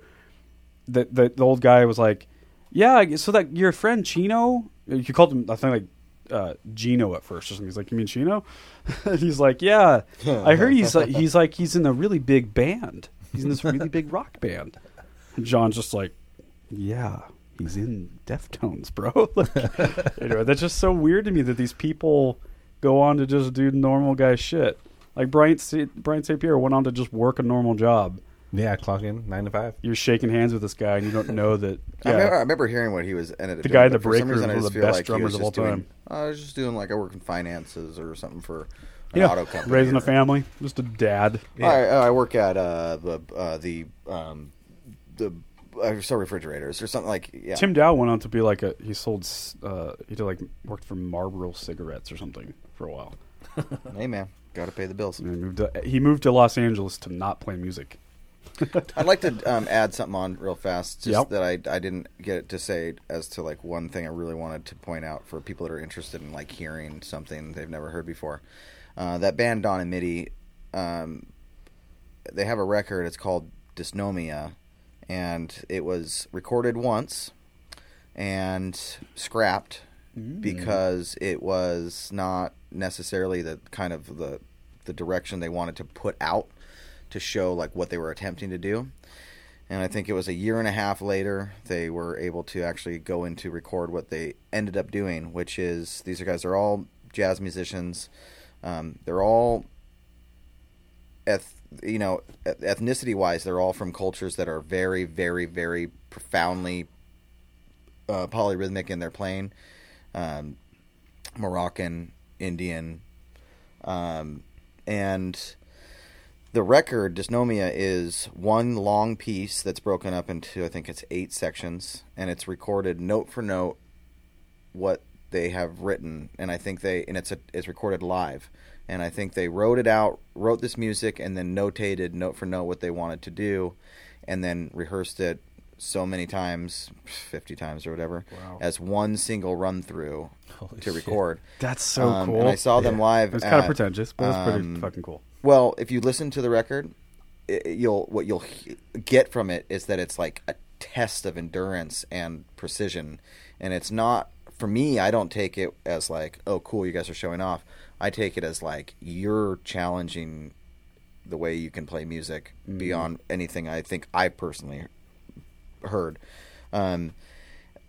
[SPEAKER 2] the, the the old guy was like, "Yeah, I guess- so that your friend Chino, you called him I think like uh, Gino at first or something. He's like, "You mean Chino?" and he's like, "Yeah, I heard he's like he's like he's in a really big band. He's in this really big rock band." And John's just like, "Yeah." He's in Deftones, bro. like, anyway, that's just so weird to me that these people go on to just do normal guy shit. Like Brian, C- Brian St. Pierre went on to just work a normal job
[SPEAKER 3] Yeah, clock in nine to five.
[SPEAKER 2] you're shaking hands with this guy and you don't know that.
[SPEAKER 4] I, uh, remember, I
[SPEAKER 2] Yeah,
[SPEAKER 4] remember hearing what he was ended
[SPEAKER 2] The
[SPEAKER 4] up doing,
[SPEAKER 2] guy in
[SPEAKER 4] but
[SPEAKER 2] the
[SPEAKER 4] for
[SPEAKER 2] break
[SPEAKER 4] some
[SPEAKER 2] room
[SPEAKER 4] reason,
[SPEAKER 2] is one
[SPEAKER 4] I
[SPEAKER 2] of
[SPEAKER 4] just
[SPEAKER 2] the
[SPEAKER 4] feel
[SPEAKER 2] best
[SPEAKER 4] like he was
[SPEAKER 2] drummers of
[SPEAKER 4] just
[SPEAKER 2] all
[SPEAKER 4] doing-
[SPEAKER 2] time.
[SPEAKER 4] I was just doing like I work in finances or something for an
[SPEAKER 2] yeah.
[SPEAKER 4] auto company.
[SPEAKER 2] raising a
[SPEAKER 4] or-
[SPEAKER 2] family, just a dad.
[SPEAKER 4] I, I work at uh, the uh, the um, the uh, so refrigerators or something like yeah.
[SPEAKER 2] Tim Dow went on to be like a he sold s- uh, he did like worked for Marlboro cigarettes or something for a while.
[SPEAKER 4] Hey man, got to pay the bills.
[SPEAKER 2] And he moved to, he moved to Los Angeles to not play music.
[SPEAKER 4] I'd like to um, add something on real fast, just
[SPEAKER 2] Yep.
[SPEAKER 4] that I I didn't get to say as to like one thing I really wanted to point out for people that are interested in like hearing something they've never heard before. Uh, that band Don and Midi, um, they have a record. It's called Dysnomia, and it was recorded once and scrapped because it was not necessarily the kind of the the direction they wanted to put out to show like what they were attempting to do. And I think it was a year and a half later they were able to actually go in to record what they ended up doing, which is these guys are all jazz musicians. Um, they're all eth- you know ethnicity wise they're all from cultures that are very very very profoundly uh, polyrhythmic in their playing um, moroccan indian um, and the record dysnomia is one long piece that's broken up into i think it's eight sections and it's recorded note for note what they have written and i think they and it's a, it's recorded live and i think they wrote it out wrote this music and then notated note for note what they wanted to do and then rehearsed it so many times 50 times or whatever as one single run through to record
[SPEAKER 2] That's so
[SPEAKER 4] Um,
[SPEAKER 2] cool.
[SPEAKER 4] and i saw them live
[SPEAKER 2] It's kind of
[SPEAKER 4] at,
[SPEAKER 2] pretentious, but it's pretty
[SPEAKER 4] um,
[SPEAKER 2] fucking cool.
[SPEAKER 4] well, if you listen to the record, i you'll what you'll he- get from it is that it's like a test of endurance and precision, and it's not for me. I don't take it as like, oh, cool, you guys are showing off. I take it as like you're challenging the way you can play music beyond anything I think I personally heard. Um,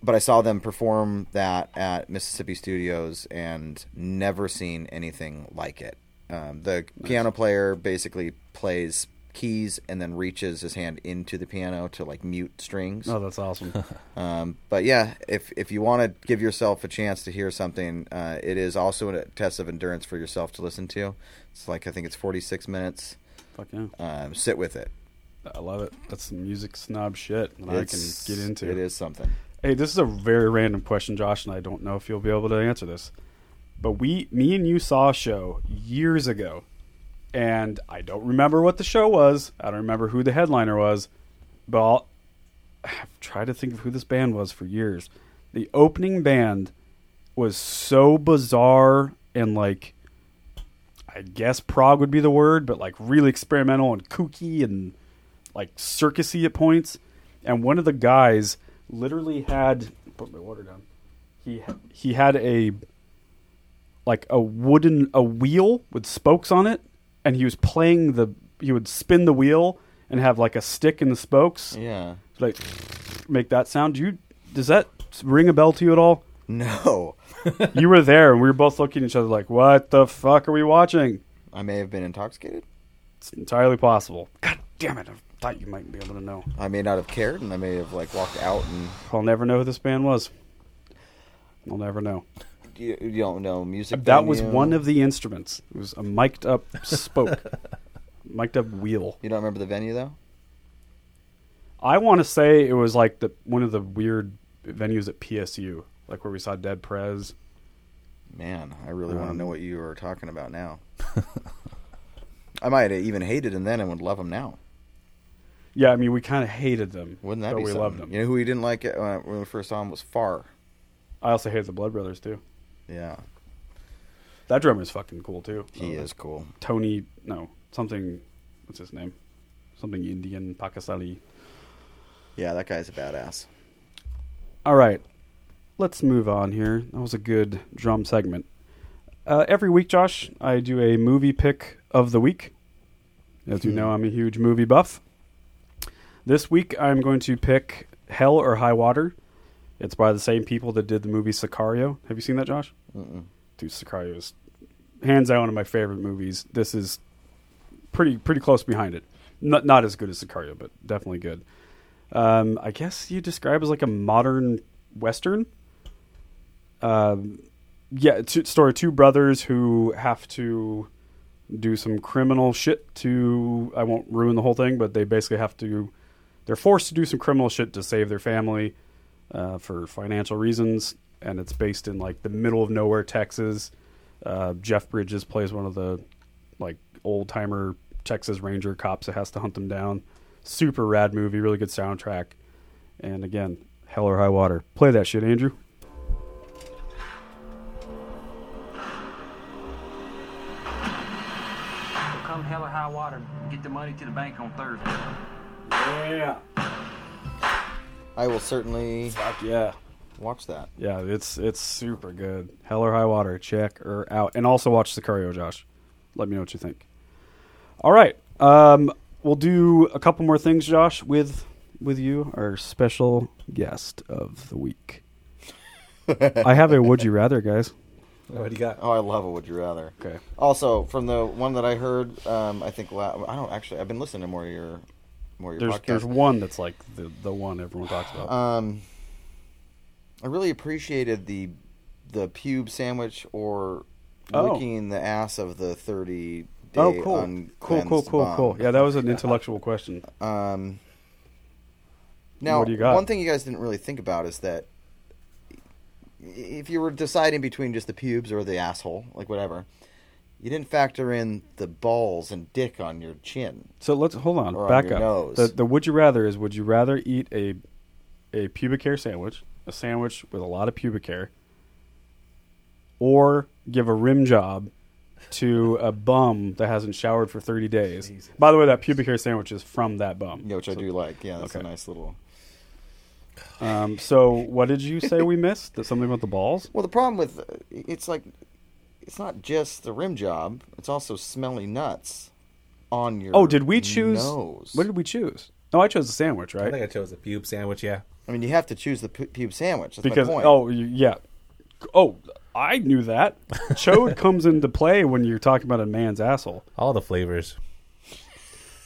[SPEAKER 4] but I saw them perform that at Mississippi Studios and never seen anything like it. Um, the piano player basically plays keys and then reaches his hand into the piano to like mute strings.
[SPEAKER 2] Oh, that's awesome.
[SPEAKER 4] Um, but yeah, if if you want to give yourself a chance to hear something, uh, it is also a test of endurance for yourself to listen to. It's like I think it's 46 minutes.
[SPEAKER 2] Fuck yeah,
[SPEAKER 4] Um, sit with it.
[SPEAKER 2] I love it. That's some music snob shit that
[SPEAKER 4] It's-
[SPEAKER 2] I can get into.
[SPEAKER 4] It is something.
[SPEAKER 2] Hey, this is a very random question, Josh, and I don't know if you'll be able to answer this. But we, me and you saw a show years ago, and I don't remember what the show was. I don't remember who the headliner was, but I'll, I've tried to think of who this band was for years. The opening band was so bizarre and like, I guess prog would be the word, but like really experimental and kooky and like circusy at points. And one of the guys literally had put my water down. He he had a like a wooden a wheel with spokes on it, and he was playing the he would spin the wheel and have like a stick in the spokes
[SPEAKER 4] Yeah.
[SPEAKER 2] like make that sound. Do you does that ring a bell to you at all?
[SPEAKER 4] No,
[SPEAKER 2] you were there, and we were both looking at each other like, "What the fuck are we watching?"
[SPEAKER 4] I may have been intoxicated.
[SPEAKER 2] It's entirely possible. God damn it! I thought you might be able to know.
[SPEAKER 4] I may not have cared, and I may have like walked out, and
[SPEAKER 2] I'll never know who this band was. I'll never know.
[SPEAKER 4] you, you don't know music.
[SPEAKER 2] That was
[SPEAKER 4] venue.
[SPEAKER 2] one of the instruments. It was a mic'd up spoke, mic'd up wheel.
[SPEAKER 4] You don't remember the venue though.
[SPEAKER 2] I want to say it was like the one of the weird venues at PSU, like where we saw Dead Prez.
[SPEAKER 4] Man, I really
[SPEAKER 2] Um,
[SPEAKER 4] want to know what you are talking about now. I might have even hated him then and would love him now.
[SPEAKER 2] Yeah, I mean, we kind of hated them,
[SPEAKER 4] Wouldn't that
[SPEAKER 2] but
[SPEAKER 4] be
[SPEAKER 2] we
[SPEAKER 4] something?
[SPEAKER 2] loved them.
[SPEAKER 4] uh, You know who we didn't like it when, I, when we first saw him was Far.
[SPEAKER 2] I also hate the Blood Brothers too.
[SPEAKER 4] Yeah, Oh,
[SPEAKER 2] That drummer is fucking cool too.
[SPEAKER 4] he
[SPEAKER 2] Uh,
[SPEAKER 4] is cool.
[SPEAKER 2] Tony, no, something. What's his name? Something Indian, Pakistani.
[SPEAKER 4] Yeah, that guy's a badass.
[SPEAKER 2] All right, let's move on here. That was a good drum segment. Uh, every week, Josh, I do a movie pick of the week. As you know, I'm a huge movie buff. This week, I'm going to pick Hell or High Water. It's by the same people that did the movie Sicario. Have you seen that, Josh?
[SPEAKER 4] Mm-mm.
[SPEAKER 2] Dude, Sicario is hands down one of my favorite movies. This is pretty pretty close behind it. Not not as good as Sicario, but definitely good. Um, I guess you describe as like a modern western. Um, yeah, two, story of two brothers who have to do some criminal shit to. I won't ruin the whole thing, but they basically have to. They're forced to do some criminal shit to save their family uh, for financial reasons, and it's based in like the middle of nowhere, Texas. Uh, Jeff Bridges plays one of the like old timer Texas Ranger cops that has to hunt them down. Super rad movie, really good soundtrack, and again, hell or high water. Play that shit, Andrew.
[SPEAKER 5] Come hell or high water, get the money to the bank on Thursday.
[SPEAKER 2] Yeah,
[SPEAKER 4] I will certainly
[SPEAKER 2] fuck yeah.
[SPEAKER 4] watch that.
[SPEAKER 2] Yeah, it's it's super good. Hell or high water, check her out, and also watch Sicario, Josh. Let me know what you think. All right, um, we'll do a couple more things, Josh, with with you, our special guest of the week. I have a would you rather, guys.
[SPEAKER 3] What do you got?
[SPEAKER 4] Oh, I love it. Would you rather?
[SPEAKER 2] Okay.
[SPEAKER 4] Also, from the one that I heard, um, I think la- I don't actually. I've been listening to more of your more of your
[SPEAKER 2] There's
[SPEAKER 4] podcast.
[SPEAKER 2] there's one that's like the the one everyone talks about.
[SPEAKER 4] Um, I really appreciated the the pube sandwich or
[SPEAKER 2] Oh.
[SPEAKER 4] licking the ass of the thirty. Day
[SPEAKER 2] oh, cool,
[SPEAKER 4] um,
[SPEAKER 2] cool, cool,
[SPEAKER 4] uncleansed
[SPEAKER 2] cool,
[SPEAKER 4] bum.
[SPEAKER 2] cool. Yeah, that was an intellectual question.
[SPEAKER 4] Um, now,
[SPEAKER 2] What do you got?
[SPEAKER 4] one thing you guys didn't really think about is that if you were deciding between just the pubes or the asshole, like whatever, you didn't factor in the balls and dick on your chin.
[SPEAKER 2] So let's hold on.
[SPEAKER 4] Or on
[SPEAKER 2] back
[SPEAKER 4] your
[SPEAKER 2] up.
[SPEAKER 4] nose.
[SPEAKER 2] The the would you rather is would you rather eat a a pubic hair sandwich, a sandwich with a lot of pubic hair, or give a rim job to a bum that hasn't showered for thirty days. By the way, that pubic hair sandwich is from that bum.
[SPEAKER 4] You know, which I do like. Yeah, that's
[SPEAKER 2] okay.
[SPEAKER 4] a nice little.
[SPEAKER 2] Um, so what did you say we missed? That something about the balls?
[SPEAKER 4] Well, the problem with uh, it's like it's not just the rim job; it's also smelly nuts on your.
[SPEAKER 2] Oh, did we choose?
[SPEAKER 4] Nose.
[SPEAKER 2] What did we choose? No, I chose the sandwich,
[SPEAKER 3] I
[SPEAKER 2] right?
[SPEAKER 3] think I chose a pube sandwich. Yeah,
[SPEAKER 4] I mean, you have to choose the pu- pube sandwich. That's
[SPEAKER 2] because
[SPEAKER 4] my point.
[SPEAKER 2] oh you- yeah oh i knew that chode comes into play when you're talking about a man's asshole
[SPEAKER 3] all the flavors.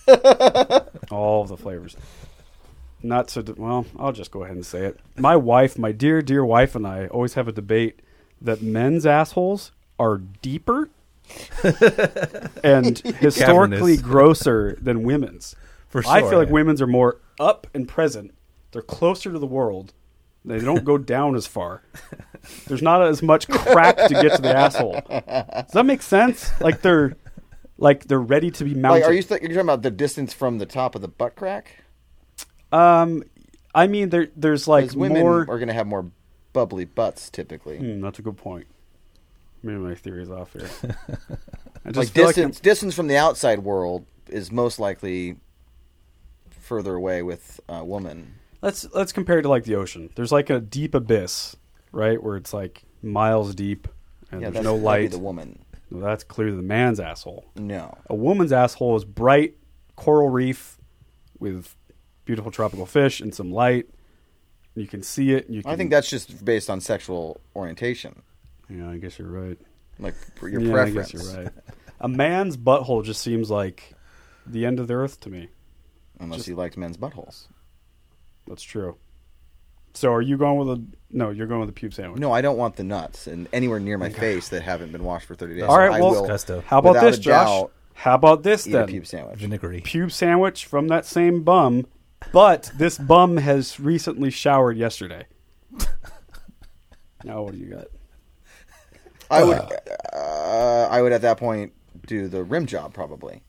[SPEAKER 2] all of the flavors not so well i'll just go ahead and say it my wife my dear dear wife and i always have a debate that men's assholes are deeper and historically
[SPEAKER 3] Cavernous.
[SPEAKER 2] grosser than women's
[SPEAKER 3] For
[SPEAKER 2] i feel
[SPEAKER 3] sure,
[SPEAKER 2] like
[SPEAKER 3] yeah.
[SPEAKER 2] women's are more up and present they're closer to the world they don't go down as far There's not as much crack to get to the asshole. Does that make sense? Like they're like they're ready to be mounted.
[SPEAKER 4] like, are you th- you're talking about the distance from the top of the butt crack?
[SPEAKER 2] um, I mean, there there's like
[SPEAKER 4] Because women
[SPEAKER 2] more.
[SPEAKER 4] are going to have more bubbly butts typically.
[SPEAKER 2] Hmm, that's a good point. Maybe my theory's off here. I just
[SPEAKER 4] Like
[SPEAKER 2] feel
[SPEAKER 4] distance, distance from the outside world is most likely further away with a woman.
[SPEAKER 2] I'm- let's let's compare it to like the ocean. There's like a deep abyss, right, where it's like miles deep and
[SPEAKER 4] Yeah,
[SPEAKER 2] there's
[SPEAKER 4] that's
[SPEAKER 2] no
[SPEAKER 4] that'd
[SPEAKER 2] light.
[SPEAKER 4] Be the woman.
[SPEAKER 2] Well, that's clearly the man's asshole.
[SPEAKER 4] No.
[SPEAKER 2] A woman's asshole is bright coral reef with beautiful tropical fish and some light. You can see it. You can,
[SPEAKER 4] I think that's just based on sexual orientation,
[SPEAKER 2] Yeah, I guess you're right.
[SPEAKER 4] like your
[SPEAKER 2] yeah,
[SPEAKER 4] preference.
[SPEAKER 2] I guess you're right. A man's butthole just seems like the end of the earth to me.
[SPEAKER 4] Unless you liked men's buttholes.
[SPEAKER 2] That's true. So are you going with a no? You're going with a pube sandwich.
[SPEAKER 4] No, I don't want the nuts and anywhere near my face that haven't been washed for 30 days.
[SPEAKER 2] All right.
[SPEAKER 4] I
[SPEAKER 2] well,
[SPEAKER 4] will
[SPEAKER 3] Gusto.
[SPEAKER 2] how about
[SPEAKER 4] without
[SPEAKER 2] this,
[SPEAKER 4] a
[SPEAKER 2] Josh?
[SPEAKER 4] doubt,
[SPEAKER 2] how about this
[SPEAKER 4] eat a
[SPEAKER 2] then?
[SPEAKER 4] pube sandwich.
[SPEAKER 3] Vinegary.
[SPEAKER 2] Pube sandwich from that same bum, but this bum has recently showered yesterday. now what do you got?
[SPEAKER 4] I would, uh, I would at that point do the rim job probably.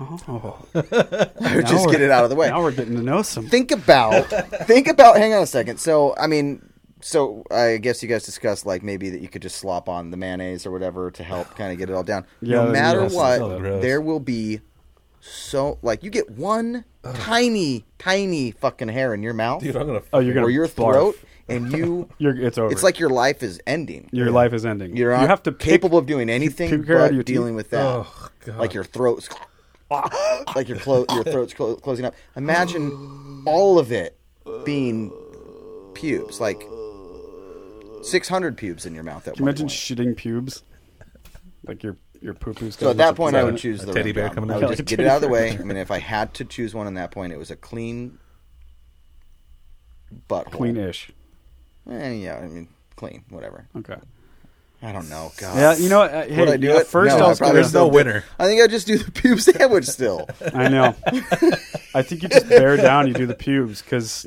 [SPEAKER 2] Oh,
[SPEAKER 4] I would just get it out of the way.
[SPEAKER 2] Now we're getting to know some.
[SPEAKER 4] think about think about hang on a second so i mean so I guess you guys discussed like maybe that you could just slop on the mayonnaise or whatever to help kind of get it all down.
[SPEAKER 2] Yeah,
[SPEAKER 4] no
[SPEAKER 2] that's
[SPEAKER 4] matter
[SPEAKER 2] gross.
[SPEAKER 4] what,
[SPEAKER 3] So gross.
[SPEAKER 4] there will be so like you get one tiny, tiny fucking hair in your mouth
[SPEAKER 3] Dude, I'm gonna.
[SPEAKER 2] Oh, you're gonna
[SPEAKER 4] or your
[SPEAKER 2] barf.
[SPEAKER 4] throat, and you.
[SPEAKER 2] You're, it's over.
[SPEAKER 4] it's like your life is ending.
[SPEAKER 2] your life is ending.
[SPEAKER 4] You're
[SPEAKER 2] you
[SPEAKER 4] not
[SPEAKER 2] have to pick-
[SPEAKER 4] capable of doing anything
[SPEAKER 2] puke hair out
[SPEAKER 4] but
[SPEAKER 2] of your teeth?
[SPEAKER 4] dealing with that.
[SPEAKER 3] Oh, God.
[SPEAKER 4] Like your throat's like your clo- your throat's clo- closing up. Imagine all of it being pubes, like six hundred pubes in your mouth at
[SPEAKER 2] Can you
[SPEAKER 4] one
[SPEAKER 2] imagine
[SPEAKER 4] point.
[SPEAKER 2] shitting pubes? Like your your poo poo.
[SPEAKER 4] so at that point, I would choose
[SPEAKER 3] a
[SPEAKER 4] the
[SPEAKER 3] teddy
[SPEAKER 4] rim
[SPEAKER 3] bear
[SPEAKER 4] job.
[SPEAKER 3] coming
[SPEAKER 4] I
[SPEAKER 3] out?
[SPEAKER 4] would
[SPEAKER 3] Like
[SPEAKER 4] just
[SPEAKER 2] a
[SPEAKER 4] get it
[SPEAKER 2] teddy
[SPEAKER 4] out of the way. I mean, if I had to choose one on that point, it was a clean butt.
[SPEAKER 2] clean-ish.
[SPEAKER 4] Eh, yeah, I mean, clean, whatever.
[SPEAKER 2] Okay.
[SPEAKER 4] I don't know. God.
[SPEAKER 2] Yeah, you know, what, uh, hey,
[SPEAKER 4] Would I do
[SPEAKER 2] yeah,
[SPEAKER 4] it?
[SPEAKER 2] first
[SPEAKER 4] No,
[SPEAKER 2] I
[SPEAKER 4] I
[SPEAKER 2] was
[SPEAKER 4] probably
[SPEAKER 2] gonna,
[SPEAKER 3] There's no
[SPEAKER 4] still do-
[SPEAKER 3] winner.
[SPEAKER 4] I think I just do the pube sandwich still.
[SPEAKER 2] I know. I think you just bear down. You do the pubes because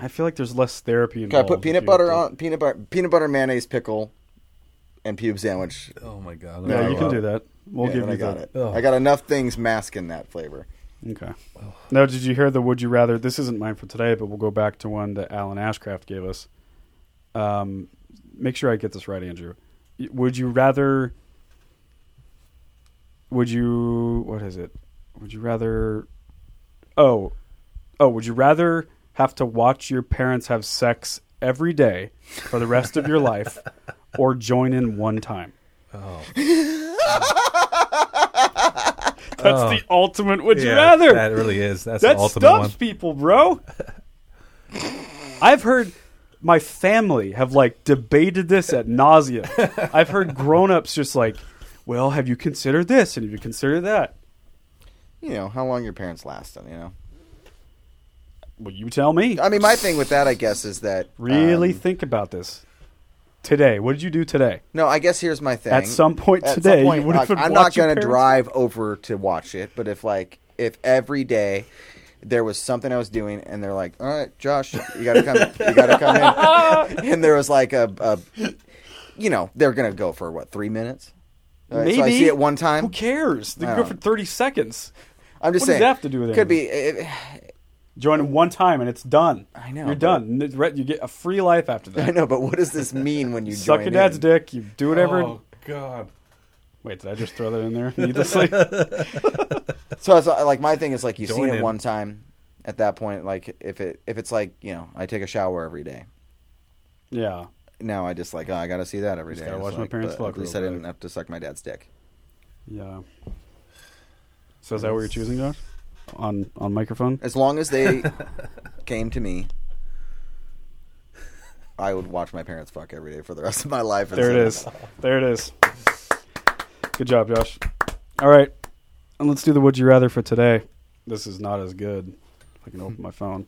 [SPEAKER 2] I feel like there's less therapy
[SPEAKER 4] Can I
[SPEAKER 2] involved.
[SPEAKER 4] put
[SPEAKER 2] if
[SPEAKER 4] peanut
[SPEAKER 2] you
[SPEAKER 4] butter
[SPEAKER 2] do-
[SPEAKER 4] on peanut butter peanut butter mayonnaise pickle and pube sandwich?
[SPEAKER 3] Oh my god.
[SPEAKER 2] Yeah, you can
[SPEAKER 4] well.
[SPEAKER 2] do that. We'll
[SPEAKER 4] Yeah,
[SPEAKER 2] give
[SPEAKER 4] when
[SPEAKER 2] you
[SPEAKER 4] I got
[SPEAKER 2] that.
[SPEAKER 4] it. I got enough things masking that flavor.
[SPEAKER 2] Okay. Now, did you hear the "Would you rather"? This isn't mine for today, but we'll go back to one that Alan Ashcraft gave us. Um, make sure I get this right, Andrew. Y- Would you rather? Would you? What is it? Would you rather? Oh, oh. Would you rather have to watch your parents have sex every day for the rest of your life, or join in one time? Oh. That's the ultimate. Would you
[SPEAKER 3] Yeah,
[SPEAKER 2] rather?
[SPEAKER 3] That really is. That's
[SPEAKER 2] that
[SPEAKER 3] the ultimate
[SPEAKER 2] stumps
[SPEAKER 3] one.
[SPEAKER 2] people, bro. I've heard my family have like debated this at nausea. I've heard grown-ups just like, "Well, have you considered this and have you considered that?"
[SPEAKER 4] You know how long your parents last on. You know.
[SPEAKER 2] Well, you tell me.
[SPEAKER 4] I mean, my thing with that, I guess, is that
[SPEAKER 2] really
[SPEAKER 4] um,
[SPEAKER 2] think about this today. What did you do today?
[SPEAKER 4] no, I guess here's my thing.
[SPEAKER 2] At some point
[SPEAKER 4] At some
[SPEAKER 2] today,
[SPEAKER 4] point,
[SPEAKER 2] you would have
[SPEAKER 4] like,
[SPEAKER 2] been
[SPEAKER 4] I'm not
[SPEAKER 2] watching
[SPEAKER 4] going to
[SPEAKER 2] parents-
[SPEAKER 4] drive over to watch it, but if like if every day there was something I was doing, and they're like, "All right, Josh, you got to come, you got to come in," and there was like a, a you know, they're going to go for what three minutes. All right,
[SPEAKER 2] Maybe
[SPEAKER 4] So I see it one time.
[SPEAKER 2] Who cares? They
[SPEAKER 4] I
[SPEAKER 2] go
[SPEAKER 4] don't
[SPEAKER 2] for thirty seconds.
[SPEAKER 4] I'm just
[SPEAKER 2] What does
[SPEAKER 4] saying.
[SPEAKER 2] that have to do with
[SPEAKER 4] Could be. eh, it-
[SPEAKER 2] Join in one time and it's done. I
[SPEAKER 4] know,
[SPEAKER 2] You're
[SPEAKER 4] but-
[SPEAKER 2] done. You get a free life after that.
[SPEAKER 4] eh, I know, but what does this mean when you
[SPEAKER 2] Suck
[SPEAKER 4] join
[SPEAKER 2] your dad's
[SPEAKER 4] in?
[SPEAKER 2] dick. You do whatever.
[SPEAKER 3] Oh god.
[SPEAKER 2] Wait, did I just throw that in there needlessly?
[SPEAKER 4] So it's uh, like my thing is like you've
[SPEAKER 3] Join
[SPEAKER 4] seen it
[SPEAKER 3] in.
[SPEAKER 4] one time. At that point, like if it if it's like you know, I take a shower every day.
[SPEAKER 2] yeah.
[SPEAKER 4] Now I just like oh, I got to see that every day.
[SPEAKER 2] Just gotta
[SPEAKER 4] It's
[SPEAKER 2] watch my
[SPEAKER 4] like,
[SPEAKER 2] parents
[SPEAKER 4] but
[SPEAKER 2] fuck
[SPEAKER 4] At least
[SPEAKER 2] real
[SPEAKER 4] I
[SPEAKER 2] quick.
[SPEAKER 4] didn't have to suck my dad's dick.
[SPEAKER 2] Yeah. So is that what you're choosing, Josh? On on microphone?
[SPEAKER 4] As long as they came to me, I would watch my parents fuck every day for the rest of my life. and
[SPEAKER 2] There it
[SPEAKER 4] say,
[SPEAKER 2] is. There it is. Good job, Josh. All right. And let's do the would you rather for today. This is not as good. If I can open my phone.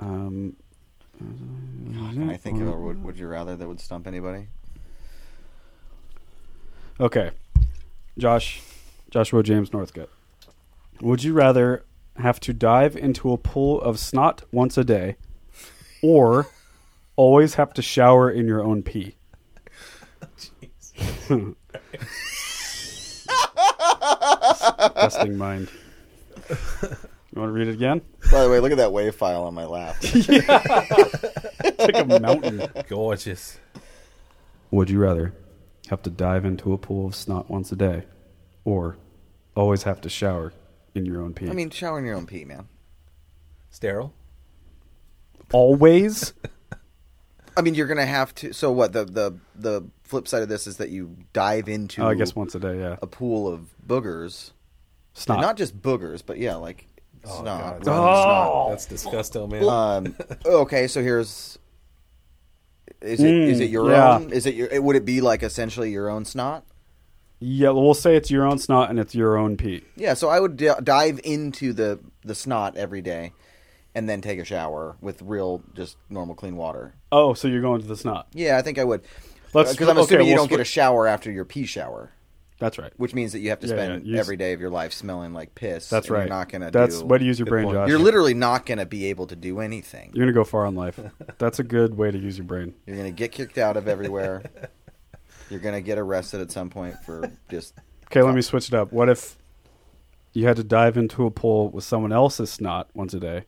[SPEAKER 2] Um
[SPEAKER 4] Can I think of
[SPEAKER 2] Mm-hmm.
[SPEAKER 4] a would, would you rather that would stump anybody?
[SPEAKER 2] Okay. Josh Joshua James Northcutt. Would you rather have to dive into a pool of snot once a day or always have to shower in your own pee? Disgusting mind. You want to read it again?
[SPEAKER 4] By the way, look at that wave file on my lap.
[SPEAKER 2] It's like a mountain.
[SPEAKER 3] Gorgeous.
[SPEAKER 2] Would you rather have to dive into a pool of snot once a day or always have to shower in your own pee?
[SPEAKER 4] I mean, shower in your own pee, man.
[SPEAKER 3] Sterile.
[SPEAKER 2] always
[SPEAKER 4] I mean, you're gonna have to. So what? The the the flip side of this is that you dive into.
[SPEAKER 2] Oh, I guess once a day, yeah.
[SPEAKER 4] a pool of boogers,
[SPEAKER 2] Snot. Oh,
[SPEAKER 4] not just boogers, but yeah, like snot.
[SPEAKER 3] God.
[SPEAKER 4] rotten
[SPEAKER 3] That's disgusting, man.
[SPEAKER 4] snot. Um, okay, so here's. Is it is it your
[SPEAKER 2] Mm, yeah.
[SPEAKER 4] own? Is it your? Would it be like essentially your own snot?
[SPEAKER 2] yeah, well, we'll say it's your own snot and it's your own pee.
[SPEAKER 4] Yeah, so I would d- dive into the the snot every day, and then take a shower with real just normal clean water.
[SPEAKER 2] Oh, so you're going to the snot.
[SPEAKER 4] Yeah, I think I would.
[SPEAKER 2] Let's-
[SPEAKER 4] Because I'm
[SPEAKER 2] okay,
[SPEAKER 4] assuming you
[SPEAKER 2] we'll
[SPEAKER 4] don't get a
[SPEAKER 2] switch-
[SPEAKER 4] shower after your pee shower.
[SPEAKER 2] That's right.
[SPEAKER 4] which means that you have to
[SPEAKER 2] Yeah,
[SPEAKER 4] spend
[SPEAKER 2] yeah, you s-
[SPEAKER 4] every day of your life smelling like piss.
[SPEAKER 2] That's
[SPEAKER 4] and
[SPEAKER 2] right.
[SPEAKER 4] You're not gonna.
[SPEAKER 2] That's
[SPEAKER 4] do,
[SPEAKER 2] way to use your brain,
[SPEAKER 3] point.
[SPEAKER 2] Josh.
[SPEAKER 4] You're literally not gonna be able to do anything.
[SPEAKER 2] You're gonna go far in life. That's a good way to use your brain.
[SPEAKER 4] You're gonna get kicked out of everywhere. you're gonna get arrested at some point for just.
[SPEAKER 2] Okay, let me switch it up. What if you had to dive into a pool with someone else's snot once a day?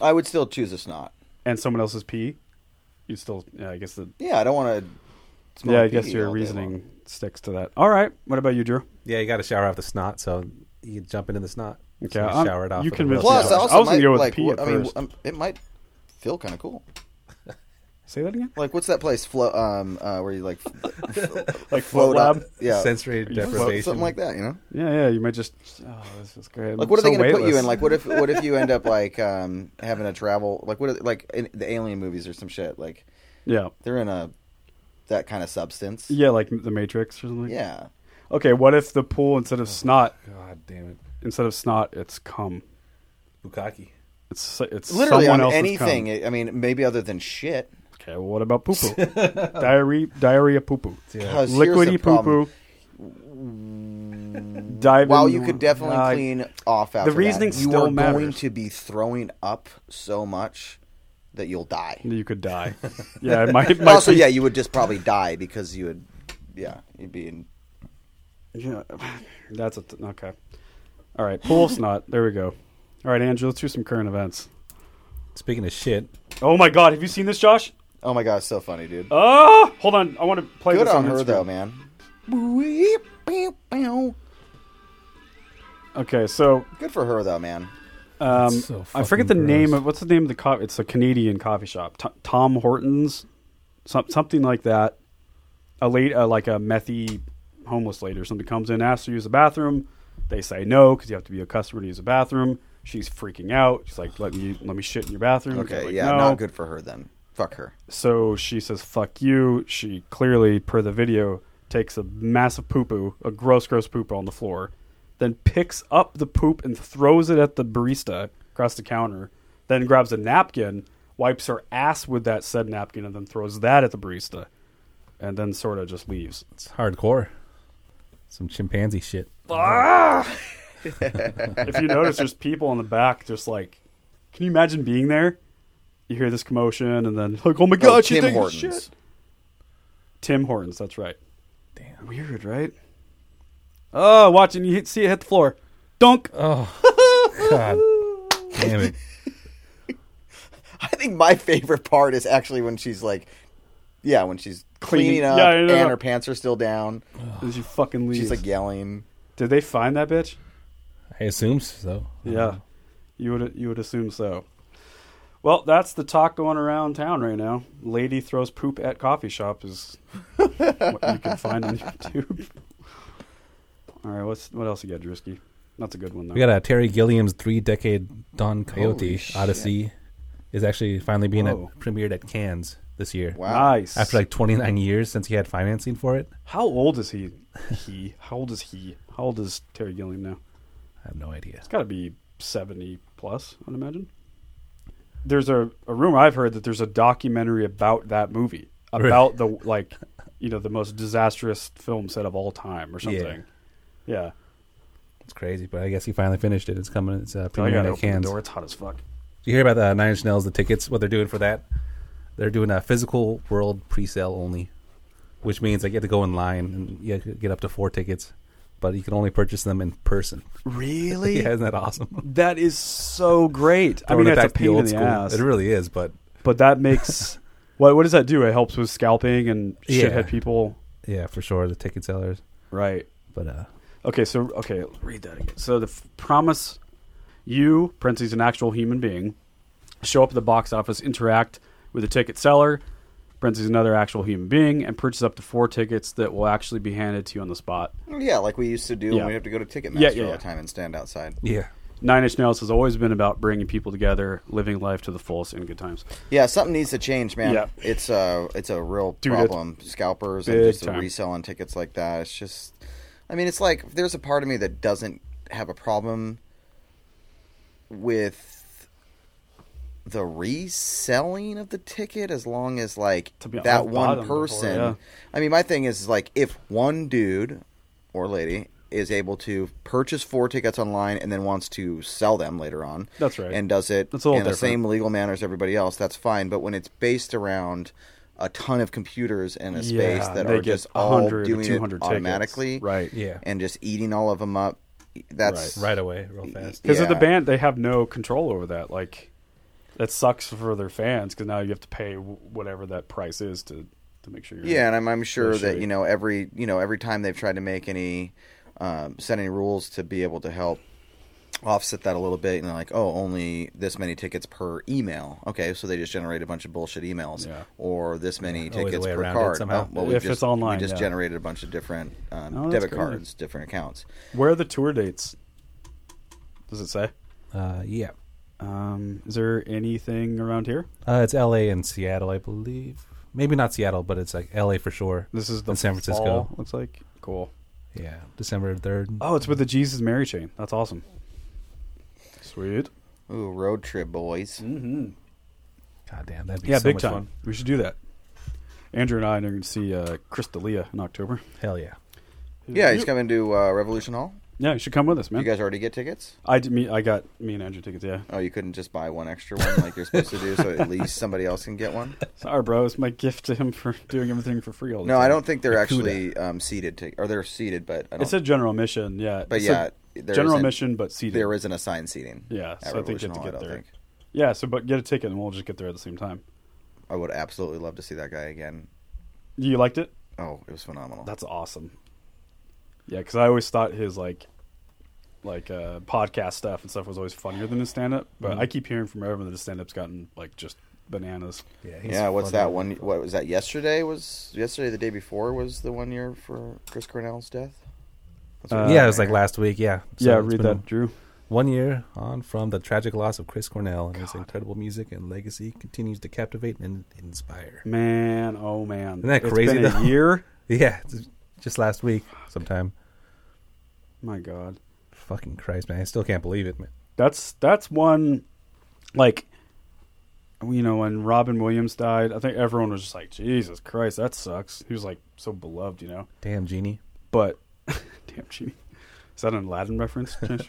[SPEAKER 4] I would still choose a snot.
[SPEAKER 2] and someone else's pee, you still, yeah, I guess the
[SPEAKER 4] Yeah, I don't want to.
[SPEAKER 2] yeah, I guess your reasoning sticks to that. All right, what about you, Drew?
[SPEAKER 3] Yeah, you got to shower off the snot, so you jump into the snot.
[SPEAKER 2] Okay,
[SPEAKER 3] so you
[SPEAKER 2] I'm-
[SPEAKER 3] shower it off.
[SPEAKER 2] you
[SPEAKER 3] with a
[SPEAKER 2] convinced
[SPEAKER 3] real
[SPEAKER 2] me.
[SPEAKER 4] Plus,
[SPEAKER 3] shower.
[SPEAKER 2] I was
[SPEAKER 4] also
[SPEAKER 2] gonna
[SPEAKER 4] might,
[SPEAKER 2] go with
[SPEAKER 4] like,
[SPEAKER 2] pee at
[SPEAKER 4] I mean,
[SPEAKER 2] first.
[SPEAKER 4] um, it might feel kind of cool.
[SPEAKER 2] Say that again.
[SPEAKER 4] Like, what's that place? Flo- um, uh, where you like
[SPEAKER 2] Like
[SPEAKER 4] float up? Yeah,
[SPEAKER 3] sensory deprivation,
[SPEAKER 4] something like that. You know,
[SPEAKER 2] Yeah, yeah. You might just. Oh, this is great.
[SPEAKER 4] like what are
[SPEAKER 2] So
[SPEAKER 4] they going to put you
[SPEAKER 2] weightless.
[SPEAKER 4] in? Like, what if what if you end up like um having to travel? Like, what are, like in the alien movies or some shit? Like,
[SPEAKER 2] yeah,
[SPEAKER 4] they're in a that kind of substance.
[SPEAKER 2] yeah, like the Matrix or something.
[SPEAKER 4] Yeah.
[SPEAKER 2] Okay, what if the pool instead of snot,
[SPEAKER 3] God damn it,
[SPEAKER 2] instead of snot, it's cum?
[SPEAKER 3] bukkake.
[SPEAKER 2] It's it's
[SPEAKER 4] Literally
[SPEAKER 2] someone
[SPEAKER 4] on
[SPEAKER 2] else's
[SPEAKER 4] anything.
[SPEAKER 2] Cum.
[SPEAKER 4] I mean, maybe other than shit.
[SPEAKER 2] Okay, well, what about poo poo? diarrhea, diarrhea, poo poo,
[SPEAKER 4] Because here's the
[SPEAKER 2] liquidy poo
[SPEAKER 4] Oh, problem.
[SPEAKER 2] poo. Dive.
[SPEAKER 4] While
[SPEAKER 2] in-
[SPEAKER 4] you could definitely
[SPEAKER 2] uh,
[SPEAKER 4] clean off after that,
[SPEAKER 2] reasoning
[SPEAKER 4] you
[SPEAKER 2] still
[SPEAKER 4] are going
[SPEAKER 2] matters.
[SPEAKER 4] to be throwing up so much that you'll die.
[SPEAKER 2] you could die. Yeah, it might. it
[SPEAKER 4] But
[SPEAKER 2] might
[SPEAKER 4] also,
[SPEAKER 2] be-
[SPEAKER 4] yeah, you would just probably die because you would, yeah, you'd be in.
[SPEAKER 2] Yeah, that's a t- okay. All right, pool snot. There we go. All right, Andrew, let's do some current events.
[SPEAKER 3] Speaking of shit,
[SPEAKER 2] Oh my God, have you seen this, Josh?
[SPEAKER 4] Oh my god, so funny, dude.
[SPEAKER 2] Oh, hold on. I want to play
[SPEAKER 4] Good
[SPEAKER 2] this
[SPEAKER 4] on
[SPEAKER 2] on,
[SPEAKER 4] her
[SPEAKER 2] Instagram.
[SPEAKER 4] though, man.
[SPEAKER 2] Okay, so
[SPEAKER 4] Good for her though, man.
[SPEAKER 2] um,
[SPEAKER 3] so
[SPEAKER 2] I forget the
[SPEAKER 3] fucking
[SPEAKER 2] name
[SPEAKER 3] gross.
[SPEAKER 2] of what's the name of the coffee. It's a Canadian coffee shop, T- Tom Hortons, some, something like that. A late, uh, like a methy homeless lady or something comes in, asks to use the bathroom. They say no because you have to be a customer to use the bathroom. She's freaking out. She's like, "Let me, let me shit in your bathroom." They're
[SPEAKER 4] Okay,
[SPEAKER 2] like,
[SPEAKER 4] yeah,
[SPEAKER 2] "No."
[SPEAKER 4] not good for her then. Fuck her.
[SPEAKER 2] So she says, "Fuck you." She clearly, per the video, takes a massive poo poo, a gross, gross poo poo on the floor, then picks up the poop and throws it at the barista across the counter. Then grabs a napkin, wipes her ass with that said napkin, and then throws that at the barista, and then sort of just leaves.
[SPEAKER 3] it's hardcore. Some chimpanzee shit.
[SPEAKER 2] if you notice, there's people in the back just like, can you imagine being there? You hear this commotion, and then like, oh my god,
[SPEAKER 4] Oh,
[SPEAKER 2] she's
[SPEAKER 4] Tim
[SPEAKER 2] taking a
[SPEAKER 4] Hortons.
[SPEAKER 2] shit. Tim Hortons, that's right. Damn, weird, right? Oh, watching you hit, see it hit the floor, dunk.
[SPEAKER 3] God damn it.
[SPEAKER 4] I think my favorite part is actually when she's like, yeah, when she's cleaning,
[SPEAKER 2] Cleaning-
[SPEAKER 4] up
[SPEAKER 2] yeah, I know.
[SPEAKER 4] and her pants are still down.
[SPEAKER 2] As you fucking leave.
[SPEAKER 4] She's like yelling.
[SPEAKER 2] did they find that bitch?
[SPEAKER 3] I assume so.
[SPEAKER 2] Yeah, you would you would assume so. Well, that's the talk going around town right now. Lady throws poop at coffee shop is what you can find on YouTube. All right, what's what else you got, Drisky? That's a good one though.
[SPEAKER 3] We got a Terry Gilliam's three-decade Don Coyote
[SPEAKER 4] Holy shit.
[SPEAKER 3] Odyssey is actually finally being
[SPEAKER 2] Whoa.
[SPEAKER 3] at, premiered at Cannes this year.
[SPEAKER 4] Wow.
[SPEAKER 2] nice.
[SPEAKER 3] After like 29 years since he had financing for it,
[SPEAKER 2] how old is he? He. How old is he? How old is Terry Gilliam now?
[SPEAKER 3] I have no idea.
[SPEAKER 2] It's got to be seventy plus, I'd imagine. There's a, a rumor I've heard that there's a documentary about that movie,
[SPEAKER 3] Really?
[SPEAKER 2] about the like, you know, the most disastrous film set of all time or something. Yeah,
[SPEAKER 3] It's crazy, but I guess he finally finished it. It's coming. It's uh,
[SPEAKER 2] Oh, I gotta
[SPEAKER 3] premiering at
[SPEAKER 2] open
[SPEAKER 3] Cannes.
[SPEAKER 2] the door. It's hot as fuck.
[SPEAKER 3] You hear about the Nine Inch Nails, the tickets, what they're doing for that? They're doing a physical world pre-sale only, which means like you have to go in line and you have to get up to four tickets, but you can only purchase them in person.
[SPEAKER 2] Really?
[SPEAKER 3] yeah, isn't that awesome?
[SPEAKER 2] That is so great. I
[SPEAKER 3] Throwing
[SPEAKER 2] mean,
[SPEAKER 3] it
[SPEAKER 2] that's a
[SPEAKER 3] back to the
[SPEAKER 2] pain in
[SPEAKER 3] old
[SPEAKER 2] the
[SPEAKER 3] school.
[SPEAKER 2] ass,
[SPEAKER 3] It really is, but
[SPEAKER 2] but that makes what? What does that do? It helps with scalping and
[SPEAKER 3] Yeah.
[SPEAKER 2] shithead people,
[SPEAKER 3] yeah, for sure, the ticket sellers.
[SPEAKER 2] right?
[SPEAKER 3] But uh,
[SPEAKER 2] Okay, so okay, read that again. So the f- promise you, Prince, an actual human being, show up at the box office, interact with the ticket seller, Prince is another actual human being, and purchase up to four tickets that will actually be handed to you on the spot.
[SPEAKER 4] Yeah, like we used to do
[SPEAKER 2] Yeah.
[SPEAKER 4] when we have to go to Ticketmaster
[SPEAKER 2] Yeah, yeah,
[SPEAKER 4] all
[SPEAKER 2] yeah.
[SPEAKER 4] the time and stand outside.
[SPEAKER 3] yeah,
[SPEAKER 2] Nine Inch Nails has always been about bringing people together, living life to the fullest, in good times.
[SPEAKER 4] Yeah, something needs to change, man.
[SPEAKER 2] Yeah.
[SPEAKER 4] It's a it's a real
[SPEAKER 2] Dude, it's
[SPEAKER 4] problem. Scalpers
[SPEAKER 2] big
[SPEAKER 4] and just the
[SPEAKER 2] time.
[SPEAKER 4] reselling tickets like that. It's just, I mean, it's like there's a part of me that doesn't have a problem with the reselling of the ticket as long as like
[SPEAKER 2] To be
[SPEAKER 4] that
[SPEAKER 2] honest,
[SPEAKER 4] one
[SPEAKER 2] bottom before,
[SPEAKER 4] person.
[SPEAKER 2] yeah.
[SPEAKER 4] I mean, my thing is like if one dude or lady is able to purchase four tickets online and then wants to sell them later on.
[SPEAKER 2] That's right.
[SPEAKER 4] And does it
[SPEAKER 2] That's a little
[SPEAKER 4] in the
[SPEAKER 2] different.
[SPEAKER 4] same legal manner as everybody else, that's fine. But when it's based around a ton of computers in a
[SPEAKER 2] Yeah,
[SPEAKER 4] space that
[SPEAKER 2] they
[SPEAKER 4] are
[SPEAKER 2] get
[SPEAKER 4] just all
[SPEAKER 2] 100 or
[SPEAKER 4] doing
[SPEAKER 2] 200
[SPEAKER 4] it
[SPEAKER 2] tickets.
[SPEAKER 4] automatically,
[SPEAKER 2] Right.
[SPEAKER 3] Yeah.
[SPEAKER 4] and just eating all of them up, that's
[SPEAKER 3] right away, real fast.
[SPEAKER 2] Because of the
[SPEAKER 4] Yeah.
[SPEAKER 2] band, they have no control over that. Like, that sucks for their fans because now you have to pay w- whatever that price is to to make sure. You're
[SPEAKER 4] Yeah, and I'm, I'm sure
[SPEAKER 2] Or should
[SPEAKER 4] that
[SPEAKER 2] it-
[SPEAKER 4] you know every you know every time they've tried to make any um, set any rules to be able to help offset that a little bit, and they're like, oh, only this many tickets per email. Okay, so they just generate a bunch of bullshit emails,
[SPEAKER 2] Yeah.
[SPEAKER 4] or this many
[SPEAKER 3] Always a
[SPEAKER 4] tickets
[SPEAKER 3] way
[SPEAKER 4] per
[SPEAKER 3] around it
[SPEAKER 4] card.
[SPEAKER 3] somehow.
[SPEAKER 4] we
[SPEAKER 2] If
[SPEAKER 4] just,
[SPEAKER 2] it's online,
[SPEAKER 4] we just
[SPEAKER 2] yeah.
[SPEAKER 4] generated a bunch of different um,
[SPEAKER 2] Oh, that's
[SPEAKER 4] debit
[SPEAKER 2] good.
[SPEAKER 4] cards, different accounts.
[SPEAKER 2] Where are the tour dates? Does it say?
[SPEAKER 3] Uh, yeah.
[SPEAKER 2] Um, is there anything around here?
[SPEAKER 3] Uh, it's L.A. and Seattle, I believe. Maybe not Seattle, but it's like L.A. for sure.
[SPEAKER 2] This is the
[SPEAKER 3] And San Francisco.
[SPEAKER 2] fall, looks like cool.
[SPEAKER 3] Yeah, December third.
[SPEAKER 2] Oh, it's with the Jesus Mary chain. That's awesome. Sweet.
[SPEAKER 4] Ooh, road trip, boys.
[SPEAKER 2] Mm,
[SPEAKER 3] God damn, that'd be
[SPEAKER 2] Yeah,
[SPEAKER 3] so
[SPEAKER 2] big
[SPEAKER 3] much
[SPEAKER 2] time.
[SPEAKER 3] fun.
[SPEAKER 2] We should do that. Andrew and I are going to see uh, Crystalia in October.
[SPEAKER 3] Hell yeah.
[SPEAKER 4] Yeah, he's coming to uh, Revolution Hall.
[SPEAKER 2] Yeah, you should come with us, man.
[SPEAKER 4] You guys already get tickets?
[SPEAKER 2] I did, me, I got me and Andrew tickets. Yeah,
[SPEAKER 4] Oh, you couldn't just buy one extra one like you're supposed to do, so at least somebody else can get one.
[SPEAKER 2] sorry, bro. It's my gift to him for doing everything for free all the
[SPEAKER 4] No,
[SPEAKER 2] time.
[SPEAKER 4] I don't think they're actually um, seated. To, or they're seated, but I don't,
[SPEAKER 2] It's a general mission. Yeah,
[SPEAKER 4] But
[SPEAKER 2] It's
[SPEAKER 4] yeah,
[SPEAKER 2] a
[SPEAKER 4] there
[SPEAKER 2] general
[SPEAKER 4] isn't-
[SPEAKER 2] mission, but seated.
[SPEAKER 4] there isn't assigned seating.
[SPEAKER 2] Yeah,
[SPEAKER 4] at
[SPEAKER 2] so I think you
[SPEAKER 4] Revolution
[SPEAKER 2] have to
[SPEAKER 4] Hall,
[SPEAKER 2] get
[SPEAKER 4] I don't
[SPEAKER 2] there.
[SPEAKER 4] think.
[SPEAKER 2] Yeah, so but get a ticket and we'll just get there at the same time.
[SPEAKER 4] I would absolutely love to see that guy again.
[SPEAKER 2] You liked it?
[SPEAKER 4] Oh, it was phenomenal.
[SPEAKER 2] That's awesome. Yeah, because I always thought his like, like uh, podcast stuff and stuff was always funnier than his stand up. But
[SPEAKER 4] Mm-hmm.
[SPEAKER 2] I keep hearing from everyone that his stand up's gotten like just bananas.
[SPEAKER 3] Yeah. he's
[SPEAKER 4] yeah, what's
[SPEAKER 3] funny.
[SPEAKER 4] that one? What was that? Yesterday was yesterday. The day before was the one year for Chris Cornell's death. That's what
[SPEAKER 3] yeah, it was like last week. Yeah. So
[SPEAKER 2] yeah,
[SPEAKER 3] it's
[SPEAKER 2] read
[SPEAKER 3] been
[SPEAKER 2] that, Drew.
[SPEAKER 3] One year on from the tragic loss of Chris Cornell, and his incredible music and legacy continues to captivate and inspire.
[SPEAKER 2] Man, oh man,
[SPEAKER 3] Isn't that
[SPEAKER 2] It's
[SPEAKER 3] crazy,
[SPEAKER 2] been a
[SPEAKER 3] though?
[SPEAKER 2] year.
[SPEAKER 3] Yeah, it's just last week, sometime.
[SPEAKER 2] My God,
[SPEAKER 3] Fucking Christ, man! I still can't believe it, man.
[SPEAKER 2] that's that's one. Like, you know, when Robin Williams died, I think everyone was just like, Jesus Christ, that sucks. He was like so beloved, you know.
[SPEAKER 3] Damn, genie.
[SPEAKER 2] but damn cheating. Is that an Aladdin reference? Josh?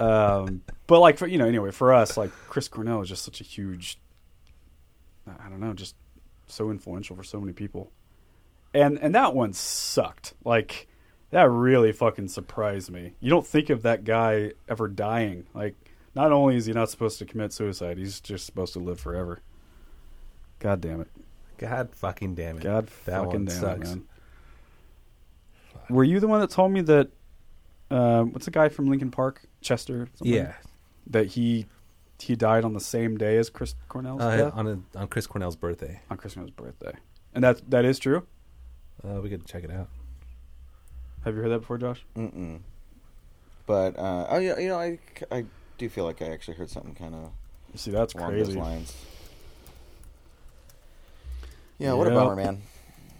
[SPEAKER 2] um, but like for you know, anyway, for us, like Chris Cornell is just such a huge. I don't know, just so influential for so many people, and and that one sucked. Like that really fucking surprised me. You don't think of that guy ever dying. Like not only is he not supposed to commit suicide, he's just supposed to live forever. God damn it.
[SPEAKER 3] God fucking damn it.
[SPEAKER 2] God
[SPEAKER 3] that
[SPEAKER 2] fucking
[SPEAKER 3] one
[SPEAKER 2] damn it,
[SPEAKER 3] sucks.
[SPEAKER 2] man. Were you the one that told me that? Uh, what's the guy from Lincoln Park, Chester? something?
[SPEAKER 3] Yeah,
[SPEAKER 2] that he he died on the same day as Chris Cornell's
[SPEAKER 3] uh,
[SPEAKER 2] death
[SPEAKER 3] on a, on Chris Cornell's birthday.
[SPEAKER 2] on Christmas birthday, and that that is true.
[SPEAKER 3] Uh, we could check it out.
[SPEAKER 2] Have you heard that before, Josh?
[SPEAKER 4] But uh, oh yeah, you know, I, I do feel like I actually heard something kind of
[SPEAKER 2] See, that's
[SPEAKER 4] along
[SPEAKER 2] crazy.
[SPEAKER 4] those lines. Yeah, what a
[SPEAKER 2] Yeah.
[SPEAKER 4] bummer, man.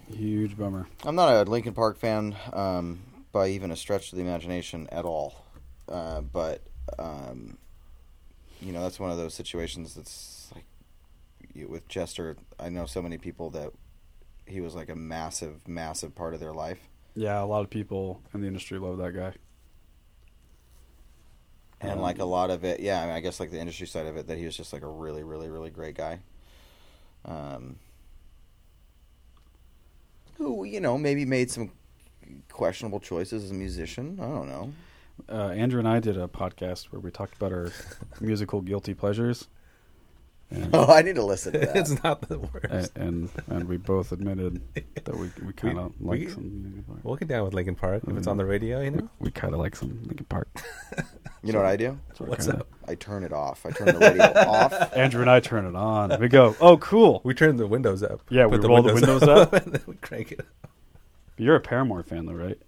[SPEAKER 2] Huge bummer.
[SPEAKER 4] I'm not a Linkin Park fan um, by even a stretch of the imagination at all. Uh, but um, you know, that's one of those situations that's like you, with Chester. I know so many people that he was like a massive, massive part of their life,
[SPEAKER 2] Yeah, a lot of people in the industry love that guy.
[SPEAKER 4] and like a lot of it. Yeah, I, mean, I guess like the industry side of it, that he was just like a really, really, really great guy. Um, who you know maybe made some questionable choices as a musician. I don't know.
[SPEAKER 2] uh, Andrew and I did a podcast where we talked about our musical guilty pleasures,
[SPEAKER 4] Oh, I need to listen to
[SPEAKER 2] Uh,
[SPEAKER 4] that.
[SPEAKER 3] it's not the worst.
[SPEAKER 2] and and, and we both admitted that we we kind of
[SPEAKER 3] we-
[SPEAKER 2] like some Linkin Park.
[SPEAKER 3] We'll get down with Lincoln Park if
[SPEAKER 2] Mm-hmm.
[SPEAKER 3] it's on the radio. You know,
[SPEAKER 2] we kind of like some Linkin Park.
[SPEAKER 4] You know what I do?
[SPEAKER 3] what's up?
[SPEAKER 4] I turn it off. I turn the radio off.
[SPEAKER 2] Andrew and I turn it on. We go, oh, cool.
[SPEAKER 3] We turn the windows up.
[SPEAKER 2] Yeah,
[SPEAKER 3] Put
[SPEAKER 2] we roll the windows up.
[SPEAKER 3] and then we crank it. Up.
[SPEAKER 2] You're a Paramore fan, though, right?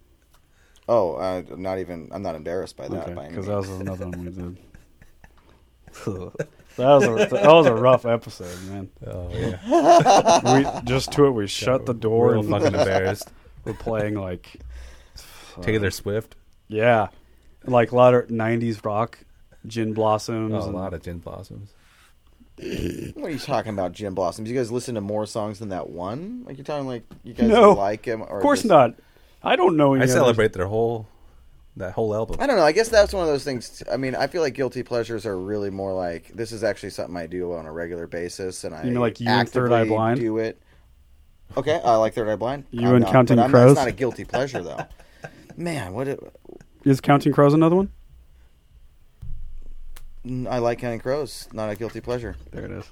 [SPEAKER 4] Oh, uh, I'm not even. I'm not embarrassed by that. by any
[SPEAKER 2] because that
[SPEAKER 4] means.
[SPEAKER 2] was another one we did. that was a, that was a rough episode, man.
[SPEAKER 3] Oh yeah,
[SPEAKER 2] We just to it, we shut the door
[SPEAKER 3] real
[SPEAKER 2] and
[SPEAKER 3] fucking embarrassed.
[SPEAKER 2] we're playing like
[SPEAKER 3] Taylor Swift.
[SPEAKER 2] yeah, like a lot of '90s rock, Gin Blossoms,
[SPEAKER 3] Oh, a
[SPEAKER 2] and-
[SPEAKER 3] lot of gin blossoms.
[SPEAKER 4] What are you talking about, Jim Blossoms? You guys listen to more songs than that one? Like you're talking like you guys
[SPEAKER 2] No.
[SPEAKER 4] like him? Or
[SPEAKER 2] Of course
[SPEAKER 4] just-
[SPEAKER 2] not. I don't know. Any
[SPEAKER 3] I
[SPEAKER 2] others.
[SPEAKER 3] celebrate their whole that whole album.
[SPEAKER 4] I don't know. I guess that's one of those things. I mean, I feel like guilty pleasures are really more like this is actually something I do on a regular basis, and I
[SPEAKER 2] You mean like you and
[SPEAKER 4] actively
[SPEAKER 2] Third Eye Blind?
[SPEAKER 4] do it. Okay, I like Third Eye Blind.
[SPEAKER 2] You
[SPEAKER 4] I'm
[SPEAKER 2] and
[SPEAKER 4] not,
[SPEAKER 2] Counting
[SPEAKER 4] but I'm
[SPEAKER 2] Crows?
[SPEAKER 4] Not, it's not a guilty pleasure though. Man, what? It,
[SPEAKER 2] Is Counting Crows another one?
[SPEAKER 4] Mm, I like Counting Crows. Not a guilty pleasure.
[SPEAKER 2] There it is.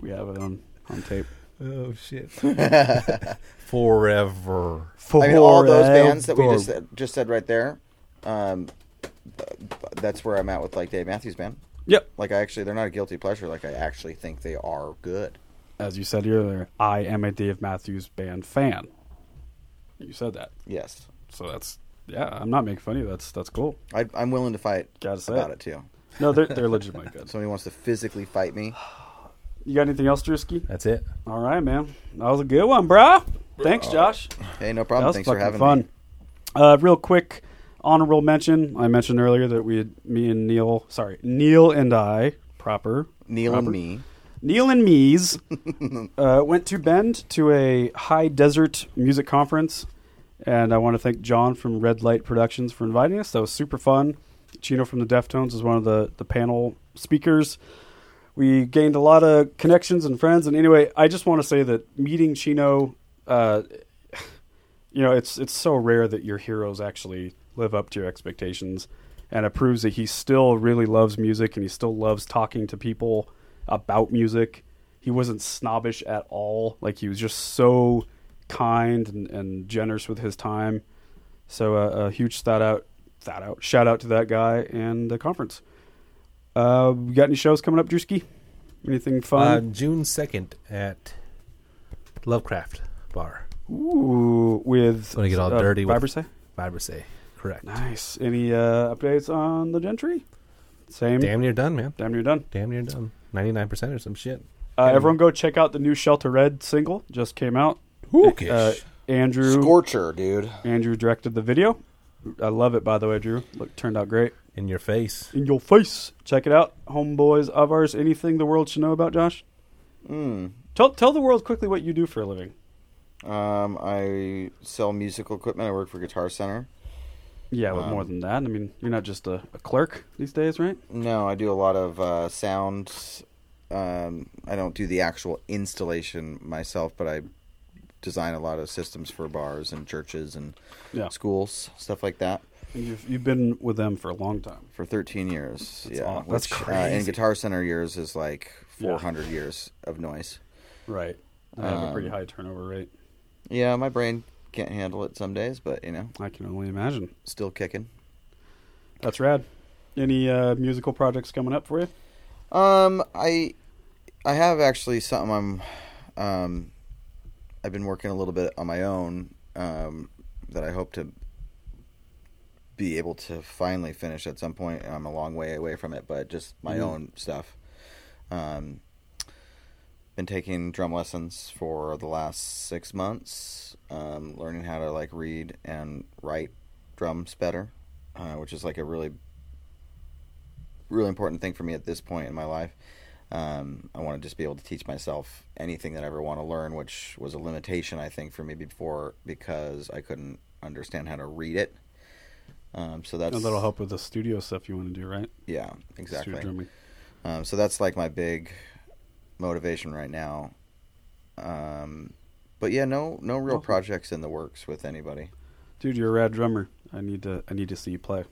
[SPEAKER 2] We have it on, on tape.
[SPEAKER 6] Oh shit!
[SPEAKER 3] Forever.
[SPEAKER 4] I mean, all those bands that we just said, just said right there. Um, b- b- that's where I'm at with like Dave Matthews Band.
[SPEAKER 2] Yep.
[SPEAKER 4] Like I actually, they're not a guilty pleasure. Like I actually think they are good.
[SPEAKER 2] As you said earlier, I am a Dave Matthews Band fan. You said that.
[SPEAKER 4] Yes,
[SPEAKER 2] So that's, yeah, I'm not making fun of you. That's, that's cool.
[SPEAKER 4] I, I'm willing to fight
[SPEAKER 2] Gotta say
[SPEAKER 4] about
[SPEAKER 2] it.
[SPEAKER 4] it too.
[SPEAKER 2] No, they're, they're legitimately good.
[SPEAKER 4] Somebody wants to physically fight me.
[SPEAKER 2] You got anything else, Drewski?
[SPEAKER 3] That's it.
[SPEAKER 2] All right, man. That was a good one, bruh. Thanks, Josh.
[SPEAKER 4] Hey, no
[SPEAKER 2] That
[SPEAKER 4] problem.
[SPEAKER 2] was
[SPEAKER 4] Thanks for
[SPEAKER 2] fucking
[SPEAKER 4] having
[SPEAKER 2] fun.
[SPEAKER 4] me.
[SPEAKER 2] Uh, real quick, honorable mention. I mentioned earlier that we, had, me and Neil, sorry, Neil and I, proper
[SPEAKER 4] Neil
[SPEAKER 2] proper-
[SPEAKER 4] and me.
[SPEAKER 2] Neil and Mees uh, went to Bend to a high desert music conference, and I want to thank John from Red Light Productions for inviting us. That was super fun. Chino from the Deftones was one of the the panel speakers. We gained a lot of connections and friends. And anyway, I just want to say that meeting Chino, uh, you know, it's it's so rare that your heroes actually live up to your expectations, and it proves that he still really loves music and he still loves talking to people about music. He wasn't snobbish at all. Like he was just so kind and, and generous with his time. So uh, a huge shout out, shout out, shout out to that guy and the conference. Uh, we got any shows coming up, Drewski? Anything
[SPEAKER 3] Uh,
[SPEAKER 2] fun?
[SPEAKER 3] June 2nd at Lovecraft Bar.
[SPEAKER 2] Ooh, with
[SPEAKER 3] Gonna Uh, get all
[SPEAKER 2] uh,
[SPEAKER 3] dirty with-
[SPEAKER 2] Vibrissae?
[SPEAKER 3] Vibrissae. Correct.
[SPEAKER 2] Nice. Any uh, updates on the Gentry? Same.
[SPEAKER 3] Damn near done, man.
[SPEAKER 2] Damn near done.
[SPEAKER 3] Damn near done. 99% or some shit.
[SPEAKER 2] Uh, everyone go check out the new Shelter Red single. Just came out.
[SPEAKER 3] Hookish.
[SPEAKER 2] Uh, Andrew
[SPEAKER 4] Scorcher, dude.
[SPEAKER 2] Andrew directed the video. I love it, by the way, Drew. Look, turned out great.
[SPEAKER 3] In your face.
[SPEAKER 2] In your face. Check it out. Homeboys of ours. Anything the world should know about Josh? Tell, tell the world quickly what you do for a living.
[SPEAKER 4] Um, I sell musical equipment. I work for Guitar Center.
[SPEAKER 2] Yeah, but more than that. I mean, you're not just a, a clerk these days, right?
[SPEAKER 4] No, I do a lot of uh, sound. Um, I don't do the actual installation myself, but I design a lot of systems for bars and churches and
[SPEAKER 2] Yeah.
[SPEAKER 4] schools, stuff like that,
[SPEAKER 2] And You've, you've been with them for a long time.
[SPEAKER 4] for 13 years. yeah,
[SPEAKER 2] aw- that's
[SPEAKER 4] Uh, in
[SPEAKER 2] crazy.
[SPEAKER 4] Guitar Center years is like
[SPEAKER 2] Yeah.
[SPEAKER 4] 400 years of noise.
[SPEAKER 2] Right. I have a pretty high turnover rate.
[SPEAKER 4] Yeah, my brain can't handle it some days, but you know,
[SPEAKER 2] I can only imagine.
[SPEAKER 4] still kicking.
[SPEAKER 2] That's rad. Any uh, musical projects coming up for you?
[SPEAKER 4] Um, I I have actually something I'm um I've been working a little bit on my own um that I hope to be able to finally finish at some point. I'm a long way away from it, but just my own stuff. Um been taking drum lessons for the last 6 months, um learning how to like read and write drums better, uh, which is like a really really important thing for me at this point in my life. Um, I want to just be able to teach myself anything that I ever want to learn, which was a limitation I think for me before because I couldn't understand how to read it. Um, so that's
[SPEAKER 2] And that'll help with the studio stuff you want to do, right?
[SPEAKER 4] Yeah, exactly.
[SPEAKER 2] Studio drumming.
[SPEAKER 4] Um, so that's like my big motivation right now. Um, but yeah, no, no real projects in the works with anybody.
[SPEAKER 2] Dude, you're a rad drummer. I need to I need to see you play.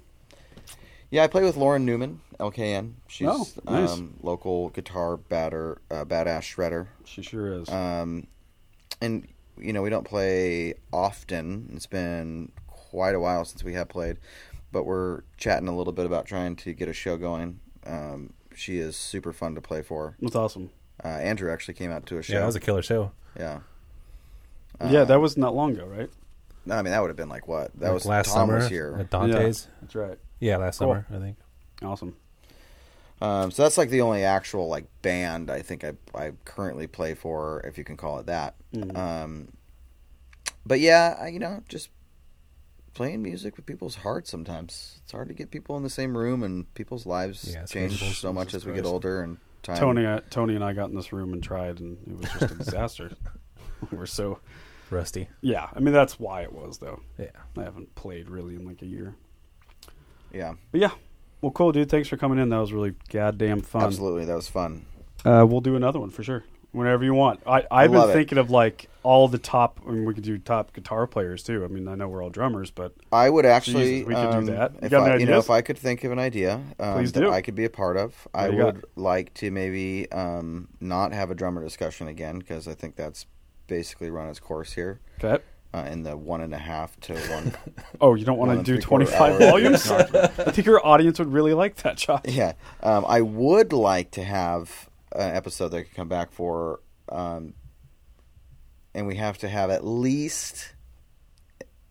[SPEAKER 4] Yeah, I play with Lauren Newman, LKN. She's
[SPEAKER 2] Oh, nice.
[SPEAKER 4] um, local guitar batter, uh, badass shredder.
[SPEAKER 2] She sure is.
[SPEAKER 4] Um, and you know we don't play often. It's been quite a while since we have played, but we're chatting a little bit about trying to get a show going. Um, she is super fun to play for.
[SPEAKER 2] That's awesome.
[SPEAKER 4] Uh, Andrew actually came out to a show.
[SPEAKER 3] yeah, that was a killer show.
[SPEAKER 4] Yeah. uh,
[SPEAKER 2] yeah, that was not long ago, right?
[SPEAKER 4] No, I mean that would have been like what that
[SPEAKER 3] Like
[SPEAKER 4] was
[SPEAKER 3] last
[SPEAKER 4] Tom
[SPEAKER 3] summer
[SPEAKER 4] was here.
[SPEAKER 3] at Dante's.
[SPEAKER 2] Yeah, that's right.
[SPEAKER 3] Yeah, last
[SPEAKER 2] Cool.
[SPEAKER 3] summer, I think.
[SPEAKER 2] Awesome.
[SPEAKER 4] Um, so that's like the only actual like band I think I I currently play for, if you can call it that.
[SPEAKER 3] Mm-hmm.
[SPEAKER 4] Um, but yeah, I, you know, just playing music with people's hearts. Sometimes it's hard to get people in the same room, and people's lives
[SPEAKER 3] Yeah, it's
[SPEAKER 4] change
[SPEAKER 3] miserable.
[SPEAKER 4] so much
[SPEAKER 3] Jesus
[SPEAKER 4] as we get
[SPEAKER 3] Christ.
[SPEAKER 4] older. And time.
[SPEAKER 2] Tony uh, Tony and I got in this room and tried and it was just a disaster. We We're so
[SPEAKER 3] Rusty.
[SPEAKER 2] Yeah, I mean that's why it was though.
[SPEAKER 3] Yeah.
[SPEAKER 2] I haven't played really in like a year.
[SPEAKER 4] yeah,
[SPEAKER 2] But yeah. Well cool dude, thanks for coming in. That was really goddamn fun.
[SPEAKER 4] absolutely, that was fun.
[SPEAKER 2] Uh, we'll do another one for sure. whenever you want. I, I've
[SPEAKER 4] love
[SPEAKER 2] been
[SPEAKER 4] it.
[SPEAKER 2] thinking of like all the top, I mean, we could do top guitar players too. I mean, I know we're all drummers, but
[SPEAKER 4] I would actually.
[SPEAKER 2] Jesus, we could do
[SPEAKER 4] um,
[SPEAKER 2] that. You
[SPEAKER 4] If
[SPEAKER 2] got
[SPEAKER 4] I,
[SPEAKER 2] any
[SPEAKER 4] you know,
[SPEAKER 2] ideas?
[SPEAKER 4] if I could think of an idea um,
[SPEAKER 2] Please
[SPEAKER 4] that
[SPEAKER 2] do.
[SPEAKER 4] I could be a part of, I
[SPEAKER 2] do you got?
[SPEAKER 4] would like to maybe um, not have a drummer discussion again because I think that's basically run its course here
[SPEAKER 2] okay.
[SPEAKER 4] uh, in the one and a half to one.
[SPEAKER 2] Oh, you don't
[SPEAKER 4] one
[SPEAKER 2] want to
[SPEAKER 4] and
[SPEAKER 2] do
[SPEAKER 4] three-quarter
[SPEAKER 2] 25
[SPEAKER 4] hour
[SPEAKER 2] volumes?
[SPEAKER 4] discussion.
[SPEAKER 2] I think your audience would really like that, Josh.
[SPEAKER 4] Yeah, um, I would like to have an episode that I could come back for, um, and we have to have at least,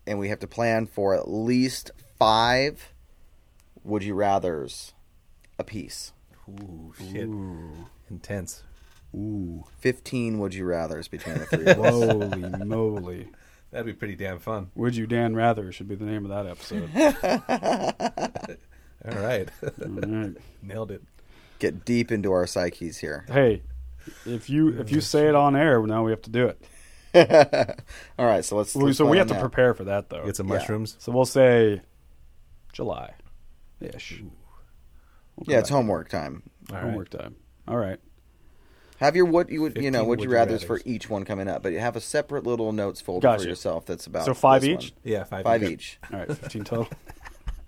[SPEAKER 4] and we have to plan for at least five would you rather's a piece.
[SPEAKER 3] Ooh, Oh, shit. Intense.
[SPEAKER 4] Fifteen would you rather's between the three. of us.
[SPEAKER 2] Holy moly.
[SPEAKER 3] That'd be pretty damn fun.
[SPEAKER 2] Would you Dan Rather should be the name of that episode.
[SPEAKER 3] All right.
[SPEAKER 2] All right.
[SPEAKER 3] Nailed it.
[SPEAKER 4] Get deep into our psyches here.
[SPEAKER 2] Hey, if you if you say it on air, now we have to do it.
[SPEAKER 4] All right, so let's.
[SPEAKER 2] Well,
[SPEAKER 4] let's
[SPEAKER 2] so
[SPEAKER 4] plan
[SPEAKER 2] we have
[SPEAKER 4] on
[SPEAKER 2] to
[SPEAKER 4] that.
[SPEAKER 2] prepare for that though.
[SPEAKER 3] Get some mushrooms.
[SPEAKER 2] so we'll say July ish.
[SPEAKER 4] Yeah, it's homework time.
[SPEAKER 3] All right.
[SPEAKER 2] Homework time. All right.
[SPEAKER 4] Have your what you would you know
[SPEAKER 3] 15
[SPEAKER 4] would you
[SPEAKER 3] would you
[SPEAKER 4] rather's for
[SPEAKER 3] rathers.
[SPEAKER 4] each one coming up, but you have a separate little notes folder
[SPEAKER 2] Gotcha.
[SPEAKER 4] for yourself that's about
[SPEAKER 2] So five
[SPEAKER 4] this
[SPEAKER 2] each?
[SPEAKER 3] Yeah,
[SPEAKER 4] one.
[SPEAKER 3] five,
[SPEAKER 4] five
[SPEAKER 3] each.
[SPEAKER 4] each.
[SPEAKER 2] All right, 15 total.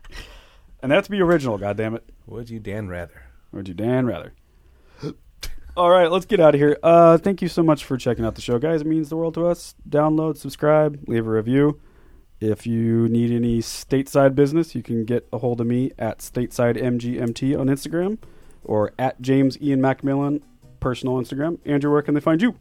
[SPEAKER 2] and that's be original, goddammit.
[SPEAKER 3] Would you Dan rather?
[SPEAKER 2] Or do Dan rather. All right, let's get out of here. Uh, thank you so much for checking out the show, guys. It means the world to us. Download, subscribe, leave a review. If you need any stateside business, you can get a hold of me at statesideMGMT on Instagram or at James Ian Macmillan personal Instagram. Andrew, where can they find you?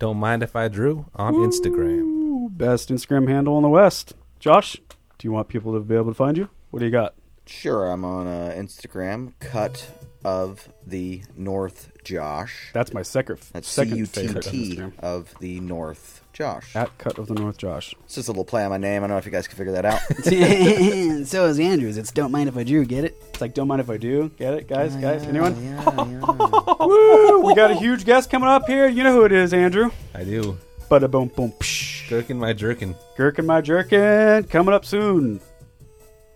[SPEAKER 3] Don't mind if I drew on Instagram.
[SPEAKER 2] Ooh, best Instagram handle in the West. Josh, do you want people to be able to find you? What do you got?
[SPEAKER 4] Sure, I'm on uh, Instagram. Cut of the North Josh.
[SPEAKER 2] That's my second
[SPEAKER 4] That's C
[SPEAKER 2] second
[SPEAKER 4] U T
[SPEAKER 2] favorite
[SPEAKER 4] T
[SPEAKER 2] Instagram.
[SPEAKER 4] of the North Josh.
[SPEAKER 2] At Cut of the North, Josh.
[SPEAKER 4] It's just a little play on my name. I don't know if you guys can figure that out.
[SPEAKER 7] so is Andrews. It's don't mind if I do. Get it?
[SPEAKER 2] It's like, don't mind if I do. Get it, guys? guys, anyone?
[SPEAKER 4] Oh, Yeah, yeah.
[SPEAKER 2] Woo! We got a huge guest coming up here. You know who it is, Andrew.
[SPEAKER 3] I do.
[SPEAKER 2] Bada boom boom. psh.
[SPEAKER 3] Gherkin my jerkin.
[SPEAKER 2] Gherkin my jerkin coming up soon.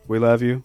[SPEAKER 2] We love you.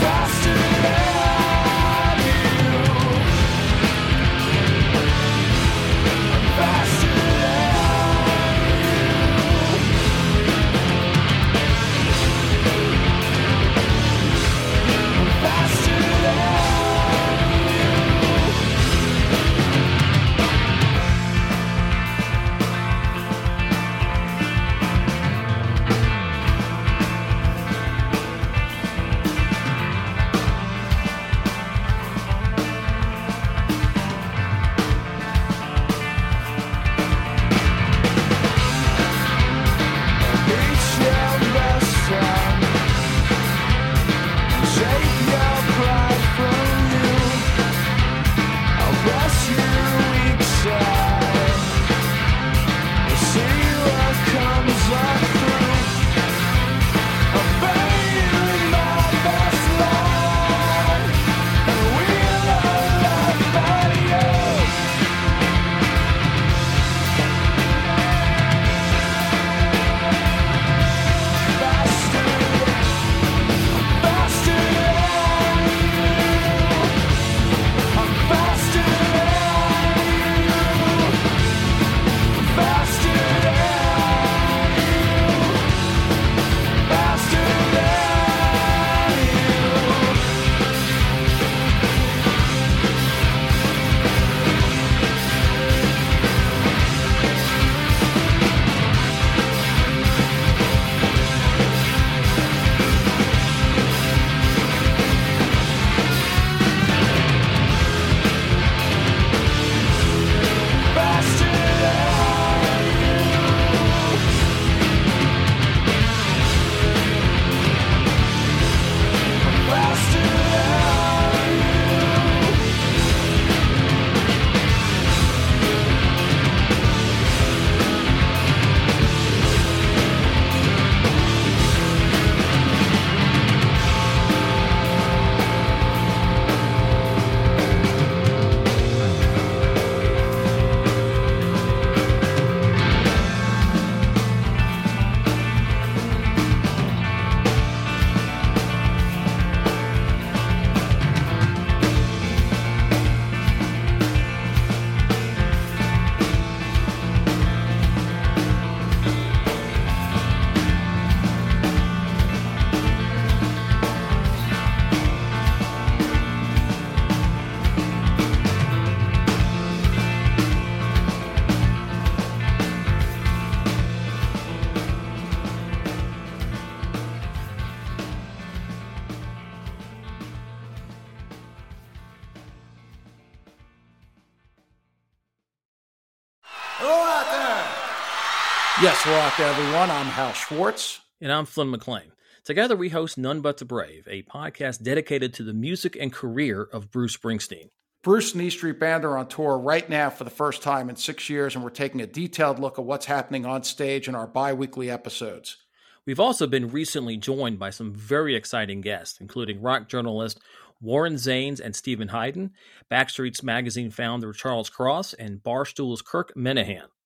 [SPEAKER 8] Faster Hello out there. Yes, hello out there, everyone. I'm Hal Schwartz.
[SPEAKER 9] And I'm Flynn McLean. Together, we host None But the Brave, a podcast dedicated to the music and career of Bruce Springsteen.
[SPEAKER 8] Bruce and E Street Band are on tour right now for the first time in six years, and we're taking a detailed look at what's happening on stage in our bi weekly episodes.
[SPEAKER 9] We've also been recently joined by some very exciting guests, including rock journalist Warren Zanes and Stephen Hayden, Backstreets Magazine founder Charles Cross, and Barstool's Kirk Menahan.